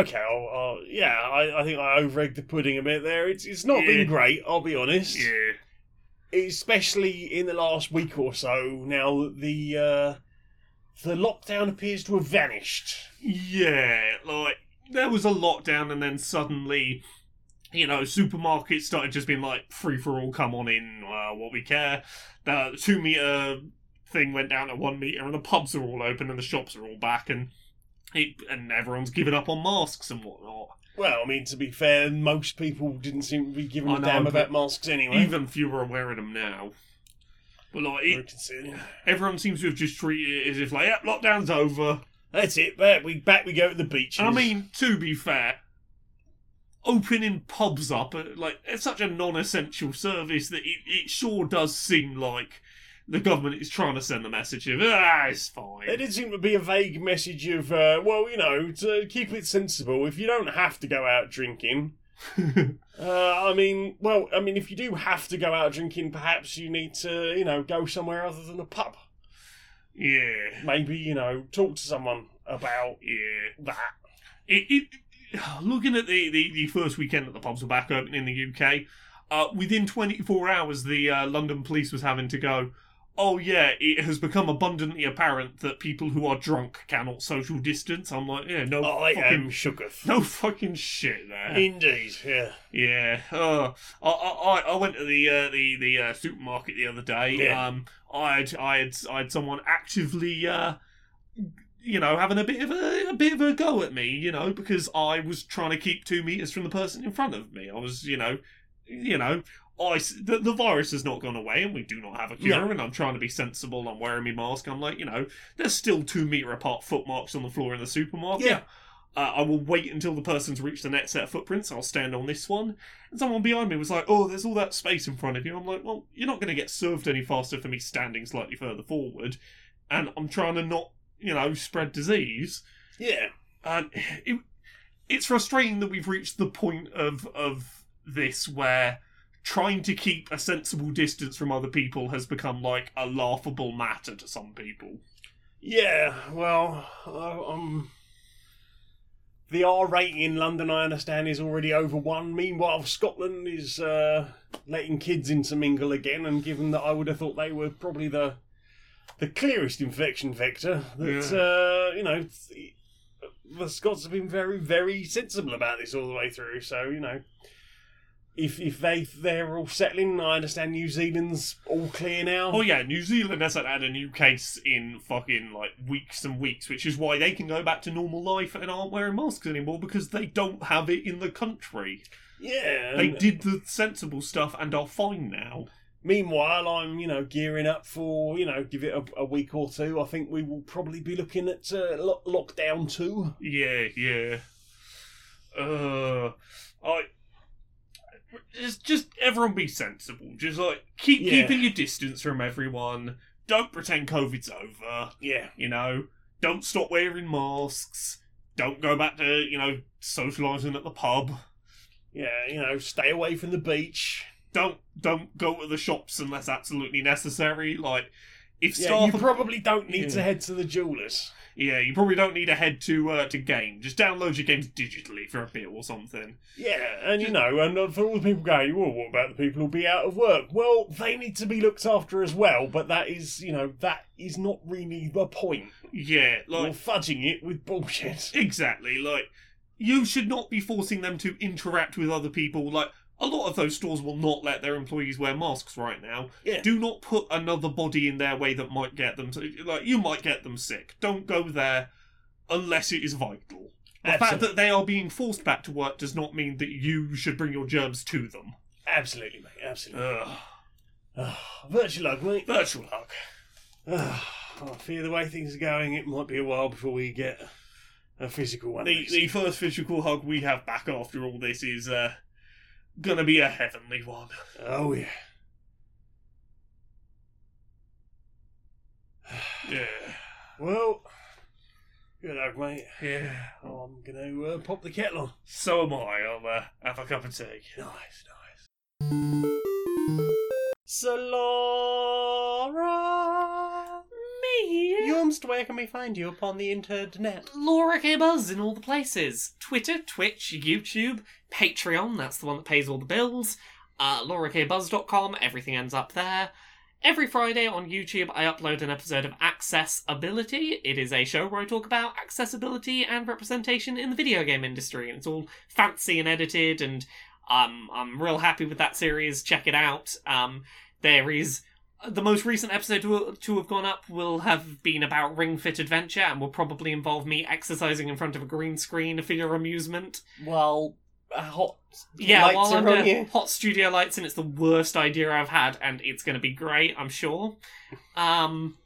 [SPEAKER 4] Okay, I'll, I'll, yeah, I, I think I over egged the pudding a bit there. It's it's not
[SPEAKER 3] Yeah.
[SPEAKER 4] been great, I'll be honest.
[SPEAKER 3] Yeah.
[SPEAKER 4] Especially in the last week or so, now that the uh, the lockdown appears to have vanished.
[SPEAKER 3] Yeah. Like there was a lockdown, and then suddenly. You know, supermarkets started just being like free for all. Come on in, uh, what we care. The two meter thing went down to one meter, and the pubs are all open, and the shops are all back, and it, and everyone's given up on masks and whatnot.
[SPEAKER 4] Well, I mean, to be fair, most people didn't seem to be giving
[SPEAKER 3] I
[SPEAKER 4] a
[SPEAKER 3] know,
[SPEAKER 4] damn
[SPEAKER 3] but
[SPEAKER 4] about masks anyway.
[SPEAKER 3] Even fewer are wearing them now. But like,
[SPEAKER 4] We're
[SPEAKER 3] it,
[SPEAKER 4] considering-
[SPEAKER 3] everyone seems to have just treated it as if like, yep, lockdown's over.
[SPEAKER 4] That's it. Back we back we go to the beaches.
[SPEAKER 3] And I mean, to be fair, opening pubs up, uh, like, it's such a non essential service that it, it sure does seem like the government is trying to send the message of, ah, it's fine.
[SPEAKER 4] There did seem to be a vague message of, uh, well, you know, to keep it sensible. If you don't have to go out drinking, uh, I mean, well, I mean, if you do have to go out drinking, perhaps you need to, you know, go somewhere other than a pub.
[SPEAKER 3] <laughs> yeah.
[SPEAKER 4] Maybe, you know, talk to someone about
[SPEAKER 3] Yeah.
[SPEAKER 4] that.
[SPEAKER 3] it, it looking at the, the, the first weekend that the pubs were back open in the UK, uh, within 24 hours, the uh, London police was having to go, oh yeah, it has become abundantly apparent that people who are drunk cannot social distance. I'm like, yeah, no
[SPEAKER 1] Oh, I
[SPEAKER 3] fucking
[SPEAKER 1] am shooketh.
[SPEAKER 3] <laughs> no fucking shit there.
[SPEAKER 1] Indeed, yeah.
[SPEAKER 3] Yeah. Oh, I, I, I- I went to the uh, the the uh, supermarket the other day.
[SPEAKER 1] Yeah.
[SPEAKER 3] Um, I had I had I had someone actively, uh, you know, having a bit of a, a bit of a go at me, you know, because I was trying to keep two meters from the person in front of me. I was, you know, you know. I, s- the, the virus has not gone away and we do not have a cure
[SPEAKER 1] No.
[SPEAKER 3] and I'm trying to be sensible I'm wearing my mask I'm like you know there's still two metre apart footmarks on the floor in the supermarket
[SPEAKER 1] Yeah.
[SPEAKER 3] uh, I will wait until the person's reached the next set of footprints. I'll stand on this one. And someone behind me was like, oh, there's all that space in front of you. I'm like, well, you're not going to get served any faster for me standing slightly further forward. And I'm trying to not, you know, spread disease.
[SPEAKER 1] Yeah.
[SPEAKER 3] And it, it's frustrating that we've reached the point of, of this where trying to keep a sensible distance from other people has become like a laughable matter to some people.
[SPEAKER 1] Yeah, well, uh, um, the R rating in London, I understand, is already over one. Meanwhile, Scotland is uh, letting kids intermingle again, and given that I would have thought they were probably the the clearest infection vector, that uh, you know, it's- the Scots have been very, very sensible about this all the way through. So you know. If, if they they're all settling, I understand New Zealand's all clear now.
[SPEAKER 3] Oh yeah, New Zealand hasn't had a new case in fucking like weeks and weeks, which is why they can go back to normal life and aren't wearing masks anymore because they don't have it in the country.
[SPEAKER 1] yeah,
[SPEAKER 3] They
[SPEAKER 1] and-
[SPEAKER 3] did the sensible stuff and are fine now.
[SPEAKER 1] Meanwhile, I'm you know gearing up for you know give it a, a week or two. I think we will probably be looking at uh, lo- lockdown two.
[SPEAKER 3] Yeah, yeah. Uh, I just just everyone be sensible. Just like keep
[SPEAKER 1] Yeah.
[SPEAKER 3] keeping your distance from everyone. Don't pretend COVID's over.
[SPEAKER 1] Yeah,
[SPEAKER 3] you know, don't stop wearing masks, don't go back to, you know, socialising at the pub,
[SPEAKER 1] yeah, you know, stay away from the beach.
[SPEAKER 3] don't don't go to the shops unless absolutely necessary. Like if
[SPEAKER 1] Yeah,
[SPEAKER 3] staff
[SPEAKER 1] you
[SPEAKER 3] are-
[SPEAKER 1] probably don't need to
[SPEAKER 3] Yeah.
[SPEAKER 1] head to the jewelers.
[SPEAKER 3] Yeah, you probably don't need a head to uh, to game. Just download your games digitally for a bit or something.
[SPEAKER 1] Yeah, and you know, and uh, for all the people going, well, what about the people who'll be out of work? Well, they need to be looked after as well. But that is, you know, that is not really the point.
[SPEAKER 3] Yeah, like
[SPEAKER 1] You're fudging it with bullshit.
[SPEAKER 3] Exactly. Like, you should not be forcing them to interact with other people. Like, a lot of those stores will not let their employees wear masks right now.
[SPEAKER 1] Yeah.
[SPEAKER 3] Do not put another body in their way that might get them. Like, you might get them sick. Don't go there unless it is vital. The fact
[SPEAKER 1] Absolutely.
[SPEAKER 3] that they are being forced back to work does not mean that you should bring your germs to them.
[SPEAKER 1] Absolutely, mate. <sighs> Absolutely.
[SPEAKER 3] Ugh.
[SPEAKER 1] virtual hug, mate.
[SPEAKER 3] Virtual hug.
[SPEAKER 1] Ah, I fear the way things are going, it might be a while before we get a physical one.
[SPEAKER 3] The,
[SPEAKER 1] next.
[SPEAKER 3] the first physical hug we have back after all this is uh, gonna be a heavenly one.
[SPEAKER 1] Oh yeah.
[SPEAKER 3] Yeah.
[SPEAKER 1] Well, good luck, mate.
[SPEAKER 3] Yeah.
[SPEAKER 1] I'm gonna uh, pop the kettle on.
[SPEAKER 3] So am I. I'll uh, have a cup of tea.
[SPEAKER 1] Nice, nice.
[SPEAKER 2] So Laura,
[SPEAKER 3] Me?
[SPEAKER 2] Yormst, where can we find you upon the internet?
[SPEAKER 3] Laura K. Buzz in all the places Twitter, Twitch, YouTube, Patreon, that's the one that pays all the bills. Uh, LauraKBuzz.com, everything ends up there. Every Friday on YouTube, I upload an episode of Accessibility. It is a show where I talk about accessibility and representation in the video game industry, and it's all fancy and edited, and um, I'm real happy with that series. Check it out. Um, there is the most recent episode to, to have gone up will have been about Ring Fit Adventure and will probably involve me exercising in front of a green screen for your amusement.
[SPEAKER 2] Well, a hot
[SPEAKER 3] Yeah,
[SPEAKER 2] lights
[SPEAKER 3] while
[SPEAKER 2] are
[SPEAKER 3] under
[SPEAKER 2] on you.
[SPEAKER 3] hot studio lights, and it's the worst idea I've had, and it's going to be great, I'm sure. Um,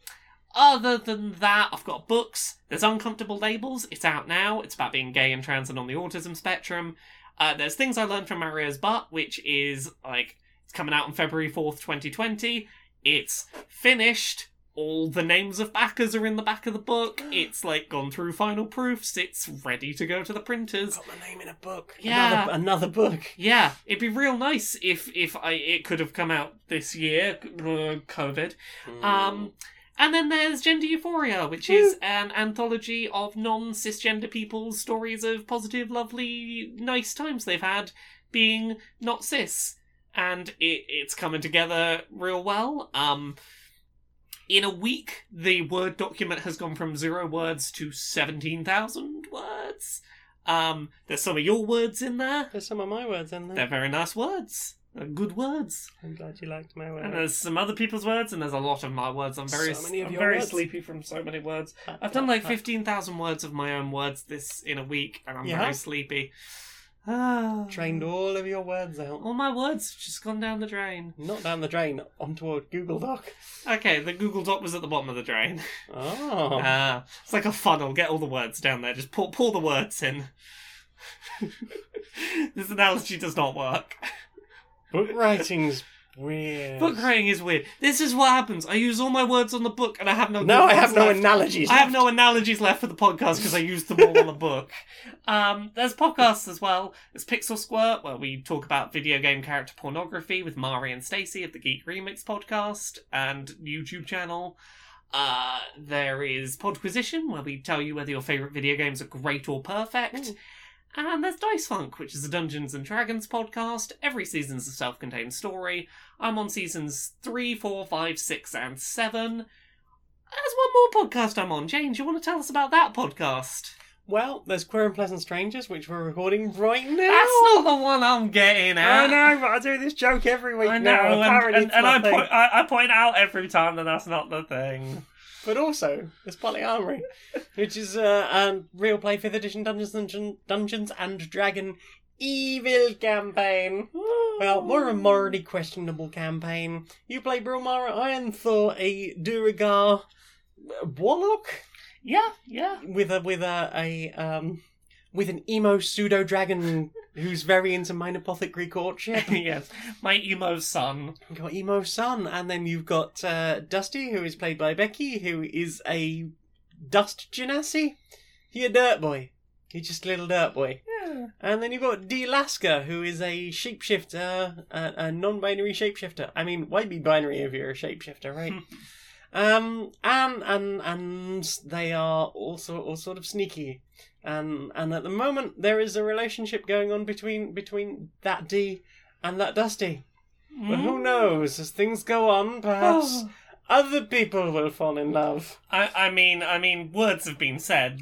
[SPEAKER 3] other than that, I've got books. There's Uncomfortable Labels. It's out now. It's about being gay and trans and on the autism spectrum. Uh, there's Things I Learned from Mario's Butt, which is like it's coming out on February 4th, 2020. It's finished. All the names of backers are in the back of
[SPEAKER 2] <gasps>
[SPEAKER 3] the book. It's like gone through final proofs. It's ready to go to the printers.
[SPEAKER 2] Got my name in a book.
[SPEAKER 3] Yeah.
[SPEAKER 2] another, another book.
[SPEAKER 3] Yeah, it'd be real nice if if I it could have come out this year, uh, COVID. Um, and then there's Gender Euphoria, which is an anthology of non cisgender people's stories of positive, lovely, nice times they've had being not cis, and it it's coming together real well. Um, In a week, the Word document has gone from zero words to 17,000 words. Um, there's some of your words in there.
[SPEAKER 5] There's some of my words in there.
[SPEAKER 3] They're very nice words. They're good words.
[SPEAKER 5] I'm glad you liked my
[SPEAKER 3] And
[SPEAKER 5] words.
[SPEAKER 3] there's some other people's words, and there's a lot of my words. I'm very,
[SPEAKER 5] So many of
[SPEAKER 3] I'm
[SPEAKER 5] your
[SPEAKER 3] very
[SPEAKER 5] words. Uh,
[SPEAKER 3] sleepy from so many words. I've done like 15,000 words of my own words this in a week, and I'm
[SPEAKER 1] You
[SPEAKER 3] very
[SPEAKER 1] have?
[SPEAKER 3] sleepy. Ah.
[SPEAKER 5] Drained all of your words out.
[SPEAKER 3] All my words have just gone down the drain.
[SPEAKER 5] Not down the drain, onto a Google Doc.
[SPEAKER 3] Okay, the Google Doc was at the bottom of the drain.
[SPEAKER 5] Oh.
[SPEAKER 3] Ah, it's like a funnel. Get all the words down there. Just pour, pour the words in. <laughs> this analogy does not work.
[SPEAKER 5] Book writing's weird.
[SPEAKER 3] Book writing is weird. This is what happens. I use all my words on the book, and I have no.
[SPEAKER 5] No, I
[SPEAKER 3] words
[SPEAKER 5] have no
[SPEAKER 3] left.
[SPEAKER 5] analogies.
[SPEAKER 3] I have no analogies left for the podcast because I used them all on the book. Um, there's podcasts as well. There's Pixel Squirt, where we talk about video game character pornography with Mari and Stacey of the Geek Remix podcast and YouTube channel. Uh, there is Podquisition, where we tell you whether your favourite video games are great or perfect. And there's Dice Funk, which is a Dungeons and Dragons podcast. Every season's a self contained story. I'm on seasons three, four, five, six, and 7. There's one more podcast I'm on. Jane, do you want to tell us about that podcast?
[SPEAKER 1] Well, there's Queer and Pleasant Strangers, which we're recording right now.
[SPEAKER 3] That's not the one I'm getting at.
[SPEAKER 5] I know, but I do this joke every week
[SPEAKER 3] I know,
[SPEAKER 5] now.
[SPEAKER 3] and,
[SPEAKER 5] Apparently
[SPEAKER 3] and,
[SPEAKER 5] it's
[SPEAKER 3] and I,
[SPEAKER 5] my thing.
[SPEAKER 3] point, I, I point out every time that that's not the thing.
[SPEAKER 1] But also, there's
[SPEAKER 3] <laughs>
[SPEAKER 1] Polyamory, which is uh, a real play 5th edition Dungeons and, Dun- Dungeons and Dragon evil campaign. Well, more a morally questionable campaign. You play Bromara Ironthor, a Duragar warlock
[SPEAKER 3] Yeah, yeah. <laughs>
[SPEAKER 1] with a with a, a um with an emo pseudo dragon who's very into minopothecary courtship.
[SPEAKER 3] yes, my emo son.
[SPEAKER 1] You've got emo son, and then you've got uh, Dusty, who is played by Becky, who is a dust genasi. He a dirt boy. He's just a little dirt boy.
[SPEAKER 3] Yeah.
[SPEAKER 1] And then you've got D Lasker, who is a shapeshifter, a, a non-binary shapeshifter. I mean, why be binary if you're a shapeshifter,
[SPEAKER 3] <laughs>
[SPEAKER 1] right? um, and and and they are also all sort of sneaky. And and at the moment, there is a relationship going on between between that D and that Dusty. But
[SPEAKER 3] Mm.
[SPEAKER 1] who knows? As things go on, perhaps
[SPEAKER 3] <sighs>
[SPEAKER 1] other people will fall in love.
[SPEAKER 3] I, I mean, I mean, words have been said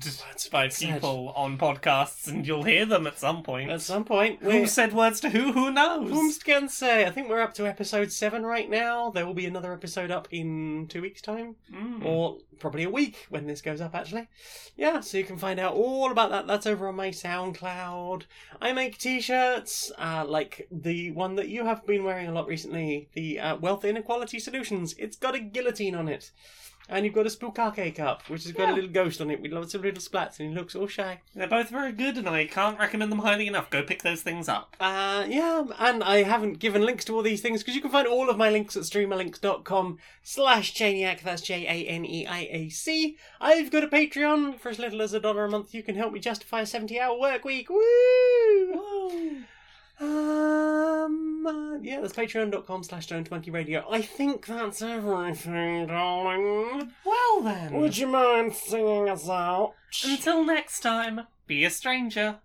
[SPEAKER 3] by people on podcasts, and you'll hear them at some point.
[SPEAKER 1] At some point,
[SPEAKER 3] who
[SPEAKER 1] we
[SPEAKER 3] said words to who? Who knows?
[SPEAKER 1] Whomst can say. I think we're up to episode seven right now. There will be another episode up in two weeks' time,
[SPEAKER 3] Mm.
[SPEAKER 1] or probably a week when this goes up. Actually, yeah. So you can find out all about that. That's over on my SoundCloud. I make T-shirts, uh, like the one that you have been wearing a lot recently, the uh, Wealth Inequality Solutions. It's got a guillotine on it. And you've got a spookake cup, which has got a
[SPEAKER 3] Yeah.
[SPEAKER 1] little ghost on it with lots of little splats, and he looks all shy.
[SPEAKER 3] They're both very good, and I can't recommend them highly enough. Go pick those things up.
[SPEAKER 1] Uh, yeah, and I haven't given links to all these things because you can find all of my links at streamerlinks.com slash Janiac. That's J A N E I A C. I've got a Patreon for as little as a dollar a month. You can help me justify a 70 hour work week. Woo! Um, uh, yeah, that's patreon.com slash Stone Monkey Radio. I think that's everything, darling.
[SPEAKER 3] Well then.
[SPEAKER 1] Would you mind singing us out?
[SPEAKER 3] Until next time, be a stranger.